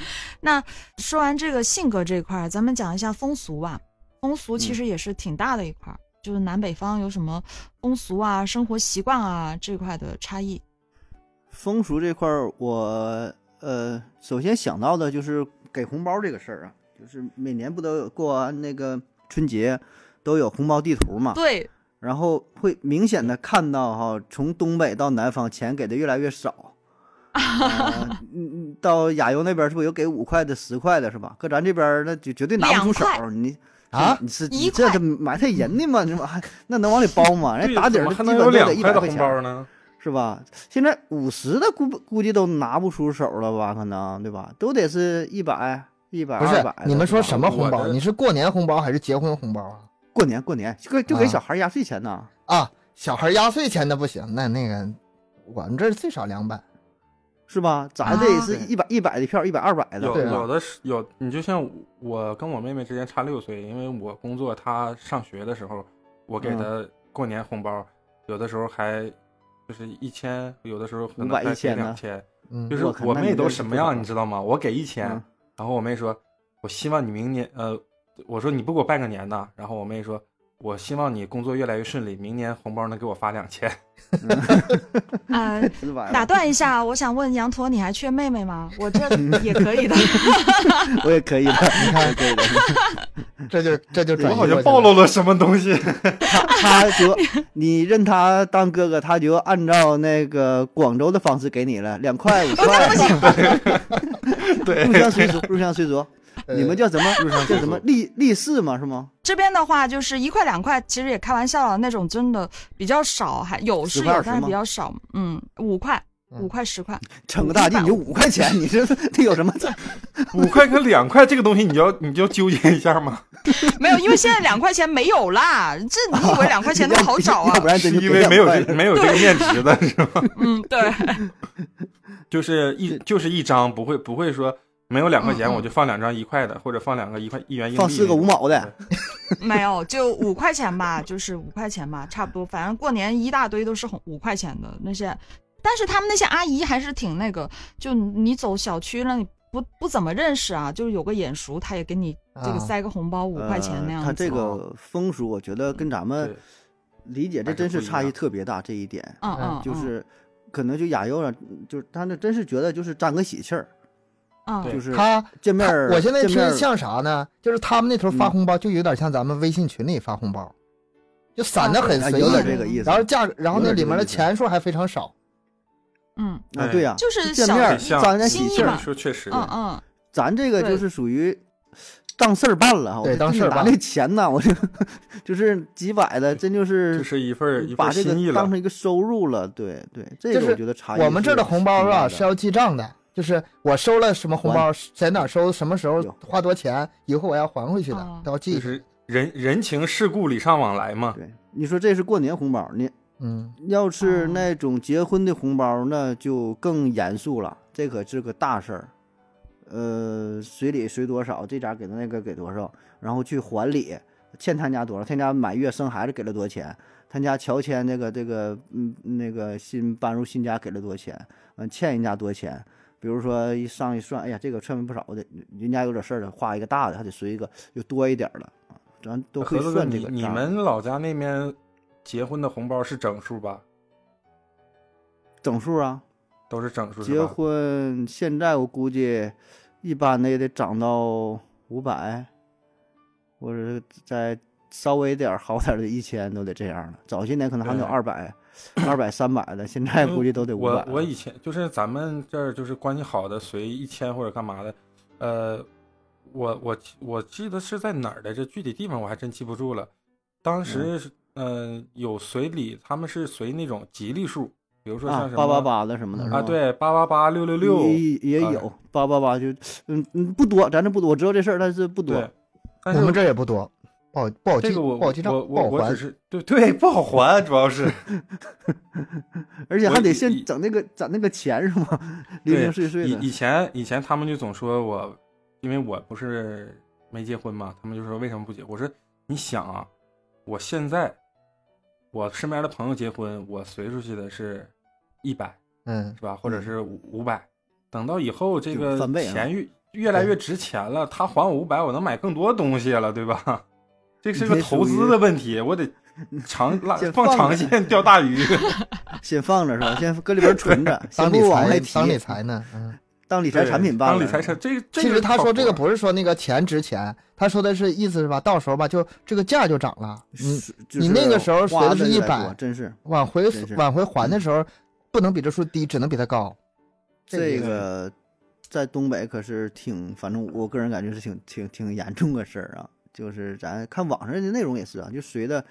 Speaker 1: 那说完这个性格这一块儿，咱们讲一下风俗吧。风俗
Speaker 2: 嗯
Speaker 1: 其实也是挺大的一块儿，就是南北方有什么风俗啊、生活习惯啊这块的差异。
Speaker 2: 风俗这块儿，我呃，首先想到的就是给红包这个事儿啊，就是每年不都有过完那个春节都有红包地图嘛，
Speaker 1: 对，
Speaker 2: 然后会明显的看到哈，从东北到南方钱给的越来 越少。呃嗯嗯到亚游那边是不是有给五块的、十块的，是吧？搁咱这边儿那就绝对拿不出手
Speaker 1: 两。
Speaker 2: 你
Speaker 3: 啊
Speaker 2: 你是
Speaker 1: 一
Speaker 2: 你这
Speaker 1: 块
Speaker 2: 这埋汰人的嘛？这玩意儿那能往里包吗？人
Speaker 4: 对
Speaker 2: 家打底
Speaker 4: 怎
Speaker 2: 儿
Speaker 4: 么
Speaker 2: 基
Speaker 4: 还
Speaker 2: 本
Speaker 4: 能
Speaker 2: 都
Speaker 4: 有两
Speaker 2: 得一百
Speaker 4: 块的
Speaker 2: 块
Speaker 4: 红
Speaker 2: 钱
Speaker 4: 包呢？
Speaker 2: 是吧？现在五十的估估计都拿不出手了吧？可能对吧？都得是一百、一百、
Speaker 3: 不
Speaker 2: 二
Speaker 3: 是
Speaker 2: 百。
Speaker 3: 你们说
Speaker 2: 是吧
Speaker 3: 什么红
Speaker 4: 我
Speaker 3: 包？
Speaker 4: 的
Speaker 3: 你是过年红包还是结婚红包啊？
Speaker 2: 过年过年就给就给
Speaker 3: 啊
Speaker 2: 小孩压岁钱呢？
Speaker 3: 啊，小孩压岁钱那不行，那那个我们这儿最少两百。
Speaker 2: 是吧？咱
Speaker 1: 啊
Speaker 2: 这也是
Speaker 3: 对
Speaker 2: 一百一百的票，一百二百的，
Speaker 4: 有
Speaker 3: 对啊
Speaker 4: 有的是有，你就像我跟我妹妹之间差六岁，因为我工作，她上学的时候，
Speaker 2: 嗯
Speaker 4: 我给她过年红包，有的时候还就是一千，有的时候可能
Speaker 2: 500
Speaker 4: 还给
Speaker 2: 1000呢
Speaker 4: 两千，
Speaker 3: 嗯
Speaker 4: 就是
Speaker 2: 我靠
Speaker 4: 我
Speaker 2: 那
Speaker 4: 妹
Speaker 2: 你
Speaker 4: 都
Speaker 2: 这
Speaker 4: 什
Speaker 2: 是
Speaker 4: 么
Speaker 2: 不
Speaker 4: 样，
Speaker 2: 懂
Speaker 4: 你知道吗？我给一千，
Speaker 2: 嗯
Speaker 4: 然后我妹说，我希望你明年，呃，我说你不给我拜个年呐，然后我妹说，我希望你工作越来越顺利，明年红包能给我发两千。
Speaker 1: 呃，
Speaker 2: 是吧？
Speaker 1: 打断一下，我想问羊驼，你还缺妹妹吗？ 我这也可以 的。
Speaker 2: 我也可以的，你看可以的。
Speaker 3: 这就这就转
Speaker 4: 我
Speaker 3: 移
Speaker 4: 好像
Speaker 3: 过去了
Speaker 4: 暴露了什么东西。
Speaker 2: 他就你认他当哥哥，他就按照那个广州的方式给你了，两块五块，
Speaker 4: 对
Speaker 2: 入乡随俗，入乡随 俗。
Speaker 3: 呃
Speaker 2: 你们叫什么？
Speaker 4: 入乡
Speaker 2: 叫
Speaker 4: 随俗
Speaker 2: 什么立立誓嘛，是吗？
Speaker 1: 这边的话就是一块两块，其实也开玩笑了，那种真的比较少，还有是
Speaker 2: 10块
Speaker 1: 有，
Speaker 2: 20
Speaker 1: 但是
Speaker 2: 吗
Speaker 1: 比较少。嗯，五块、
Speaker 3: 嗯
Speaker 1: 五块、十块，
Speaker 2: 整个大地你就五块钱，你这这有什么？
Speaker 4: 五块跟两块这个东西，你要你就纠结一下 吗？
Speaker 1: 没有，因为现在两块钱没有啦。这你以为两块钱都好 找
Speaker 2: 要不
Speaker 1: 啊？
Speaker 2: 然
Speaker 4: 是
Speaker 2: 真就
Speaker 4: 因为没有
Speaker 2: 这
Speaker 4: 这没有这个面值的是吗？
Speaker 1: 嗯，对，
Speaker 4: 就是一就是一张，不会不会说没有两块钱
Speaker 1: 嗯嗯
Speaker 4: 我就放两张一块的，或者放两个一块一元硬币。
Speaker 2: 放四个五毛的，
Speaker 1: 没有，就五块钱吧，就是五块钱吧，差不多。反正过年一大堆都是红五块钱的那些，但是他们那些阿姨还是挺那个，就你走小区那你不不怎么认识啊，就是有个眼熟，他也给你这个
Speaker 3: 啊
Speaker 1: 塞个红包五块钱那样子。哦
Speaker 2: 呃他这个风俗，我觉得跟咱们
Speaker 4: 对
Speaker 2: 理解这真是差异特别大，这一点
Speaker 1: 嗯嗯，
Speaker 2: 就
Speaker 1: 嗯
Speaker 2: 是可能就亚优啊，就是他那真是觉得就是沾个喜气儿，
Speaker 1: 嗯，
Speaker 4: 对
Speaker 2: 就是
Speaker 3: 他
Speaker 2: 见面
Speaker 3: 他
Speaker 2: 儿。
Speaker 3: 我现在
Speaker 2: 见面
Speaker 3: 听
Speaker 2: 儿嗯
Speaker 3: 像啥呢？就是他们那头发红包，就有点像咱们微信群里发红包，就散的很
Speaker 2: 啊
Speaker 3: 随
Speaker 2: 有点这
Speaker 3: 意，
Speaker 2: 个意思。
Speaker 3: 然后价，然后那里面
Speaker 2: 有点这个
Speaker 3: 的
Speaker 2: 意思
Speaker 3: 钱数还非常少。
Speaker 1: 嗯
Speaker 2: 啊，对呀、
Speaker 1: 就是
Speaker 2: 见
Speaker 1: 小
Speaker 2: 面儿
Speaker 4: 对像
Speaker 2: 沾点
Speaker 1: 心
Speaker 2: 喜
Speaker 1: 意
Speaker 2: 气
Speaker 1: 嘛
Speaker 2: 儿
Speaker 4: 你，说确实，
Speaker 1: 嗯嗯，
Speaker 2: 咱这个就是属于当事儿办了。我
Speaker 3: 对
Speaker 2: 这
Speaker 3: 当事儿
Speaker 2: 拿
Speaker 3: 办
Speaker 2: 这钱呐，我就就是几百的，真就是
Speaker 4: 就是一份儿一份
Speaker 2: 嗯把
Speaker 4: 儿
Speaker 2: 这
Speaker 4: 心意
Speaker 2: 个当
Speaker 4: 了。
Speaker 2: 成一个收入了。对对，这
Speaker 3: 就是
Speaker 2: 个我觉得差异是。
Speaker 3: 我们这儿的红包啊
Speaker 2: 挺大
Speaker 3: 是
Speaker 2: 的
Speaker 3: 要记账的，就是我收了什么红包，在哪儿收，什么时候
Speaker 2: 有
Speaker 3: 花多钱，以后我要还回去的
Speaker 1: 哦，
Speaker 3: 都要记
Speaker 4: 就
Speaker 3: 着。
Speaker 4: 是人人情世故礼尚往来嘛。
Speaker 2: 对，你说这是过年红包，你
Speaker 3: 嗯，
Speaker 2: 要是
Speaker 1: 哦
Speaker 2: 那种结婚的红包，那就更严肃了，这可是个大事儿。呃，随礼随多少，这家给的那个给多少，然后去还礼，欠他家多少，他家满月生孩子给了多少钱，他家乔迁这个这个嗯那个新搬入新家给了多少钱，嗯欠人家多少钱，比如说一上一算，哎呀这个欠不少的，人家有点事儿了，花一个大的，还得随一个又多一点儿了啊，咱都会
Speaker 4: 盒子哥，
Speaker 2: 算这
Speaker 4: 你
Speaker 2: 个账。
Speaker 4: 你们老家那边结婚的红包是整数吧？
Speaker 2: 整数啊？
Speaker 4: 都是整数是
Speaker 2: 结
Speaker 4: 吧？
Speaker 2: 婚现在我估计一般的也得涨到五百，或者再稍微点儿好点儿的一千都得这样了。早些年可能还得
Speaker 4: 对嗯
Speaker 2: 二百、二百、三百的，现在估计都得五百
Speaker 4: 我。我以前就是咱们这儿就是关系好的，随一千或者干嘛的，呃，我我我记得是在哪儿来着，具体地方我还真记不住了。当时是嗯、有随礼，他们是随那种吉利数，比如说像
Speaker 2: 啊
Speaker 4: 什么
Speaker 2: 八八八的什么的
Speaker 3: 啊
Speaker 2: 是吧
Speaker 4: 啊，对，八八八六六六，
Speaker 2: 也也
Speaker 4: 啊
Speaker 2: 有八八八就嗯嗯不多，咱这不多，我知道这事儿，但是不多
Speaker 4: 对。。但
Speaker 3: 我
Speaker 4: 是
Speaker 3: 们这儿也不多，不好不好记
Speaker 4: 这个我
Speaker 3: 不好记账，
Speaker 4: 我
Speaker 3: 不
Speaker 4: 我
Speaker 3: 好
Speaker 4: 我
Speaker 3: 还
Speaker 4: 只。是对对不好还，主要是
Speaker 2: 而且还
Speaker 4: 我
Speaker 2: 得
Speaker 4: 以
Speaker 2: 先
Speaker 4: 以
Speaker 2: 整那个攒那个钱是 吗？ 零
Speaker 4: 对
Speaker 2: 零碎碎
Speaker 4: 以
Speaker 2: 的
Speaker 4: 以前以前他们就总说我，因为我不是没结婚嘛，他们就说为什么不结？我说你想啊，我现在我身边的朋友结婚，我随出去的是一百
Speaker 3: 嗯，
Speaker 4: 是吧，或者
Speaker 2: 嗯
Speaker 4: 是五五百，等到以后这
Speaker 2: 就
Speaker 4: 个
Speaker 2: 翻倍啊
Speaker 4: 钱越越来越值钱了，他还我五百，我能买更多东西了，对吧？这是个
Speaker 2: 你这属
Speaker 4: 投资
Speaker 2: 于
Speaker 4: 的问 题，我得长拉
Speaker 2: 先
Speaker 4: 放
Speaker 2: 放
Speaker 4: 长
Speaker 2: 着
Speaker 4: 线钓大 鱼。
Speaker 2: 先放着是吧？先搁里边 存着，先
Speaker 3: 当
Speaker 2: 不
Speaker 3: 理
Speaker 2: 往外
Speaker 3: 财
Speaker 2: 提，
Speaker 3: 当理财呢。嗯，
Speaker 2: 当理财
Speaker 4: 对
Speaker 2: 产品办了
Speaker 4: 当
Speaker 2: 是
Speaker 4: 理
Speaker 2: 吧。
Speaker 4: 财产，这个这
Speaker 3: 其
Speaker 4: 个
Speaker 3: 实他
Speaker 4: 靠
Speaker 3: 说
Speaker 4: 谱
Speaker 3: 这个
Speaker 4: 啊
Speaker 3: 不是说那个钱值钱，他说的是意思是吧？到时候吧，就这个价就涨了。你
Speaker 2: 是就是
Speaker 3: 你那个时候
Speaker 2: 花
Speaker 3: 学的是
Speaker 2: 越来
Speaker 3: 100
Speaker 2: 越多真是
Speaker 3: 往回
Speaker 2: 真是
Speaker 3: 往回还
Speaker 4: 嗯
Speaker 3: 的时候，不能比这数低，只能比它高。
Speaker 2: 这
Speaker 3: 这
Speaker 2: 个在东北可是挺，反正我个人感觉是挺挺挺严重的事儿啊。就是咱看网上的内容也是啊，就随着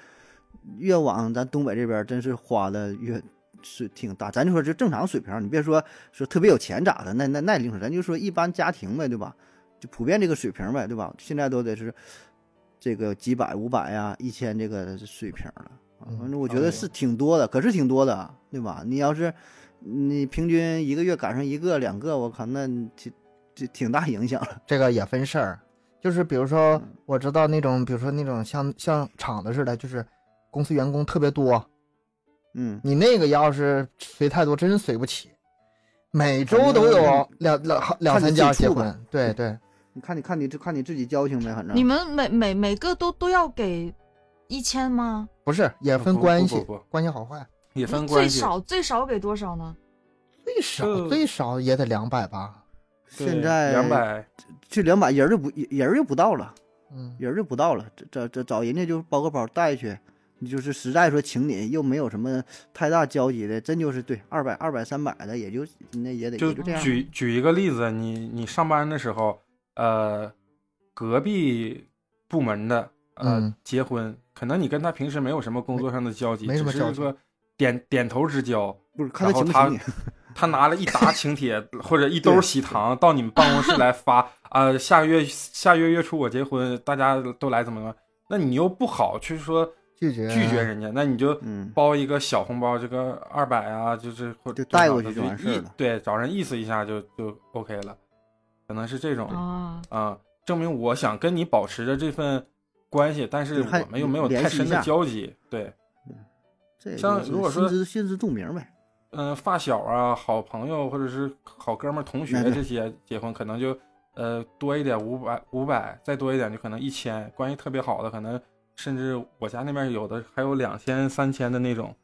Speaker 2: 越往咱东北这边，真是花的越是挺大。咱就说就正常水平，你别说说特别有钱咋的，那那那另说，咱就说一般家庭呗，对吧？就普遍这个水平呗，对吧？现在都得是这个几百、五百呀、一千这个水平了。啊
Speaker 3: 嗯
Speaker 2: 反正我觉
Speaker 4: 哎
Speaker 2: 得
Speaker 4: 呦
Speaker 2: 是挺多的，可是挺多的，对吧？你要是你平均一个月赶上一个两个，我靠，那你挺挺挺大影响了。
Speaker 3: 这个也分事儿，就是比如说
Speaker 4: 嗯
Speaker 3: 我知道那种，比如说那种像像厂子似的，就是公司员工特别多，
Speaker 2: 嗯，
Speaker 3: 你那个要是随太多，真随不起。每周都有两两两三家结
Speaker 2: 看你
Speaker 3: 婚，对
Speaker 4: 嗯
Speaker 3: 对，
Speaker 2: 你看你看你这看你自己交情呗，反正
Speaker 1: 你们每每每个都都要给一千吗？
Speaker 3: 不是也分
Speaker 4: 啊不
Speaker 3: 关
Speaker 4: 不
Speaker 3: 系
Speaker 4: 不不，
Speaker 3: 关系好坏，
Speaker 4: 也分关
Speaker 1: 最
Speaker 4: 系。
Speaker 1: 少最少给多少呢？
Speaker 3: 最少
Speaker 4: 就
Speaker 3: 最少也得两百吧，
Speaker 4: 对
Speaker 2: 现在
Speaker 4: 两百，
Speaker 2: 这两百人儿就不人儿就不到了，
Speaker 3: 嗯，
Speaker 2: 人儿就不到了。这这这找人家就包个包带去，你就是实在说请你又没有什么太大交集的，真就是对二百二百三百的也就那也得
Speaker 4: 就
Speaker 2: 也就这样。
Speaker 4: 举举一个例子，你你上班的时候，呃，隔壁部门的呃、
Speaker 3: 嗯
Speaker 4: 结婚，可能你跟他平时没有什么工作上的交集，
Speaker 3: 没没什么
Speaker 4: 只
Speaker 3: 交
Speaker 4: 是
Speaker 3: 集
Speaker 4: 说点点头之交。
Speaker 2: 不是看他
Speaker 4: 然后
Speaker 2: 请不
Speaker 4: 他
Speaker 2: 请你，
Speaker 4: 他拿了一沓请帖或者一兜喜糖到你们办公室来发啊、下个月下月月初我结婚，大家都来怎么样？那你又不好去说
Speaker 3: 拒绝
Speaker 4: 拒绝人家，那你就
Speaker 2: 嗯
Speaker 4: 包一个小红包，这个二百啊，就是或
Speaker 2: 就
Speaker 4: 多
Speaker 2: 带
Speaker 4: 少
Speaker 2: 过
Speaker 4: 的
Speaker 2: 去就完事
Speaker 4: 意
Speaker 2: 儿了
Speaker 4: 对，找人意思一下就就 OK 了，可能是这种啊、
Speaker 1: 啊，
Speaker 4: 证明我想跟你保持着这份关系，但是
Speaker 2: 就还
Speaker 4: 我们又没有
Speaker 2: 联
Speaker 4: 太
Speaker 2: 系
Speaker 4: 深
Speaker 2: 一
Speaker 4: 的
Speaker 2: 下
Speaker 4: 交集。对，
Speaker 2: 这也
Speaker 4: 像
Speaker 2: 就是
Speaker 4: 如果说
Speaker 2: 心知心知肚明呗，
Speaker 4: 嗯、发小啊、好朋友或者是好哥们儿、同学
Speaker 2: 那就
Speaker 4: 这些结婚，可能就呃多一点五百五百，再多一点就可能一千，关系特别好的可能甚至我家那边有的还有两千、三千的那种，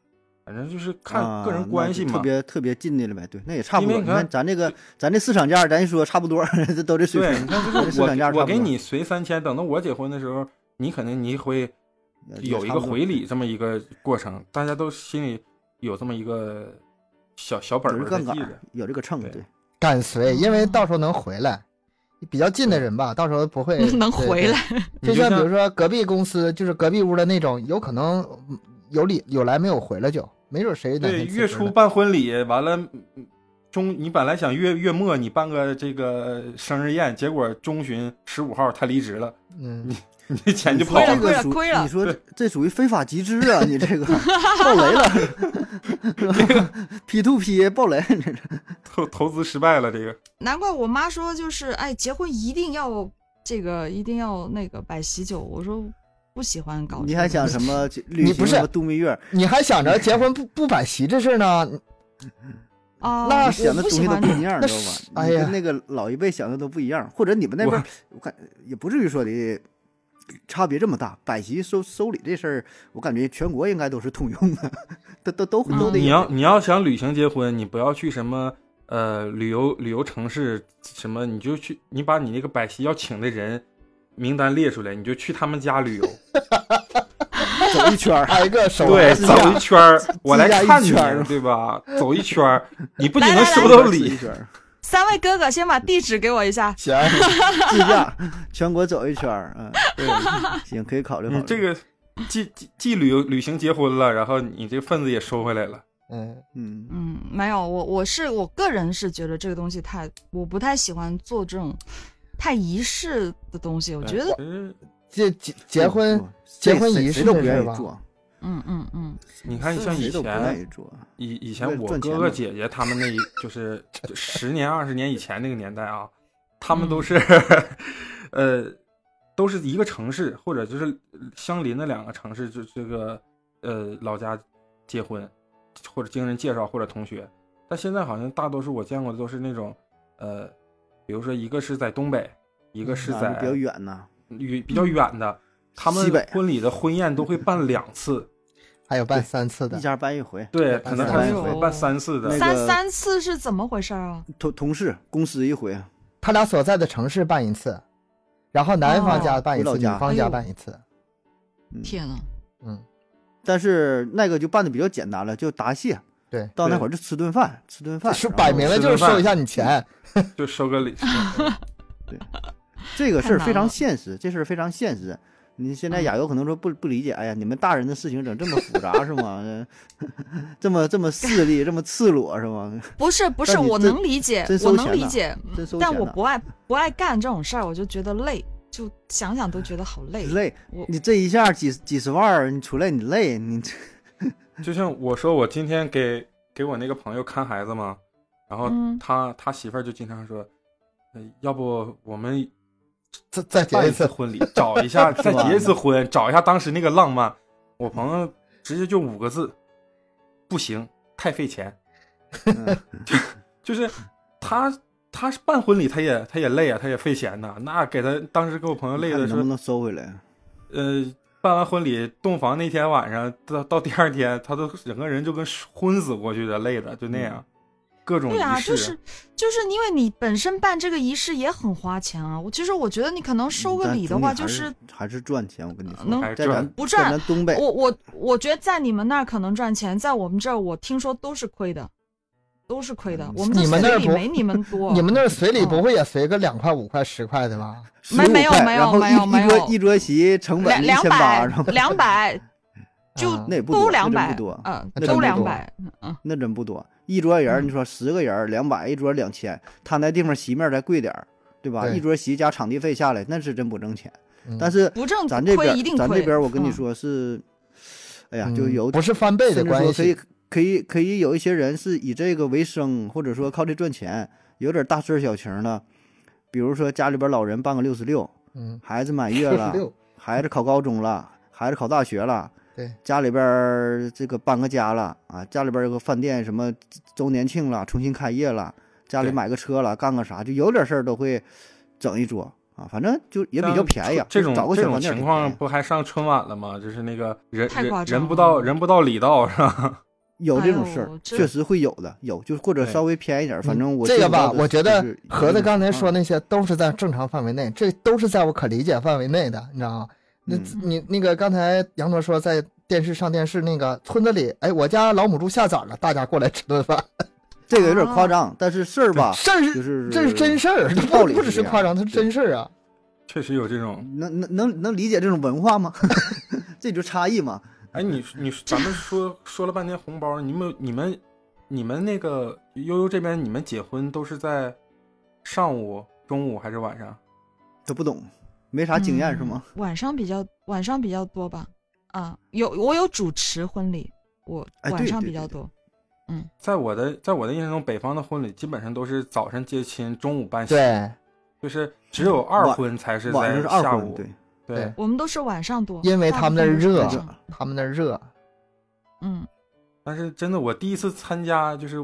Speaker 4: 反正就是看
Speaker 2: 啊
Speaker 4: 个人
Speaker 2: 那
Speaker 4: 关
Speaker 2: 就
Speaker 4: 系
Speaker 2: 特
Speaker 4: 嘛。
Speaker 2: 别特别近的了呗，对，那也差不
Speaker 4: 因为
Speaker 2: 多。你
Speaker 4: 你看
Speaker 2: 看咱这个咱这市场价，咱说差不多，这 都这水
Speaker 4: 对，
Speaker 2: 平
Speaker 4: 你。看，
Speaker 2: 咱
Speaker 4: 就
Speaker 2: 这
Speaker 4: 是
Speaker 2: 市场价差不
Speaker 4: 我我给
Speaker 2: 多
Speaker 4: 你随三千，等到我结婚的时候，你可能你会
Speaker 2: 也
Speaker 4: 有一
Speaker 2: 差
Speaker 4: 个
Speaker 2: 不多
Speaker 4: 回礼这么一个过程，大家都心里有这么一个小小本
Speaker 2: 有
Speaker 4: 本
Speaker 2: 这
Speaker 4: 儿
Speaker 2: 杠
Speaker 4: 在
Speaker 2: 杆
Speaker 4: 记
Speaker 2: 儿
Speaker 4: 着。，
Speaker 2: 有这个啊秤，
Speaker 4: 对
Speaker 2: 对，
Speaker 3: 敢随，因为到时候能回来。比较近的人吧，到时候不会
Speaker 1: 哦 能
Speaker 3: 对
Speaker 1: 回
Speaker 3: 对
Speaker 1: 来。
Speaker 3: 就
Speaker 4: 你就
Speaker 3: 像比
Speaker 4: 像
Speaker 3: 如说隔壁公司，就是隔壁屋的那种，有可能嗯有理有来没有回来就，没准谁哪
Speaker 4: 对，
Speaker 3: 天辞
Speaker 4: 月
Speaker 3: 职
Speaker 4: 初
Speaker 3: 了
Speaker 4: 办婚礼，完了嗯中，你本来想月月末你办个这个生日宴，结果中旬十五号他离职了，
Speaker 3: 嗯，
Speaker 4: 你 这钱就跑
Speaker 1: 亏了
Speaker 4: 了。
Speaker 1: 亏了
Speaker 2: 这个属
Speaker 1: 亏了
Speaker 2: 你说
Speaker 4: 对
Speaker 2: 这属于非法集资啊！你这个爆雷了，是吧？P to P 爆雷，你这
Speaker 4: 投投资失败了，这个
Speaker 1: 难怪我妈说就是，哎，结婚一定要这个，一定要那个摆喜酒。我说不喜欢搞这个东西。
Speaker 2: 你还想什么旅
Speaker 3: 你不
Speaker 2: 行
Speaker 3: 是
Speaker 2: 什么度蜜月？
Speaker 3: 你还想着结 婚不不摆席这事儿呢？
Speaker 1: 啊？
Speaker 3: 那
Speaker 1: 我
Speaker 2: 你想的
Speaker 1: 不
Speaker 2: 东
Speaker 1: 喜
Speaker 2: 西都
Speaker 1: 欢
Speaker 2: 不一样，
Speaker 3: 那
Speaker 2: 知道吧
Speaker 3: 是？
Speaker 2: 你
Speaker 3: 哎呀
Speaker 2: 跟那个老一辈想的都不一样，或者你们那边儿，我感也不至于说的差别这么大。摆席收收礼这事儿，我感觉全国应该都是通用的，都都都都
Speaker 1: 嗯
Speaker 2: 得
Speaker 4: 你要
Speaker 2: 有。
Speaker 4: 你要想旅行结婚，你不要去什么呃旅游旅游城市什么，你就去你把你那个摆席要请的人名单列出来，你就去他们家旅 游，
Speaker 2: 走一圈 儿，
Speaker 3: 挨个手啊
Speaker 4: 对，
Speaker 3: 挨
Speaker 2: 自
Speaker 3: 自
Speaker 2: 驾
Speaker 4: 走一圈儿，我来看
Speaker 2: 自
Speaker 4: 你
Speaker 2: 驾一圈儿，
Speaker 4: 对吧？走一圈 儿，你不仅
Speaker 1: 来
Speaker 4: 能
Speaker 1: 来
Speaker 4: 收
Speaker 1: 来
Speaker 4: 到
Speaker 2: 自己
Speaker 4: 礼
Speaker 2: 一，圈儿，
Speaker 1: 三位哥哥先把地址给我一下。
Speaker 3: 行，
Speaker 2: 自驾全国走一圈儿，嗯，
Speaker 4: 对，
Speaker 2: 行，可以考虑考
Speaker 4: 你
Speaker 2: 虑。
Speaker 4: 嗯这，个既既既旅游旅行结婚了，然后你这份子也收回来了，
Speaker 3: 嗯，
Speaker 2: 嗯，
Speaker 1: 嗯，没有，我我是我个人是觉得这个东西太，我不太喜欢做这种太仪式的东哎西。我觉得，
Speaker 4: 得，
Speaker 3: 这结结婚
Speaker 2: 不谁
Speaker 3: 结婚
Speaker 2: 谁
Speaker 3: 仪
Speaker 2: 谁
Speaker 3: 式
Speaker 2: 都不
Speaker 3: 这事
Speaker 2: 愿
Speaker 3: 儿
Speaker 2: 意
Speaker 3: 吧
Speaker 2: 做，
Speaker 1: 嗯嗯嗯，
Speaker 4: 你看像
Speaker 2: 谁
Speaker 4: 以
Speaker 2: 都不
Speaker 4: 前
Speaker 2: 愿意做。
Speaker 4: 以以前
Speaker 2: 为了
Speaker 4: 我
Speaker 2: 赚
Speaker 4: 哥
Speaker 2: 钱
Speaker 4: 哥
Speaker 2: 嘛
Speaker 4: 姐姐他们那一就是就十年二十年以前那个年代啊，他们都
Speaker 1: 嗯
Speaker 4: 是、 呃都是一个城市或者就是相邻的两个城市，就这个呃老家结婚，或者经人介绍或者同学。但现在好像大多数我见过的都是那种呃，比如说一个是在东北，一个是
Speaker 2: 啊
Speaker 4: 在
Speaker 2: 比较远呐，
Speaker 4: 与比较远的，他们
Speaker 2: 西北啊
Speaker 4: 婚礼的婚宴都会办两次，
Speaker 3: 还有办三次的
Speaker 2: 一，家搬一回。
Speaker 4: 对，
Speaker 3: 办
Speaker 4: 可能
Speaker 3: 三
Speaker 4: 还
Speaker 3: 次
Speaker 4: 会办三次的。
Speaker 2: 那个
Speaker 1: 三三次是怎么回事啊？
Speaker 2: 同同事公司一回，
Speaker 3: 他俩所在的城市办一次，然后男方家办一
Speaker 2: 哦
Speaker 3: 次，
Speaker 2: 回
Speaker 3: 女
Speaker 2: 老家
Speaker 1: 哎
Speaker 3: 方家办一次，
Speaker 2: 嗯
Speaker 1: 天啊呐，
Speaker 3: 嗯，
Speaker 2: 但是那个就办的比较简单了，就答谢。
Speaker 3: 对
Speaker 2: 到那会儿就吃顿饭，吃顿饭。
Speaker 3: 是
Speaker 2: 然后
Speaker 3: 摆明了就是收一下你钱，
Speaker 4: 就收个礼。
Speaker 2: 这个事儿
Speaker 1: 太难
Speaker 2: 非常
Speaker 1: 了
Speaker 2: 现实，这事儿非常现实。你现在
Speaker 1: 嗯
Speaker 2: 亚游可能说不不理解，哎呀，你们大人的事情整这么复杂是吗？ 呃这么这么势利，这么赤裸是吗？
Speaker 1: 不是不是，
Speaker 2: 但你
Speaker 1: 我
Speaker 2: 真
Speaker 1: 能理解
Speaker 2: 真，
Speaker 1: 我
Speaker 2: 收
Speaker 1: 能
Speaker 2: 钱
Speaker 1: 理
Speaker 2: 呢
Speaker 1: 解，
Speaker 2: 真收
Speaker 1: 嗯但
Speaker 2: 钱
Speaker 1: 我
Speaker 2: 呢
Speaker 1: 不爱不爱干这种事儿，我就觉得累，就想想都觉得好 累。
Speaker 2: 累，
Speaker 1: 我
Speaker 2: 你这一下几几十万儿，你出来你累，你 这
Speaker 4: 就像我说，我今天给给我那个朋友看孩子嘛，然后
Speaker 1: 嗯
Speaker 4: 他、他媳妇儿就经常说，呃，要不我们
Speaker 3: 再再
Speaker 4: 办
Speaker 3: 结
Speaker 4: 一
Speaker 3: 一
Speaker 4: 次
Speaker 3: 次，
Speaker 4: 婚礼，找一下，再
Speaker 2: 吧
Speaker 4: 结一次婚，找一下当时那个浪漫。我朋友直接就五个字，不行，太费钱。
Speaker 2: 嗯
Speaker 4: 就是他他是办婚礼，他也他也累啊，他也费钱呐、那给他当时给我朋友累
Speaker 2: 看
Speaker 4: 的
Speaker 2: 你能不
Speaker 4: 说，
Speaker 2: 能收回来？
Speaker 4: 呃，办完婚礼洞房那天晚上到到第二天，他都整个人就跟昏死过去的，累的就那样，
Speaker 2: 嗯
Speaker 4: 各种仪
Speaker 1: 对
Speaker 4: 式。
Speaker 1: 啊，就是就是因为你本身办这个仪式也很花钱啊。我其实我觉得你可能收个
Speaker 2: 嗯但
Speaker 1: 礼的
Speaker 2: 总体
Speaker 1: 话，
Speaker 2: 还
Speaker 1: 就是
Speaker 2: 还是赚钱，我跟你
Speaker 1: 能
Speaker 2: 说，
Speaker 4: 还
Speaker 2: 在
Speaker 4: 赚
Speaker 2: 咱
Speaker 1: 不
Speaker 2: 在
Speaker 1: 赚
Speaker 2: 咱东北，
Speaker 1: 我我我觉得在你们那儿可能赚钱，在我们这儿我听说都是亏的，都是亏的
Speaker 2: 嗯。
Speaker 1: 我们这
Speaker 3: 你们
Speaker 1: 随
Speaker 3: 那儿
Speaker 1: 礼
Speaker 3: 不
Speaker 1: 没你 们多，
Speaker 3: 你们那儿随礼
Speaker 1: 嗯
Speaker 3: 不会也随个两块五块十块的吧？
Speaker 1: 没没有
Speaker 2: 15块
Speaker 1: 没有
Speaker 2: 然后
Speaker 1: 没有
Speaker 2: 一
Speaker 1: 没
Speaker 2: 一桌
Speaker 1: 有
Speaker 2: 一桌席成
Speaker 1: 两
Speaker 2: 本一
Speaker 1: 两
Speaker 2: 千八，
Speaker 1: 百
Speaker 2: 然后
Speaker 1: 两百就
Speaker 3: 啊
Speaker 2: 那 也不
Speaker 1: 都
Speaker 2: 多，
Speaker 1: 两
Speaker 2: 那
Speaker 1: 百
Speaker 2: 真不多，，
Speaker 1: 嗯，
Speaker 3: 那
Speaker 2: 真
Speaker 1: 都
Speaker 2: 不
Speaker 1: 两
Speaker 2: 多
Speaker 1: 百，嗯，
Speaker 2: 那真不多。一桌人儿，
Speaker 1: 嗯
Speaker 2: 你说十个人儿两百，一桌两千，他那地方席面儿再贵点儿，对吧？
Speaker 3: 对
Speaker 2: 一桌席加场地费下来，那是真不挣钱。
Speaker 3: 嗯
Speaker 2: 但是
Speaker 1: 不挣
Speaker 2: 咱这边
Speaker 1: 亏
Speaker 2: 儿
Speaker 1: 一定，亏。
Speaker 2: 咱这边儿我跟你
Speaker 1: 嗯，
Speaker 2: 说是，哎呀，
Speaker 3: 嗯
Speaker 2: 就有
Speaker 3: 不是翻倍的
Speaker 2: 甚至
Speaker 3: 关
Speaker 2: 说可以
Speaker 3: 系，
Speaker 2: 可以可以有一些人是以这个为生，或者说靠这赚钱，有点大事儿小情儿的，比如说家里边儿老人办个六十六，
Speaker 3: 嗯，
Speaker 2: 孩子满月
Speaker 3: 六嗯
Speaker 2: 了
Speaker 3: 十，六，
Speaker 2: 孩子考高中了，孩子考大学了，
Speaker 3: 对，
Speaker 2: 家里边儿这个搬个家了啊，家里边儿有个饭店什么周年庆了，重新开业了，家里
Speaker 4: 对
Speaker 2: 买个车了，干个啥，就有点事儿都会整一桌啊，反正就也比较
Speaker 4: 像
Speaker 2: 便宜啊，
Speaker 4: 这
Speaker 2: 就
Speaker 4: 种
Speaker 2: 找个
Speaker 4: 这
Speaker 2: 小
Speaker 4: 种
Speaker 2: 饭店儿
Speaker 4: 情
Speaker 2: 挺
Speaker 4: 况
Speaker 2: 便宜
Speaker 4: 不还上春晚了吗？就是那个人
Speaker 1: 太夸
Speaker 4: 人
Speaker 1: 张
Speaker 4: 人不到
Speaker 1: 了
Speaker 4: 人不到礼到是吧？
Speaker 2: 有这种事
Speaker 1: 哎
Speaker 2: 儿
Speaker 1: 呦，这
Speaker 2: 确实会有的，有就或者
Speaker 4: 对
Speaker 2: 稍微偏一点儿，反正我
Speaker 3: 嗯这
Speaker 2: 接
Speaker 3: 个
Speaker 2: 触到
Speaker 3: 吧，
Speaker 2: 的
Speaker 3: 我觉得
Speaker 2: 就是有
Speaker 3: 盒
Speaker 2: 这
Speaker 3: 子
Speaker 2: 种
Speaker 3: 刚才
Speaker 2: 啊
Speaker 3: 说那些都是在正常范围内，这都是在我可理解范围内的，你知道吗？那
Speaker 2: 嗯
Speaker 3: 你那个刚才杨卓说在电视上电视那个村子里，哎，我家老母猪下崽了，大家过来吃顿饭，
Speaker 2: 这个有点
Speaker 1: 啊
Speaker 2: 夸张，但是事儿吧，
Speaker 3: 事儿
Speaker 2: 啊就是是
Speaker 3: 这是真事儿，这
Speaker 2: 道
Speaker 3: 不
Speaker 2: 理
Speaker 3: 不
Speaker 2: 是这
Speaker 3: 只是
Speaker 2: 样
Speaker 3: 夸张，它是
Speaker 2: 对
Speaker 3: 真事儿啊。
Speaker 4: 确实有这种。
Speaker 2: 能能能能理解这种文化吗？ 这就差异嘛。
Speaker 4: 哎，你你咱们说说了半天红包，你们你们你们那个悠悠这边，你们结婚都是在上午、中午还是晚上？
Speaker 2: 他不懂，没啥经验是吗？
Speaker 1: 嗯？晚上比较晚上比较多吧，啊，有我有主持婚礼，我
Speaker 2: 哎对
Speaker 1: 晚上
Speaker 2: 对
Speaker 1: 比
Speaker 2: 对
Speaker 1: 较
Speaker 2: 对
Speaker 1: 多，
Speaker 4: 在我的在我的印象中，北方的婚礼基本上都是早上接亲，中午办喜，
Speaker 3: 对，
Speaker 4: 就是只有二婚才是
Speaker 2: 晚
Speaker 4: 在
Speaker 2: 上是二
Speaker 4: 下
Speaker 2: 婚，
Speaker 4: 午，
Speaker 2: 对，
Speaker 4: 对，
Speaker 1: 我们都是晚上多，
Speaker 3: 因为他们那儿热
Speaker 1: 大部分都是晚上
Speaker 3: 他们那儿热，
Speaker 1: 嗯
Speaker 4: 但是真的，我第一次参加就是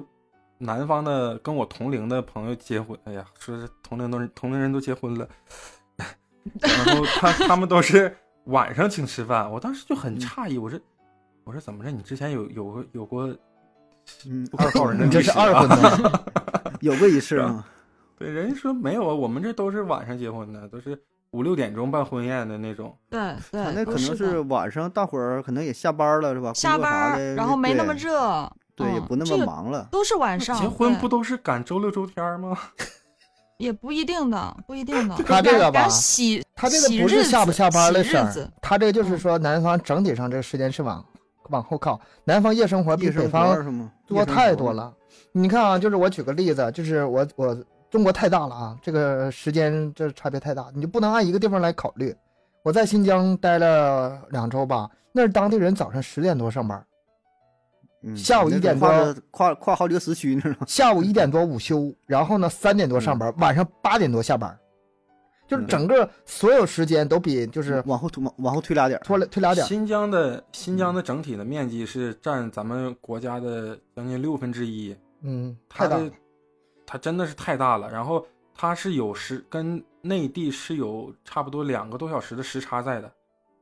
Speaker 4: 南方的跟我同龄的朋友结婚，哎呀，说是同龄都是同龄人都结婚了， 然后他他们都是晚上请吃饭，我当时就
Speaker 2: 嗯
Speaker 4: 很诧异，我说我说怎么着，你之前有有过有过
Speaker 2: 嗯，
Speaker 4: 二 号人的
Speaker 3: 你这
Speaker 4: 历
Speaker 3: 是
Speaker 4: 史
Speaker 3: 二
Speaker 4: 啊
Speaker 3: 婚？ 呢？
Speaker 2: 有过一 次吗？
Speaker 4: 对，人家说没有啊，我们这都是晚上结婚的，都是五六点钟办婚宴的那种。
Speaker 1: 对对
Speaker 2: 他，那
Speaker 1: 都
Speaker 2: 可能
Speaker 1: 是
Speaker 2: 是
Speaker 1: 的
Speaker 2: 晚上，大伙儿可能也下班了是吧？
Speaker 1: 下
Speaker 2: 工作
Speaker 1: 班
Speaker 2: 啥
Speaker 1: 儿，
Speaker 2: 的
Speaker 1: 然后没那么
Speaker 2: 对
Speaker 1: 热，
Speaker 2: 对，也
Speaker 1: 嗯
Speaker 2: 不那
Speaker 1: 这
Speaker 2: 么
Speaker 1: 个
Speaker 2: 忙了。
Speaker 1: 都是晚上
Speaker 4: 结婚
Speaker 1: 对
Speaker 4: 不都是赶周六周天吗？
Speaker 1: 也不一定的，不一定的。
Speaker 3: 他这
Speaker 1: 赶
Speaker 3: 个吧
Speaker 1: 赶喜
Speaker 3: 他这个不是下不下班的事
Speaker 1: 喜日
Speaker 3: 儿
Speaker 1: 子，
Speaker 3: 他这就是说南方整体上这个时间是往往后靠，南方夜生活比
Speaker 2: 夜
Speaker 3: 北
Speaker 2: 生
Speaker 3: 方
Speaker 2: 活是吗？夜
Speaker 3: 多
Speaker 2: 生
Speaker 3: 太
Speaker 2: 活
Speaker 3: 多
Speaker 2: 嘛。
Speaker 3: 了。你看啊，就是我举个例子，就是我我中国太大了啊，这个时间这差别太大，你就不能按一个地方来考虑。我在新疆待了两周吧，那是当地人早上十点多上班，
Speaker 2: 嗯
Speaker 3: 下午
Speaker 2: 那
Speaker 3: 一
Speaker 2: 都
Speaker 3: 点
Speaker 2: 跨
Speaker 3: 多
Speaker 2: 着跨跨好几个时区呢，是吧
Speaker 3: 下午一点多午休，然后呢三点多上
Speaker 2: 嗯
Speaker 3: 班，晚上八点多下班，就是
Speaker 4: 嗯
Speaker 3: 整个所有时间都比就是
Speaker 2: 往后推往往后推俩点儿。
Speaker 3: 拖了推俩点儿。
Speaker 4: 新疆的新疆的整体的面积是占咱们国家的将近六分之一，
Speaker 3: 嗯，
Speaker 4: 它
Speaker 3: 太大
Speaker 4: 的
Speaker 3: 了。
Speaker 4: 它真的是太大了。然后它是有时跟内地是有差不多两个多小时的时差在的。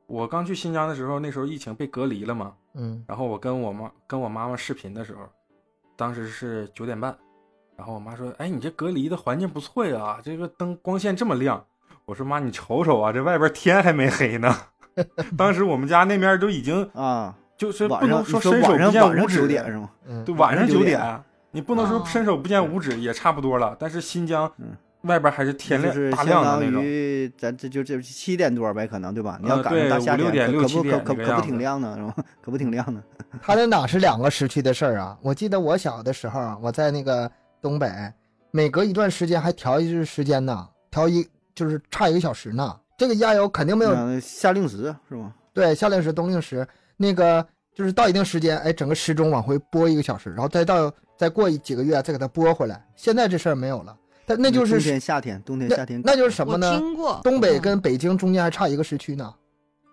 Speaker 4: 我刚去新疆的时候，那时候疫情被隔离了嘛，
Speaker 3: 嗯，
Speaker 4: 然后我跟我妈跟我妈妈视频的时候，当时是九点半，然后我妈说：“哎，你这隔离的环境不错呀，这个灯光线这么亮。”我说：“妈，你瞅瞅啊，这外边天还没黑呢。” 当时我们家那面都已经
Speaker 2: 啊，
Speaker 4: 就是不
Speaker 2: 晚上
Speaker 4: 能
Speaker 2: 你说
Speaker 4: 伸手
Speaker 2: 晚
Speaker 4: 不
Speaker 2: 上晚
Speaker 4: 见五
Speaker 2: 上九
Speaker 4: 指，
Speaker 2: 点是吗？
Speaker 3: 嗯
Speaker 4: 对，晚上
Speaker 2: 晚上
Speaker 4: 九
Speaker 2: 9
Speaker 4: 点啊
Speaker 2: 点，啊
Speaker 4: 你不能说伸手不见五指也差不多了。但是新疆
Speaker 2: 嗯
Speaker 4: 外边还是天
Speaker 2: 就
Speaker 4: 亮
Speaker 2: 是
Speaker 4: 大
Speaker 2: 相
Speaker 4: 亮的
Speaker 2: 当
Speaker 4: 那种。
Speaker 2: 于咱这就这七点多呗，可能对吧？你
Speaker 4: 呃
Speaker 2: 要赶上
Speaker 4: 对
Speaker 2: 大夏
Speaker 4: 五六点
Speaker 2: 可
Speaker 4: 六
Speaker 2: 可
Speaker 4: 七
Speaker 2: 不
Speaker 4: 点
Speaker 2: 可可可
Speaker 4: 那个
Speaker 2: 不
Speaker 4: 样
Speaker 2: 挺
Speaker 4: 子
Speaker 2: 亮呢，是吧？ 可不挺亮呢。
Speaker 3: 他那哪是两个时区的事儿啊？我记得我小的时候啊，我在那个东北，每隔一段时间还调一日时间呢，调一就是差一个小时呢。这个压油肯定没有、
Speaker 2: 嗯夏令时是吗？
Speaker 3: 对夏令时、冬令时，那个就是到一定时间，哎，整个时钟往回拨一个小时，然后再到再过一几个月再给它拨回来。现在这事儿没有了，但那就
Speaker 2: 冬
Speaker 3: 是
Speaker 2: 天夏天，冬天
Speaker 3: 那
Speaker 2: 夏天
Speaker 3: 那就是什么
Speaker 1: 我
Speaker 3: 呢？
Speaker 1: 听过
Speaker 3: 东北
Speaker 1: 嗯
Speaker 3: 跟北京中间还差一个时区呢，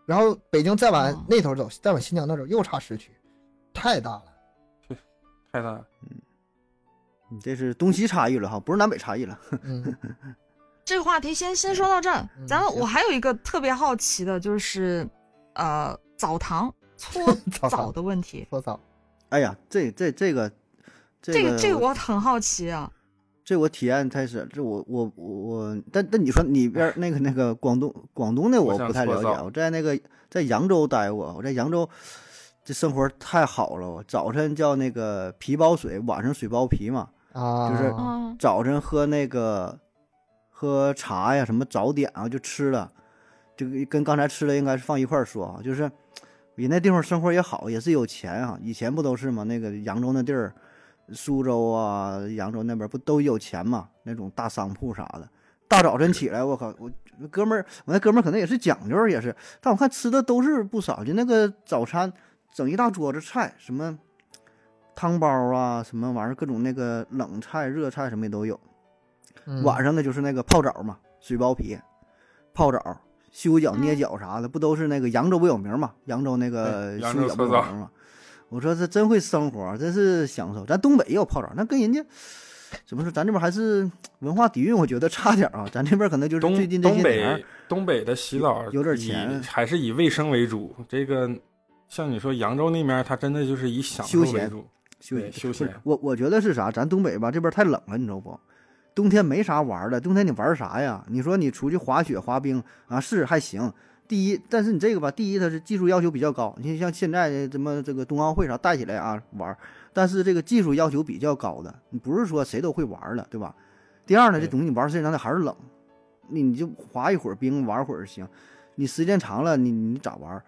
Speaker 3: 然后北京再往
Speaker 1: 嗯
Speaker 3: 那头走，再往新疆那头又差时区，太大了。
Speaker 4: 太大了，
Speaker 2: 你嗯这是东西差异了哈，不是南北差异了。
Speaker 3: 嗯，
Speaker 1: 这个话题先先说到这儿。
Speaker 3: 嗯
Speaker 1: 咱们
Speaker 3: 行
Speaker 1: 我还有一个特别好奇的，就是呃澡堂 搓澡
Speaker 3: 早早
Speaker 1: 的问题。
Speaker 3: 搓澡，
Speaker 2: 哎呀，这这这个这
Speaker 1: 这
Speaker 2: 个
Speaker 1: 个这个我很好奇啊，
Speaker 2: 这我体验太深，这我我我我，但但你说你边儿那个那个广东广东的
Speaker 4: 我
Speaker 2: 我
Speaker 4: 想
Speaker 2: 不太了
Speaker 4: 搓
Speaker 2: 解，
Speaker 4: 澡
Speaker 2: 我在那个在扬州待过，我在扬州这生活太好了，我早晨叫那个皮包水，晚上水包皮嘛，
Speaker 3: 啊，
Speaker 2: 就是
Speaker 1: 嗯，
Speaker 2: 早晨喝那个喝茶呀，什么早点啊，就吃了，这个跟刚才吃的应该是放一块儿说啊，就是人那地方生活也好，也是有钱啊，以前不都是嘛，那个扬州那地儿，苏州啊，扬州那边不都有钱嘛，那种大商铺啥的。大早晨起来，我靠，我哥们儿，我那哥们儿可能也是讲究，也是，但我看吃的都是不少，就那个早餐整一大桌子菜，什么汤包啊，什么玩意儿，各种那个冷菜、热菜什么也都有。
Speaker 3: 嗯
Speaker 2: 晚上呢就是那个泡澡嘛，水包皮、泡澡、修脚、捏
Speaker 1: 嗯
Speaker 2: 脚啥的，不都是那个扬州不有名嘛？扬州那个
Speaker 4: 对扬
Speaker 2: 修
Speaker 4: 州
Speaker 2: 脚不有
Speaker 4: 搓澡
Speaker 2: 名嘛？我说这真会生活，真是享受。咱东北也有泡澡，那跟人家怎么说？咱这边还是文化底蕴，我觉得差点儿啊。咱这边可能就是最近
Speaker 4: 东
Speaker 2: 这
Speaker 4: 东
Speaker 2: 些年儿
Speaker 4: 北东北的洗澡
Speaker 2: 有点
Speaker 4: 以
Speaker 2: 钱
Speaker 4: 还是以卫生为主。这个像你说扬州那面，它真的就是以享受
Speaker 2: 休
Speaker 4: 为
Speaker 2: 闲
Speaker 4: 主。
Speaker 2: 休
Speaker 4: 对
Speaker 2: 息
Speaker 4: 休闲
Speaker 2: 我我觉得是啥？咱东北吧，这边太冷了，你知道不？冬天没啥玩儿的，冬天你玩儿啥呀？你说你出去滑雪、滑冰啊，是还行。第一，但是你这个吧，第一它是技术要求比较高，你像现在什么这个冬奥会啥带起来啊玩儿，但是这个技术要求比较高的，你不是说谁都会玩儿了，对吧？第二呢，这
Speaker 4: 对
Speaker 2: 东西你玩儿时间长，它还是冷，你你就滑一会儿冰，玩会儿行，你时间长了，你你咋玩儿？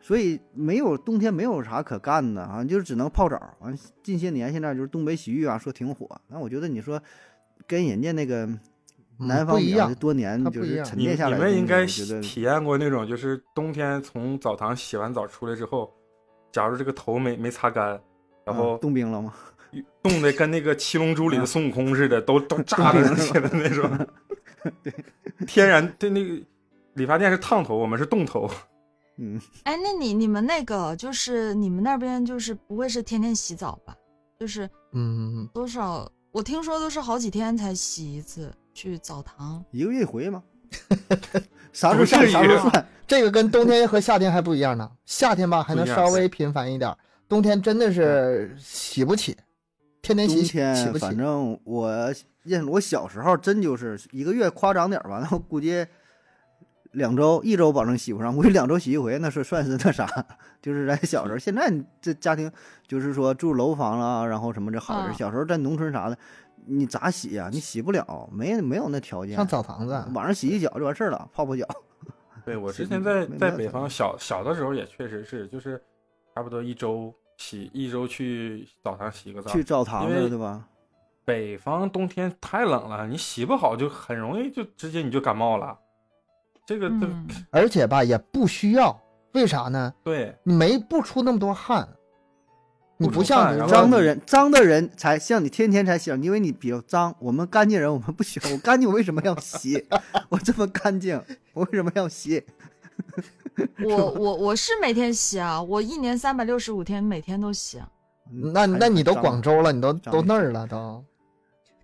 Speaker 2: 所以没有冬天没有啥可干的啊，就是只能泡澡。完，近些年现在就是东北洗浴啊，说挺火，但我觉得你说跟人家那个南方
Speaker 3: 嗯不一
Speaker 2: 比较
Speaker 3: 样
Speaker 2: 这多年
Speaker 3: 它不
Speaker 2: 就
Speaker 3: 一
Speaker 2: 是
Speaker 3: 样
Speaker 2: 沉
Speaker 4: 你
Speaker 2: 淀下
Speaker 4: 你
Speaker 2: 来的
Speaker 4: 们应该
Speaker 2: 东西我觉得
Speaker 4: 体验过那种，就是冬天从澡堂洗完澡出来之后，假如这个头没没擦干，
Speaker 2: 啊
Speaker 4: 然后
Speaker 2: 冻冰了吗？
Speaker 4: 冻得跟那个《七龙珠》里
Speaker 2: 嗯
Speaker 4: 的孙悟空似的，都都炸
Speaker 2: 冻
Speaker 4: 了
Speaker 2: 冰
Speaker 4: 起来那种。天然对那个理发店是烫头，我们是冻头。
Speaker 2: 嗯，
Speaker 1: 哎，那你你们那个就是你们那边就是不会是天天洗澡吧？就是
Speaker 3: 嗯，
Speaker 1: 多少我听说都是好几天才洗一次，去澡堂。
Speaker 2: 一个月一回 吗？啥时候上
Speaker 4: 啊
Speaker 2: 啥时候算？
Speaker 3: 这个跟冬天和夏天还不一样呢。夏天吧还能
Speaker 4: 不一
Speaker 3: 稍
Speaker 4: 样
Speaker 3: 微频繁一点儿，冬天真的是洗不起，天天
Speaker 2: 冬
Speaker 3: 洗洗
Speaker 2: 天
Speaker 3: 不起
Speaker 2: 反。正我认识我小时候真就是一个月夸张点儿吧，那我估计两周一周保证洗不上，估计两周洗一回，那是算是那啥，就是咱小时候。现在你这家庭就是说住楼房了，然后什么这好点儿，
Speaker 1: 嗯
Speaker 2: 小时候在农村啥的，你咋洗呀、你洗不了，没没有那条件。
Speaker 3: 上澡堂子，
Speaker 2: 晚上洗一脚就完事儿了，泡泡脚。
Speaker 4: 对我之
Speaker 2: 是
Speaker 4: 前在
Speaker 2: 没
Speaker 4: 在
Speaker 2: 没
Speaker 4: 北
Speaker 2: 有
Speaker 4: 方小小的时候也确实是，就是差不多一周洗一周去澡堂洗个澡。
Speaker 2: 去澡堂
Speaker 4: 啊因
Speaker 2: 子
Speaker 4: 为
Speaker 2: 对吧？
Speaker 4: 北方冬天太冷了，你洗不好就很容易就直接你就感冒了。这个对、
Speaker 1: 嗯，
Speaker 3: 而且吧也不需要，为啥呢？
Speaker 4: 对，
Speaker 3: 你没不出那么多汗，你
Speaker 4: 不
Speaker 3: 不
Speaker 4: 出汗
Speaker 3: 像比如
Speaker 4: 然后
Speaker 3: 说
Speaker 2: 脏的人，脏的人才像你天天才洗，因为你比较脏。我们干净人，我们不洗。我干净，我为什么要洗？ 我这么干净，我为什么要洗？
Speaker 1: 我 我我是每天洗啊，我一年三百六十五天每天都洗啊。
Speaker 3: 那那你都广
Speaker 2: 州，
Speaker 3: 州了，你都
Speaker 2: 嗯脏
Speaker 3: 都那儿了，都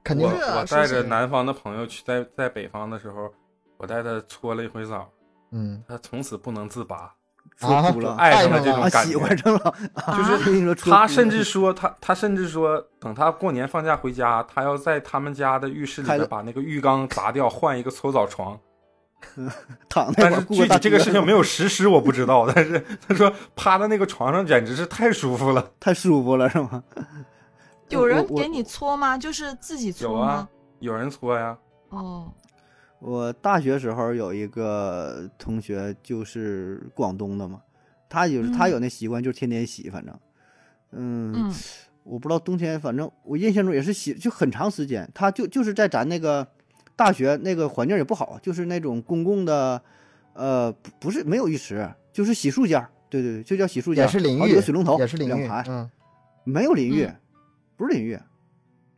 Speaker 3: 肯定
Speaker 4: 我
Speaker 1: 不
Speaker 3: 是
Speaker 1: 是啊
Speaker 4: 我
Speaker 1: 是
Speaker 4: 带
Speaker 1: 是
Speaker 4: 着南方的朋友去在在北方的时候，我带他搓了一回澡，
Speaker 3: 嗯，
Speaker 4: 他从此不能自拔，
Speaker 2: 说哭了，
Speaker 3: 啊
Speaker 4: 爱上
Speaker 3: 爱上
Speaker 4: 了这
Speaker 3: 了
Speaker 4: 种
Speaker 2: 啊，
Speaker 4: 感
Speaker 2: 喜
Speaker 4: 觉。
Speaker 2: 欢上 了。啊
Speaker 1: 就是
Speaker 2: 跟你说，
Speaker 4: 他甚至说他他甚至说，等他过年放假回家，他要在他们家的浴室里
Speaker 2: 开了
Speaker 4: 面把那个浴缸砸掉，换一个搓澡床。
Speaker 2: 躺那
Speaker 4: 但
Speaker 2: 块
Speaker 4: 是
Speaker 2: 儿。
Speaker 4: 具体这个事情没有实施，我不知道。但是他说趴在那个床上简直是太舒服了。
Speaker 2: 太舒服了，是吗？
Speaker 1: 有人
Speaker 2: 我
Speaker 1: 给你搓吗？就是自己搓
Speaker 4: 有
Speaker 1: 吗？
Speaker 4: 啊，有人搓呀，
Speaker 1: 哦，
Speaker 2: 我大学时候有一个同学就是广东的嘛，他有、他
Speaker 1: 嗯
Speaker 2: 有那习惯，就是天天洗，反正，
Speaker 1: 嗯
Speaker 2: 我不知道冬天，反正我印象中也是洗就很长时间，他就就是在咱那个大学那个环境也不好，就是那种公共的，呃，不不是没有浴池，就是洗漱间儿，对对对，就叫洗漱间
Speaker 3: 也
Speaker 2: 儿，
Speaker 3: 是淋
Speaker 2: 好几
Speaker 3: 浴，
Speaker 2: 个水龙头，
Speaker 3: 也是淋
Speaker 2: 两
Speaker 3: 浴
Speaker 2: 排，，
Speaker 3: 嗯，
Speaker 2: 没有淋浴，
Speaker 1: 嗯
Speaker 2: 不是淋浴，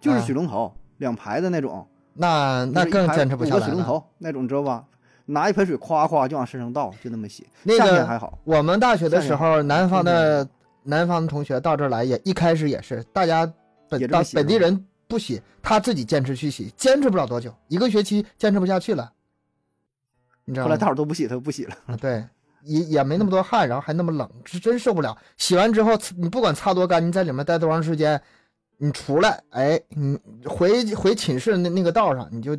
Speaker 2: 就是
Speaker 3: 啊
Speaker 2: 水龙头、两排的那种，
Speaker 3: 那那
Speaker 2: 就是一
Speaker 3: 更
Speaker 2: 排
Speaker 3: 坚持不
Speaker 2: 五
Speaker 3: 下
Speaker 2: 个
Speaker 3: 来
Speaker 2: 水龙
Speaker 3: 了。
Speaker 2: 头那种，你知道吧？拿一盆水夸夸就往身上倒，就那么洗。
Speaker 3: 那
Speaker 2: 夏天
Speaker 3: 个
Speaker 2: 还好，
Speaker 3: 我们大学的
Speaker 2: 夏
Speaker 3: 时
Speaker 2: 天
Speaker 3: 候，南方的南方的同学到这儿来也一开始也是，大家本
Speaker 2: 也这么
Speaker 3: 当
Speaker 2: 洗
Speaker 3: 本地
Speaker 2: 是吧
Speaker 3: 人不洗，他自己坚持去洗，坚持不了多久，一个学期坚持不下去了，你知道
Speaker 2: 后
Speaker 3: 吗
Speaker 2: 来？大伙儿都不洗，他不洗了。
Speaker 3: 啊，对，也也没那么多汗，然后还那么冷，是真受不了。洗完之后，你不管擦多干，你在里面待多长时间，你出来，哎，你回回寝室那那个道上，你就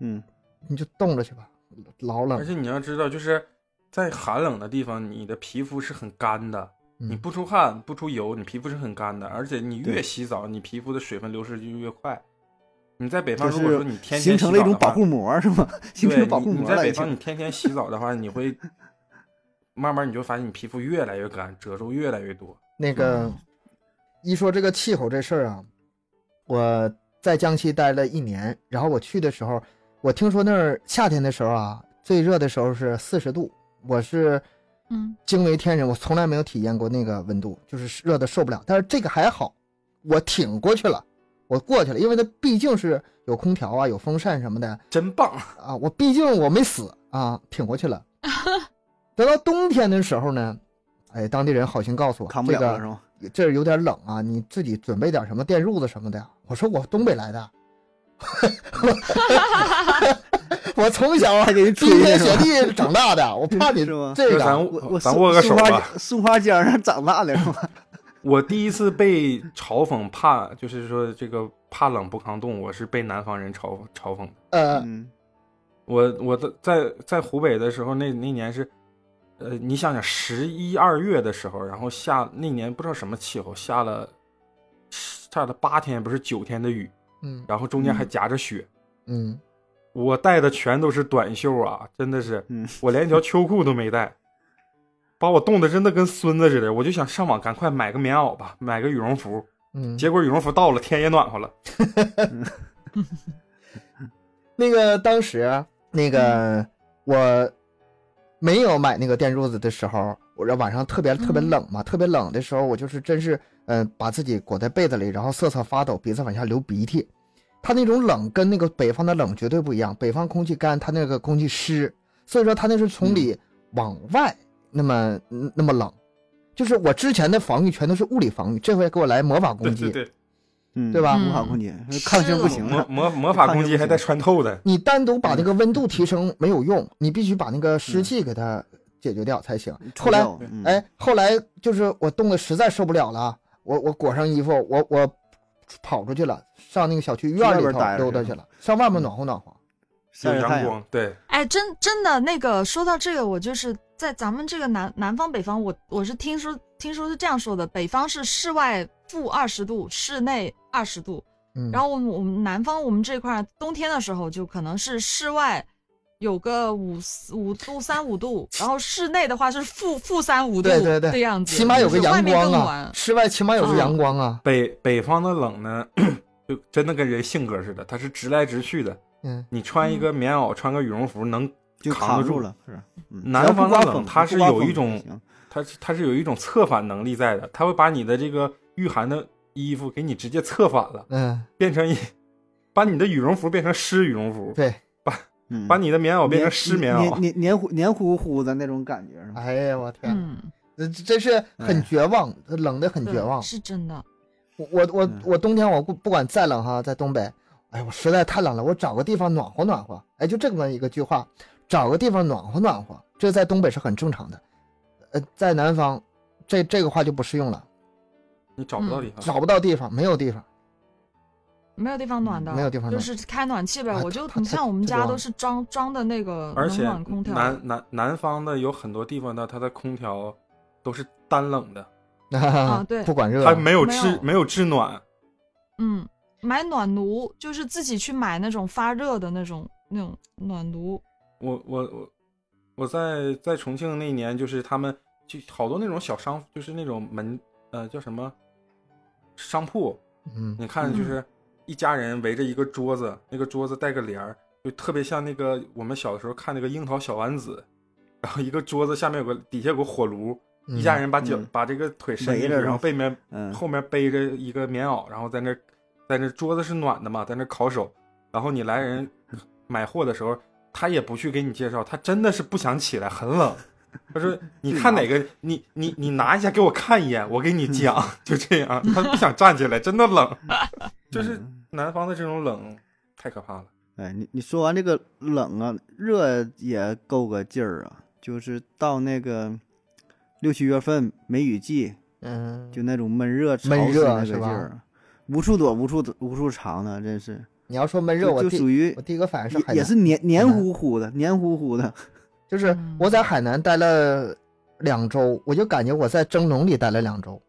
Speaker 2: 嗯，
Speaker 3: 你就冻着去吧，老
Speaker 4: 而
Speaker 3: 冷。
Speaker 4: 且你要知道，就是在寒冷的地方，你的皮肤是很干的，你
Speaker 3: 嗯，
Speaker 4: 不出汗不出油，你皮肤是很干的，而且你
Speaker 2: 对
Speaker 4: 越洗澡，你皮肤的水分流失就越快。你在北
Speaker 2: 就
Speaker 4: 方，如果说
Speaker 2: 是
Speaker 4: 你天天
Speaker 2: 形成了
Speaker 4: 洗
Speaker 2: 一
Speaker 4: 澡
Speaker 2: 种
Speaker 4: 的话
Speaker 2: 保护膜，是 吗？形成
Speaker 4: 对，
Speaker 2: 了保护
Speaker 4: 你你
Speaker 2: 膜
Speaker 4: 在
Speaker 2: 了
Speaker 4: 北
Speaker 2: 已
Speaker 4: 方，
Speaker 2: 经。
Speaker 4: 你天天洗澡的话，你 会慢慢你就发现你皮肤越来越干，褶皱越来越多。
Speaker 3: 那个
Speaker 2: 嗯
Speaker 3: 一说这个气候这事儿啊，我在江西待了一年，然后我去的时候，我听说那儿夏天的时候啊，最热的时候是四十度，我是
Speaker 1: 嗯
Speaker 3: 惊为天人，我从来没有体验过那个温度，就是热的受不了。但是这个还好，我挺过去了，我过去了，因为它毕竟是有空调啊，有风扇什么的
Speaker 4: 真棒！
Speaker 3: 啊，我毕竟我没死啊，挺过 去了。等到冬天的时候呢，哎，当地人好心告诉我，
Speaker 2: 扛不了
Speaker 3: 这
Speaker 2: 了
Speaker 3: 个
Speaker 2: 是吗？
Speaker 3: 这儿有点冷啊，你自己准备点什么电褥子什么的呀。我说我东北来的， 我从小啊
Speaker 2: 还给人
Speaker 3: 冰
Speaker 2: 吹呢
Speaker 3: 天
Speaker 2: 是
Speaker 3: 雪
Speaker 2: 吧
Speaker 3: 地长大的，我怕你
Speaker 2: 是吗
Speaker 3: 这
Speaker 4: 就
Speaker 3: 个
Speaker 4: 咱
Speaker 2: 我我
Speaker 4: 咱
Speaker 2: 松
Speaker 4: 握个手
Speaker 2: 松花
Speaker 4: 吧。
Speaker 2: 江松花江上长大的是 吗？
Speaker 4: 我第一次被嘲讽怕，就是说这个怕冷不抗冻，我是被南方人嘲讽嘲讽的。
Speaker 3: 呃，
Speaker 2: 嗯，
Speaker 4: 我我的在在湖北的时候，那那年是，呃，你想想十一二月的时候，然后下那年不知道什么气候，下了下了八天不是九天的雨，
Speaker 3: 嗯
Speaker 4: 然后中间还
Speaker 1: 嗯
Speaker 4: 夹着雪，
Speaker 3: 嗯，
Speaker 4: 我带的全都是短袖啊，真的是，
Speaker 2: 嗯
Speaker 4: 我连一条秋裤都没带，把我冻得真的跟孙子似的。我就想上网赶快买个棉袄吧，买个羽绒服。
Speaker 3: 嗯，
Speaker 4: 结果羽绒服到了，天也暖和了。
Speaker 3: 那个当时啊那
Speaker 4: 嗯
Speaker 3: 个我没有买那个电褥子的时候，我这晚上特别特别
Speaker 1: 嗯
Speaker 3: 冷嘛，特别冷的时候，我就是真是嗯、呃把自己裹在被子里，然后瑟瑟发抖，鼻子往下流鼻涕。它那种冷跟那个北方的冷绝对不一样，北方空气干，它那个空气湿，所以说它那是从
Speaker 4: 嗯
Speaker 3: 里往外那么嗯那么冷，就是我之前的防御全都是物理防御，这回给我来魔法攻
Speaker 4: 对
Speaker 3: 击
Speaker 4: 对，对，
Speaker 2: 嗯，
Speaker 3: 对吧
Speaker 2: 魔法攻击，抗性不行
Speaker 4: 魔
Speaker 2: 嗯了，
Speaker 4: 魔魔法攻击还带穿透的，
Speaker 3: 你单独把那个温度提升没有用，你必须把那个湿气给它解决掉才行。后
Speaker 2: 除
Speaker 3: 来，
Speaker 2: 掉，嗯
Speaker 3: 哎，，后来就是我冻得实在受不了了，我我裹上衣服，我我跑出去了，上那个小区院里
Speaker 2: 外边
Speaker 3: 头
Speaker 2: 待着
Speaker 3: 溜达
Speaker 2: 去
Speaker 3: 去了，上外面暖和暖和。
Speaker 2: 晒
Speaker 4: 有
Speaker 2: 晒太
Speaker 4: 阳
Speaker 2: 阳，
Speaker 4: 光，对，
Speaker 1: 哎，真真的那个，说到这个，我就是在咱们这个南南方北方，我我是听说听说是这样说的，北方是室外负二十度，室内二十度，
Speaker 3: 嗯，
Speaker 1: 然后我们我们南方我们这块儿冬天的时候就可能是室外有个五四五度三五度，然后室内的话是负负三五度
Speaker 3: 对对对
Speaker 1: 的样子，
Speaker 3: 起码有个
Speaker 1: 就是外
Speaker 3: 阳
Speaker 1: 面更
Speaker 3: 光
Speaker 1: 暖
Speaker 3: 啊，室外起码有个
Speaker 1: 嗯
Speaker 3: 阳光啊。
Speaker 4: 北北方的冷呢， 就真的跟人性格似的，它是直来直去的。
Speaker 3: 嗯，
Speaker 4: 你穿一个棉袄，穿个羽绒服，能
Speaker 2: 就
Speaker 4: 扛
Speaker 2: 扛
Speaker 4: 得住
Speaker 2: 住了，是。嗯
Speaker 4: 南
Speaker 2: 只要不
Speaker 4: 方的
Speaker 2: 刮
Speaker 4: 冷
Speaker 2: 风
Speaker 4: 它
Speaker 2: 不
Speaker 4: 是
Speaker 2: 刮
Speaker 4: 有
Speaker 2: 风
Speaker 4: 一
Speaker 2: 就
Speaker 4: 种
Speaker 2: 行
Speaker 4: 它是它是有一种策反能力在的，它会把你的这个御寒的衣服给你直接策反了，
Speaker 3: 嗯，
Speaker 4: 变成一，把你的羽绒服变成湿羽绒服，
Speaker 3: 对，
Speaker 2: 嗯
Speaker 4: 把你的棉袄变成湿棉
Speaker 2: 黏
Speaker 4: 袄。
Speaker 2: 黏黏糊黏糊糊的那种感觉是吧？
Speaker 3: 哎呀，我天，哎
Speaker 1: 嗯，
Speaker 3: 呃这真是很绝望，冷的很
Speaker 1: 对
Speaker 3: 绝望。
Speaker 1: 是真的，
Speaker 3: 我我我
Speaker 2: 嗯
Speaker 3: 我冬天我不不管再冷哈，在东北，哎，我实在太冷了，我找个地方暖和暖和。哎，就这么一个句话，找个地方暖和暖和，这在东北是很正常的。呃，在南方，这这个话就不适用了，
Speaker 4: 你找不到地
Speaker 2: 啊
Speaker 4: 方，
Speaker 3: 找不到地方，没有地方。
Speaker 1: 没有地方暖的，
Speaker 3: 嗯没有地方
Speaker 1: 就
Speaker 3: 暖
Speaker 1: 是开暖气呗。
Speaker 3: 啊
Speaker 1: 我就
Speaker 3: 太
Speaker 1: 你
Speaker 3: 太
Speaker 1: 像我们
Speaker 3: 太
Speaker 1: 家
Speaker 3: 多
Speaker 1: 都
Speaker 3: 了
Speaker 1: 是装装的那个
Speaker 4: 而
Speaker 1: 冷
Speaker 4: 且
Speaker 1: 暖空调，
Speaker 4: 南南南方的有很多地方呢，它的空调都是单冷的，
Speaker 1: 啊对
Speaker 3: 不管热，
Speaker 4: 它没有
Speaker 1: 没有
Speaker 4: 制没有制暖。
Speaker 1: 嗯，买暖炉就是自己去买那种发热的那种那种暖炉，
Speaker 4: 我我我我在在重庆那一年，就是他们就好多那种小商，就是那种门呃叫什么商铺，
Speaker 3: 嗯，
Speaker 4: 你看
Speaker 1: 嗯
Speaker 4: 就是一家人围着一个桌子，那个桌子带个帘儿，就特别像那个我们小的时候看那个樱桃小丸子。然后一个桌子下面有个底下有个火炉，一家人把脚、
Speaker 2: 嗯
Speaker 4: 把这个腿伸
Speaker 2: 围
Speaker 4: 进去，
Speaker 2: 着
Speaker 4: 然后
Speaker 2: 是吧
Speaker 4: 背面
Speaker 2: 嗯，
Speaker 4: 后面背着一个棉袄，然后在那儿在那儿桌子是暖的嘛，在那儿烤手。然后你来人买货的时候，他也不去给你介绍，他真的是不想起来，很冷。他说：“你看哪个？你你你拿一下给我看一眼，我给
Speaker 2: 嗯
Speaker 4: 你讲。就这样，他不想站起来，真的 冷。就是
Speaker 2: 嗯
Speaker 4: 南方的这种冷太可怕了。
Speaker 2: 哎，你你说完这个冷啊，热也够个劲儿啊，就是到那个六七月份梅雨季，
Speaker 3: 嗯，
Speaker 2: 就那种闷热潮
Speaker 3: 闷
Speaker 2: 湿
Speaker 3: 热
Speaker 2: 那个
Speaker 3: 是
Speaker 2: 劲
Speaker 3: 吧
Speaker 2: 儿，无处躲无处无处藏的，真是
Speaker 3: 你要说闷热，
Speaker 2: 就
Speaker 3: 我
Speaker 2: 就
Speaker 3: 第
Speaker 2: 属于
Speaker 3: 我第一个反应是海
Speaker 2: 也
Speaker 3: 南，
Speaker 2: 也是黏黏
Speaker 3: 南
Speaker 2: 糊糊的，黏糊糊的，
Speaker 3: 就是
Speaker 1: 嗯
Speaker 3: 我在海南待了两周，我就感觉我在蒸笼里待了两周。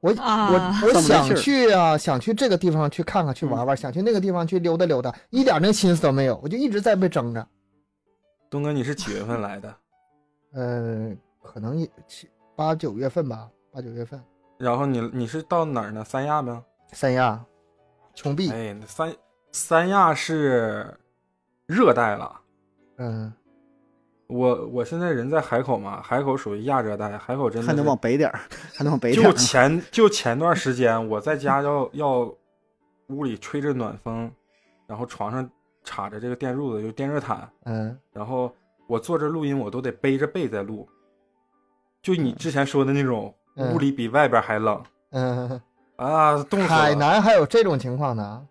Speaker 3: 我
Speaker 1: 啊
Speaker 3: 我我
Speaker 2: 上不来气
Speaker 3: 想
Speaker 2: 儿
Speaker 3: 去啊，想去这个地方去看看，去玩
Speaker 4: 嗯
Speaker 3: 玩，想去那个地方去溜达溜达，一点那个心思都没有，我就一直在被蒸着。
Speaker 4: 东哥，你是几月份来的？
Speaker 3: 嗯，可能也七八九月份吧，八九月份，
Speaker 4: 然后你你是到哪儿呢？三亚吗？
Speaker 3: 三亚、琼碧，
Speaker 4: 哎，那三三亚是热带了。”
Speaker 3: 嗯，
Speaker 4: 我我现在人在海口嘛，海口属于亚热带，海口真的
Speaker 2: 还能
Speaker 4: 是
Speaker 2: 往北点儿，还能往北点
Speaker 4: 就
Speaker 2: 儿。
Speaker 4: 前就前段时间我在家要要屋里吹着暖风，然后床上插着这个电褥子，就电热毯，
Speaker 3: 嗯，
Speaker 4: 然后我坐着录音，我都得背着背在录。就
Speaker 2: 嗯
Speaker 4: 你之前说的那种，
Speaker 3: 嗯
Speaker 4: 屋里比外边还冷、
Speaker 3: 嗯，
Speaker 4: 啊，冻死了。
Speaker 3: 海南还有这种情况呢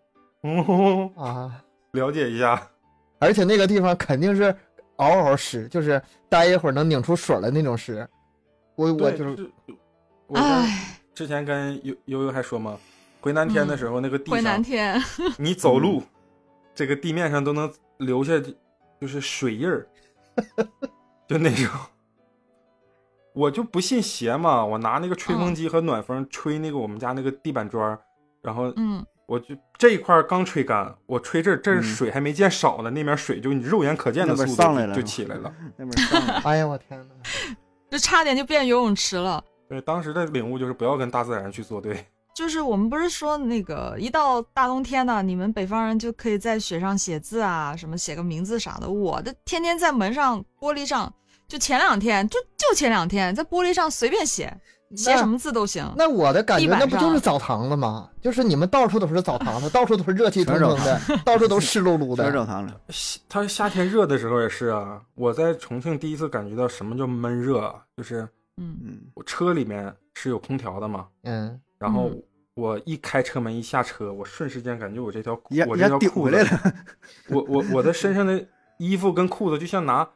Speaker 4: 嗯，
Speaker 3: 啊！
Speaker 4: 了 解一下。
Speaker 3: 而且那个地方肯定是嗷嗷湿，就是待一会儿能拧出水来那种湿。我我
Speaker 4: 对，
Speaker 3: 就是，
Speaker 4: 我跟
Speaker 1: 唉，
Speaker 4: 之前跟悠悠悠还说嘛，回南天的时候、那个 地
Speaker 1: 回
Speaker 4: 上
Speaker 1: 南天，
Speaker 4: 你走路，
Speaker 2: 嗯
Speaker 4: 这个地面上都能留下就是水 印儿，就那种。我就不信邪嘛，我拿那个吹
Speaker 1: 嗯
Speaker 4: 风机和暖风吹那个我们家那个地板砖儿，然后
Speaker 1: 嗯，
Speaker 4: 我就这一块儿刚吹干，我吹这儿这儿
Speaker 2: 嗯
Speaker 4: 水还没见少呢，那边水就你肉眼可见的
Speaker 2: 那边
Speaker 4: 速度
Speaker 2: 上来
Speaker 4: 就
Speaker 2: 了
Speaker 4: 就是
Speaker 2: 吧
Speaker 4: 起来了。
Speaker 2: 那边儿 上来
Speaker 3: 哎呀，我天哪！
Speaker 1: 就差点就变游泳池了。
Speaker 4: 对，当时的领悟就是不要跟大自然去作对。
Speaker 1: 就是我们不是说那个一到大冬天呢，你们北方人就可以在雪上写字啊，什么写个名字啥的。我的天天在门上、玻璃上，就前两天，就就前两天，在玻璃上随便写，写
Speaker 3: 那
Speaker 1: 什么字都行。
Speaker 3: 那我的感觉，
Speaker 1: 地板
Speaker 3: 那不就
Speaker 1: 上
Speaker 3: 是澡堂子吗？就是你们到处都是 澡堂子，到处都是热气腾腾的，到处都湿漉漉
Speaker 2: 全是澡
Speaker 3: 的。
Speaker 2: 堂了。
Speaker 4: 夏它夏天热的时候也是啊。我在重庆第一次感觉到什么叫闷热啊，就是
Speaker 1: 嗯，
Speaker 2: 嗯，
Speaker 4: 我车里面是有空调的嘛，
Speaker 3: 嗯，
Speaker 4: 然后
Speaker 1: 嗯
Speaker 4: 我一开车门一下车，我瞬时间感觉我这条裤
Speaker 2: 一下
Speaker 4: 我
Speaker 2: 一
Speaker 4: 这
Speaker 2: 下
Speaker 4: 条
Speaker 2: 顶
Speaker 4: 裤
Speaker 2: 回
Speaker 4: 子
Speaker 2: 来了，
Speaker 4: 我我我的身上的衣服跟裤子就像拿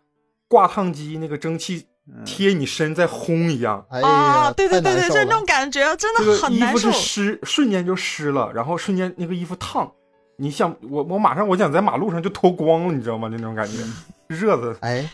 Speaker 4: 挂烫机那个蒸汽
Speaker 2: 嗯
Speaker 4: 贴你身在烘一样，
Speaker 3: 哎
Speaker 1: 啊，
Speaker 3: 呀，
Speaker 1: 对对
Speaker 3: 太
Speaker 1: 对对，
Speaker 3: 难受
Speaker 1: 就是那
Speaker 3: 了
Speaker 1: 种感觉，真
Speaker 4: 这
Speaker 1: 的
Speaker 4: 个
Speaker 1: 很
Speaker 4: 衣
Speaker 1: 难
Speaker 4: 服
Speaker 1: 受
Speaker 4: 是。湿，瞬间就湿了，然后瞬间那个衣服烫。你想我我马上我想在马路上就脱光了，你知道吗？那种感觉，热的
Speaker 3: 哎，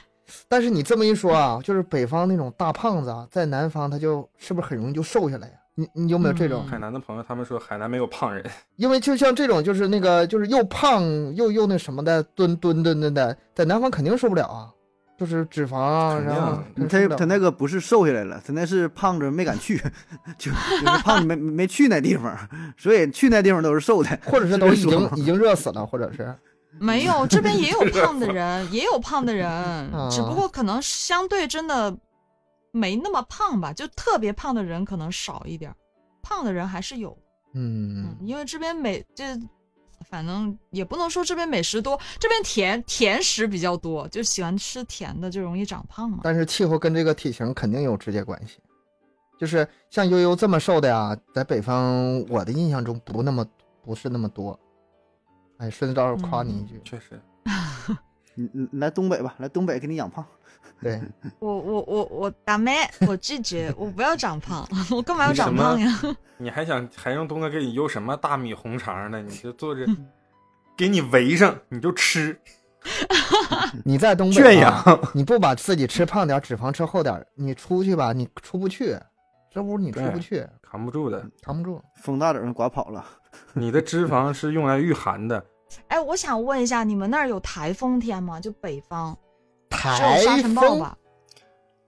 Speaker 3: 但是你这么一说啊，就是北方那种大胖子啊，在南方他就是不是很容易就瘦下来呀、你你有没有这种？
Speaker 1: 嗯
Speaker 4: 海南的朋友他们说海南没有胖人，
Speaker 3: 因为就像这种，就是那个就是又胖又又那什么的，蹲蹲蹲蹲的，在南方肯定受不了啊，就是脂肪啊，
Speaker 4: 肯定
Speaker 3: 然后
Speaker 4: 啊
Speaker 3: 肯定
Speaker 2: 他
Speaker 3: 受不了
Speaker 2: 他那个不是瘦下来了，他那是胖子没敢去， 就就是胖子没没去那地方，所以去那地方都是瘦的。
Speaker 3: 或者是都已
Speaker 2: 是这么
Speaker 3: 经
Speaker 2: 说吗
Speaker 3: 已经热死了，或者是
Speaker 1: 没有，这边也有胖的人，也有胖的人，只不
Speaker 3: 啊
Speaker 1: 过可能相对真的没那么胖吧，就特别胖的人可能少一点儿，胖的人还是有。嗯
Speaker 3: 嗯，，
Speaker 1: 因为这边美这，反正也不能说这边美食多，这边甜甜食比较多，就喜欢吃甜的，就容易长胖嘛。
Speaker 3: 但是气候跟这个体型肯定有直接关系。就是像悠悠这么瘦的呀，在北方我的印象中不那么不是那么多。哎，顺道儿夸你一句，
Speaker 4: 确实
Speaker 2: 你你来东北吧，来东北给你养胖。
Speaker 3: 对，
Speaker 1: 我我我我大妹，我拒绝，我不要长胖， 我干嘛要长
Speaker 4: 你什么
Speaker 1: 胖呀？
Speaker 4: 你还想还让东哥给你邮什么大米红肠呢？你就坐着，给你围上，你就吃
Speaker 3: 你在东北
Speaker 4: 圈
Speaker 3: 啊
Speaker 4: 养。
Speaker 3: 你不把自己吃胖点儿，脂肪吃厚点儿，你出去吧，你出不去，这屋你出不
Speaker 4: 对
Speaker 3: 去，
Speaker 4: 扛不住的。
Speaker 3: 扛不住。
Speaker 2: 风大枣刮跑了，
Speaker 4: 你的脂肪是用来御寒的，
Speaker 1: 哎，我想问一下，你们那儿有台风天吗？就北方是有沙
Speaker 3: 台
Speaker 1: 尘暴
Speaker 3: 风
Speaker 1: 吧？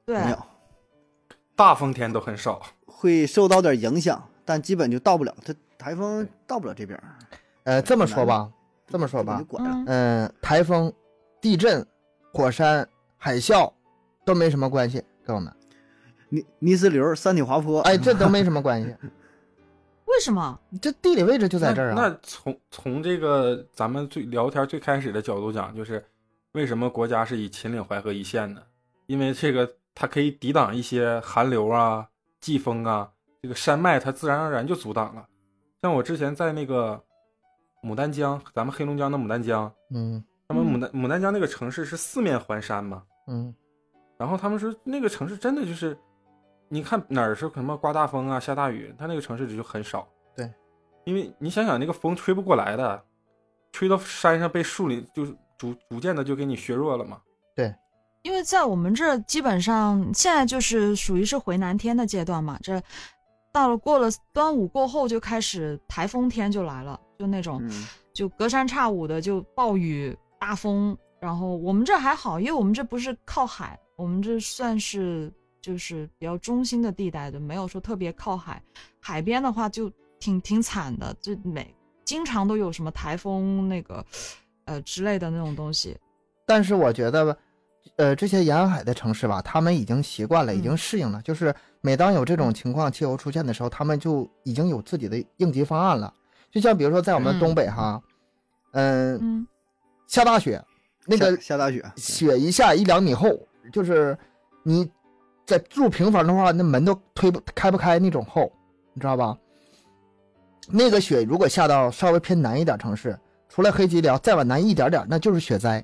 Speaker 1: 对，
Speaker 2: 没有
Speaker 4: 大风天都很少。
Speaker 2: 会受到点影响，但基本就到不了。它台风到不了这边儿，
Speaker 3: 呃，这么说
Speaker 2: 难
Speaker 3: 吧，这么说
Speaker 2: 基本
Speaker 3: 吧
Speaker 2: 就，拐了。
Speaker 1: 嗯，
Speaker 3: 嗯，台风、地震、火山、海啸都没什么关系，跟我们，
Speaker 2: 泥泥石流、山体滑坡，
Speaker 3: 哎，这都没什么关系，
Speaker 1: 为什么？
Speaker 3: 这地理位置就在这儿
Speaker 4: 那
Speaker 3: 啊。
Speaker 4: 那从从这个咱们最聊天最开始的角度讲，就是为什么国家是以秦岭淮河一线呢？因为这个它可以抵挡一些寒流啊、季风啊，这个山脉它自然而然就阻挡了。像我之前在那个牡丹江，咱们黑龙江的牡丹江，
Speaker 3: 嗯
Speaker 4: 他们牡
Speaker 1: 嗯
Speaker 4: 丹牡丹江那个城市是四面环山嘛，
Speaker 3: 嗯，
Speaker 4: 然后他们说那个城市真的就是，你看哪儿是什么刮大风啊、下大雨，它那个城市里就很少。
Speaker 3: 对，
Speaker 4: 因为你想想那个风吹不过来的，吹到山上被树林就是逐逐渐的就给你削弱了嘛。
Speaker 1: 因为在我们这儿基本上现在就是属于是回南天的阶段嘛，这到了过了端午过后就开始台风天就来了，就那种、
Speaker 2: 嗯，
Speaker 1: 就隔三差五的就暴雨大风，然后我们这儿还好，因为我们这不是靠海，我们这算是就是比较中心的地带的，没有说特别靠海。海边的话就挺挺惨的，就每经常都有什么台风那个呃之类的那种东西。
Speaker 3: 但是我觉得吧，呃，这些沿海的城市吧，他们已经习惯了，已经适应了。就是每当有这种情况气候出现的时候，他们就已经有自己的应急方案了。就像比如说在我们
Speaker 1: 嗯
Speaker 3: 东北哈，嗯，
Speaker 1: 嗯，
Speaker 3: 下大雪，那个
Speaker 2: 下下大雪，
Speaker 3: 雪一下一两米厚，就是你在住平房的话，那门都推不开不开那种厚，你知道吧？那个雪如果下到稍微偏南一点城市，除了黑吉辽，再往南一点点，那就是雪灾，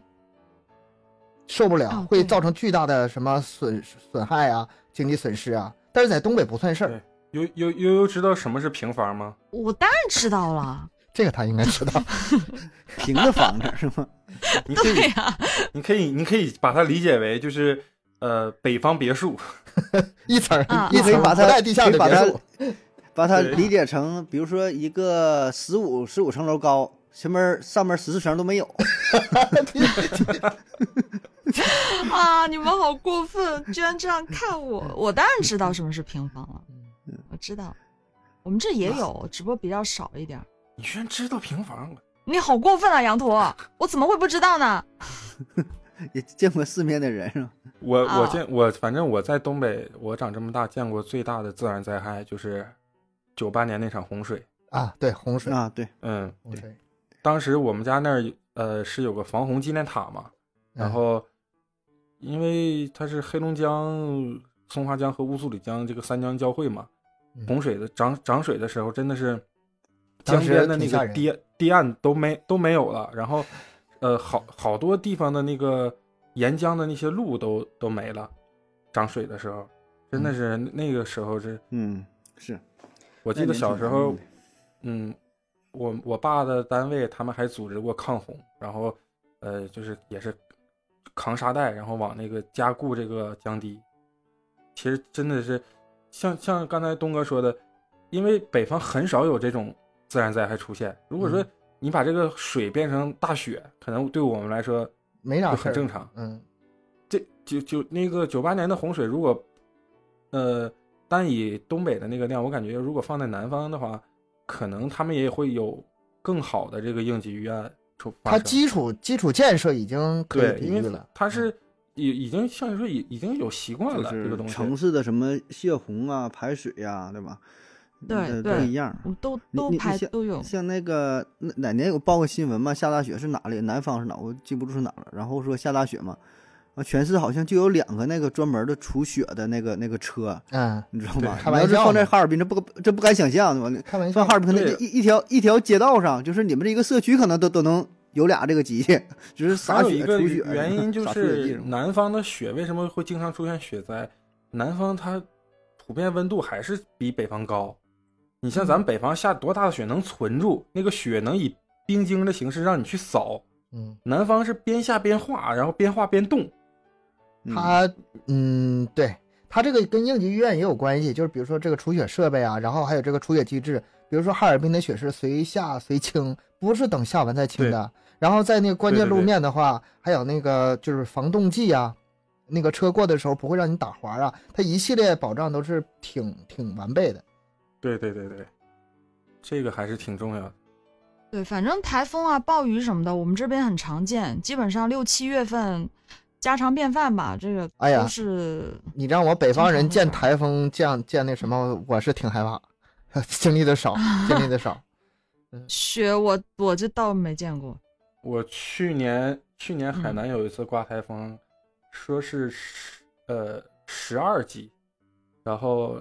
Speaker 3: 受不了，
Speaker 1: 哦对
Speaker 3: 会造成巨大的什么损损害啊，经济损失啊。但是在东北不算事儿
Speaker 4: 对，悠悠悠悠知道什么是平房吗？
Speaker 1: 我当然知道 了。
Speaker 3: 这个他应该 知道。
Speaker 2: 平的房子是吗？
Speaker 4: 你可以
Speaker 1: 对呀、
Speaker 4: 你可以你可以把它理解为就是呃北方别墅，
Speaker 3: 一层儿
Speaker 1: 啊
Speaker 3: 一
Speaker 1: 啊
Speaker 3: 层
Speaker 2: 可以
Speaker 3: 儿
Speaker 2: 把
Speaker 3: 不
Speaker 2: 它
Speaker 3: 带地下
Speaker 2: 可
Speaker 3: 的
Speaker 2: 以把
Speaker 3: 别
Speaker 2: 它
Speaker 3: 墅，
Speaker 2: 把它
Speaker 4: 对
Speaker 2: 理解成，比如说一个十五十五层楼高，前面上面十四层都没有，
Speaker 1: 啊，你们好过分，居然这样看我！
Speaker 4: 嗯
Speaker 1: 我当然知道什么是平房了，我知道，我们这也有，只不过比较少一点儿。
Speaker 4: 你居然知道平房了？ 嗯
Speaker 1: 你好过分啊，羊驼！我怎么会不知道呢？
Speaker 2: 也见过世面的人是吧？
Speaker 4: 我我
Speaker 1: 哦
Speaker 4: 见我反正我在东北，我长这么大见过最大的自然灾害就是九八年那场洪水。
Speaker 3: 啊，对，洪水，
Speaker 2: 啊，对，
Speaker 4: 嗯，
Speaker 3: 洪水，
Speaker 4: 当时我们家那儿呃是有个防洪纪念塔嘛，然
Speaker 3: 嗯
Speaker 4: 后因为它是黑龙江、松花江和乌苏里江这个三江交汇嘛，
Speaker 3: 嗯
Speaker 4: 洪水的涨涨水的时候，真的是
Speaker 3: 当
Speaker 4: 江
Speaker 3: 时
Speaker 4: 边的那
Speaker 3: 挺吓
Speaker 4: 个
Speaker 3: 人
Speaker 4: 堤堤岸都没都没有了，然后呃好好多地方的那个沿江的那些路都都没了，涨水的时候，真
Speaker 3: 嗯
Speaker 4: 的是那个时候是，
Speaker 2: 嗯，是。
Speaker 4: 我
Speaker 2: 我
Speaker 4: 记得小时候，嗯，我我爸的单位他们还组织过抗洪，然后呃，就是也是扛沙袋，然后往那个加固这个江堤。其实真的是像像刚才东哥说的，因为北方很少有这种自然灾害出现。如果说
Speaker 3: 嗯
Speaker 4: 你把这个水变成大雪，可能对我们来说
Speaker 3: 没
Speaker 4: 就
Speaker 3: 啥事
Speaker 4: 很
Speaker 3: 儿，
Speaker 4: 正常。
Speaker 3: 嗯，
Speaker 4: 这就就那个九八年的洪水，如果呃单以东北的那个量，我感觉如果放在南方的话，可能他们也会有更好的这个应急预案出发
Speaker 3: 它
Speaker 4: 生。
Speaker 3: 基础基础建设已经可以
Speaker 4: 对，
Speaker 3: 抵嗯
Speaker 4: 因
Speaker 3: 御
Speaker 4: 为
Speaker 3: 了，
Speaker 4: 它是已已经像你说已已经有习惯
Speaker 2: 就
Speaker 4: 了这个
Speaker 2: 是
Speaker 4: 东西。
Speaker 2: 城市的什么泄洪啊、排水呀、对吧？
Speaker 1: 对
Speaker 2: 呃都
Speaker 1: 对
Speaker 2: 一样。
Speaker 1: 我都
Speaker 2: 你
Speaker 1: 都
Speaker 2: 你
Speaker 1: 拍
Speaker 2: 像
Speaker 1: 都
Speaker 4: 嗯
Speaker 1: 有，
Speaker 2: 像那个那哪年有报个新闻嘛？下大雪是哪里？南方是哪？我记不住是哪了。然后说下大雪嘛，啊，全市好像就有两个那个专门的除雪的那个那个车，
Speaker 3: 嗯，
Speaker 2: 你知道吗？
Speaker 3: 对开
Speaker 2: 你要
Speaker 3: 玩
Speaker 2: 是
Speaker 3: 笑
Speaker 2: 放在
Speaker 3: 呢
Speaker 2: 哈尔滨，这不这不敢想象，对吧？
Speaker 3: 开玩
Speaker 2: 放
Speaker 3: 笑
Speaker 2: 哈，尔滨可能
Speaker 4: 对
Speaker 2: 一一条一条街道上，就是你们这一个社区可能都都能有俩这个机器，就是
Speaker 4: 还
Speaker 2: 撒
Speaker 4: 有
Speaker 2: 雪
Speaker 4: 一个
Speaker 2: 除雪。
Speaker 4: 原因就
Speaker 2: 撒出雪地
Speaker 4: 是
Speaker 2: 上
Speaker 4: 南方的雪为什么会经常出现雪灾？南方它普遍温度还是比北方高。你像咱们北方下多大的雪能存住？那个雪能以冰晶的形式让你去扫。
Speaker 3: 嗯，
Speaker 4: 南方是边下边化，然后边化边冻。
Speaker 2: 嗯
Speaker 3: 它，嗯，对，它这个跟应急预案也有关系，就是比如说这个除雪设备啊，然后还有这个除雪机制，比如说哈尔滨的雪是随下随清，不是等下完再清的。然后在那个关键
Speaker 4: 对对
Speaker 3: 路
Speaker 4: 对
Speaker 3: 面的话，还有那个就是防冻剂啊，那个车过的时候不会让你打滑啊，它一系列保障都是挺挺完备的。
Speaker 4: 对对对对，这个还是挺重要的。
Speaker 1: 对，反正台风啊、暴雨什么的，我们这边很常见，基本上六七月份家常便饭吧。这个
Speaker 3: 哎呀
Speaker 1: 都是
Speaker 3: 你让我北方人
Speaker 1: 经常
Speaker 3: 见
Speaker 1: 会
Speaker 3: 台风见见那什么，我是挺害怕， 经历的少，
Speaker 1: 啊
Speaker 3: 经历的少。
Speaker 1: 雪，我我这倒没见过。
Speaker 4: 我去年去年海
Speaker 1: 嗯
Speaker 4: 南有一次刮台风，说是十呃十二级，然后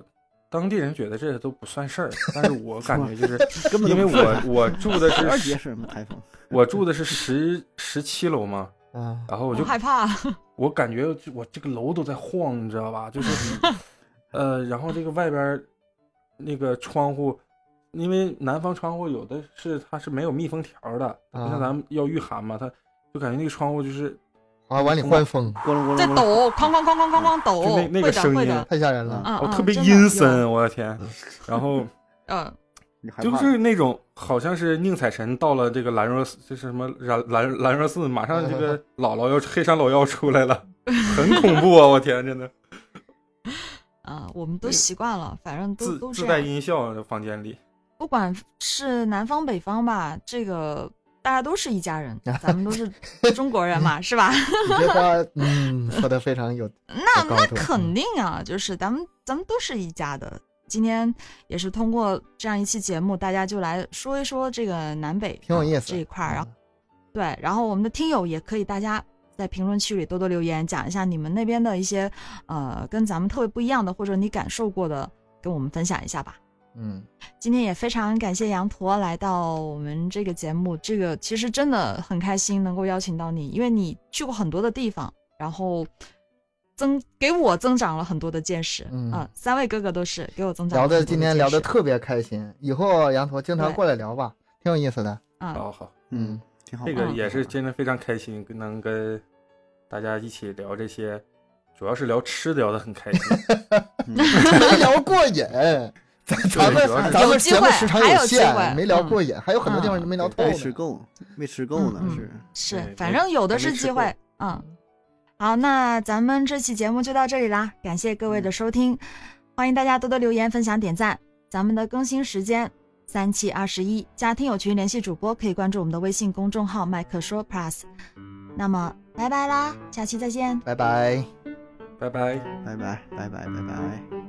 Speaker 4: 当地人觉得这都不算事儿，但是我感觉就是
Speaker 2: 根本
Speaker 4: 因为
Speaker 2: 都不
Speaker 4: 我我住的
Speaker 2: 十二
Speaker 4: 是
Speaker 2: 节
Speaker 4: 十
Speaker 2: 什么台风，
Speaker 4: 我住的是十十七楼嘛，
Speaker 3: 啊，
Speaker 4: 然后我
Speaker 1: 我
Speaker 4: 就
Speaker 1: 害怕，
Speaker 4: 我感觉就我这个楼都在晃，你知道 吧？就是，呃，然后这个外边儿那个窗户，因为南方窗户有的是它是没有密封条儿的，不
Speaker 3: 啊
Speaker 4: 像咱们要御寒嘛，它就感觉那个窗户就是
Speaker 3: 啊，往里灌风，
Speaker 2: 咣啷咣啷
Speaker 1: 在
Speaker 2: 咣啷
Speaker 1: 抖，哐哐哐哐哐哐抖，
Speaker 4: 就那那
Speaker 1: 会
Speaker 4: 个
Speaker 1: 的
Speaker 4: 声
Speaker 1: 会
Speaker 4: 音
Speaker 1: 的，
Speaker 3: 太吓人了。
Speaker 1: 嗯
Speaker 4: 我
Speaker 1: 嗯，
Speaker 4: 哦特别
Speaker 1: 真的
Speaker 4: 阴
Speaker 1: 有
Speaker 4: 森，啊我的 天！然后
Speaker 1: 嗯，
Speaker 2: 你害
Speaker 4: 就
Speaker 2: 怕
Speaker 4: 是那种好像是宁采臣到了这个兰若寺，这是什么兰兰兰若寺，马上这个 姥姥要黑山老妖出来了，很恐怖啊！我天，真的
Speaker 1: 啊，我们都习惯了，反正都
Speaker 4: 自
Speaker 1: 都
Speaker 4: 自
Speaker 1: 这
Speaker 4: 带
Speaker 1: 样。
Speaker 4: 音效，这房间里。
Speaker 1: 不管是南方北方吧，这个大家都是一家人，咱们都 是中国人嘛，是吧？
Speaker 3: 你这话，嗯，说的非常有， 嗯
Speaker 1: 那
Speaker 3: 我告
Speaker 1: 那
Speaker 3: 诉你
Speaker 1: 肯定啊，就是咱们咱们都是一家的。今天也是通过这样一期节目，大家就来说一说这个南北啊
Speaker 3: 挺有意思
Speaker 1: 这一
Speaker 4: 嗯
Speaker 1: 块儿，然后对，然后我们的听友也可以大家在评论区里多多留言，讲一下你们那边的一些呃跟咱们特别不一样的，或者你感受过的，跟我们分享一下吧。
Speaker 3: 嗯，
Speaker 1: 今天也非常感谢羊驼来到我们这个节目，这个其实真的很开心能够邀请到你，因为你去过很多的地方，然后增给我增长了很多的见识。
Speaker 3: 嗯
Speaker 1: 啊三位哥哥都是给我增长
Speaker 3: 聊
Speaker 1: 了
Speaker 3: 的
Speaker 1: 很多
Speaker 3: 今天聊
Speaker 1: 见
Speaker 3: 的
Speaker 1: 识
Speaker 3: 特别开
Speaker 1: 嗯
Speaker 3: 心，以后羊驼经常
Speaker 1: 对
Speaker 3: 过来聊吧，挺有意思的。
Speaker 1: 啊，
Speaker 4: 哦好好，
Speaker 2: 嗯，挺好
Speaker 4: 这
Speaker 2: 玩。
Speaker 4: 个也是真的非常开心，跟能跟大家一起聊这些，主要是聊吃的聊得很 开心。
Speaker 2: 嗯
Speaker 3: 没聊 过瘾，咱咱
Speaker 4: 对主要
Speaker 3: 们
Speaker 4: 是
Speaker 3: 咱
Speaker 1: 有
Speaker 3: 们
Speaker 1: 机
Speaker 3: 节目
Speaker 1: 会
Speaker 3: 时长
Speaker 1: 还有机会
Speaker 3: 限，没聊
Speaker 1: 嗯
Speaker 3: 过瘾，还有很多地方
Speaker 1: 嗯
Speaker 3: 没聊透
Speaker 2: 没
Speaker 3: 呢。
Speaker 2: 吃够，没吃够呢
Speaker 1: 嗯嗯
Speaker 2: 是。
Speaker 1: 是
Speaker 4: 对，
Speaker 1: 反
Speaker 4: 没
Speaker 1: 正有的
Speaker 4: 还没
Speaker 1: 是
Speaker 4: 吃
Speaker 1: 机会。嗯，好，那咱们这期节目就到这里啦，感谢各
Speaker 4: 嗯
Speaker 1: 位的收听，欢迎大家多多留言、分享、点赞。咱们的更新时间三七二十一，加听友群联系主播，可以关注我们的微信公众号“麦克说 Plus”。那么
Speaker 5: 拜拜啦，下期再见。
Speaker 6: 拜拜。
Speaker 1: 拜拜。
Speaker 2: 拜拜拜拜拜拜。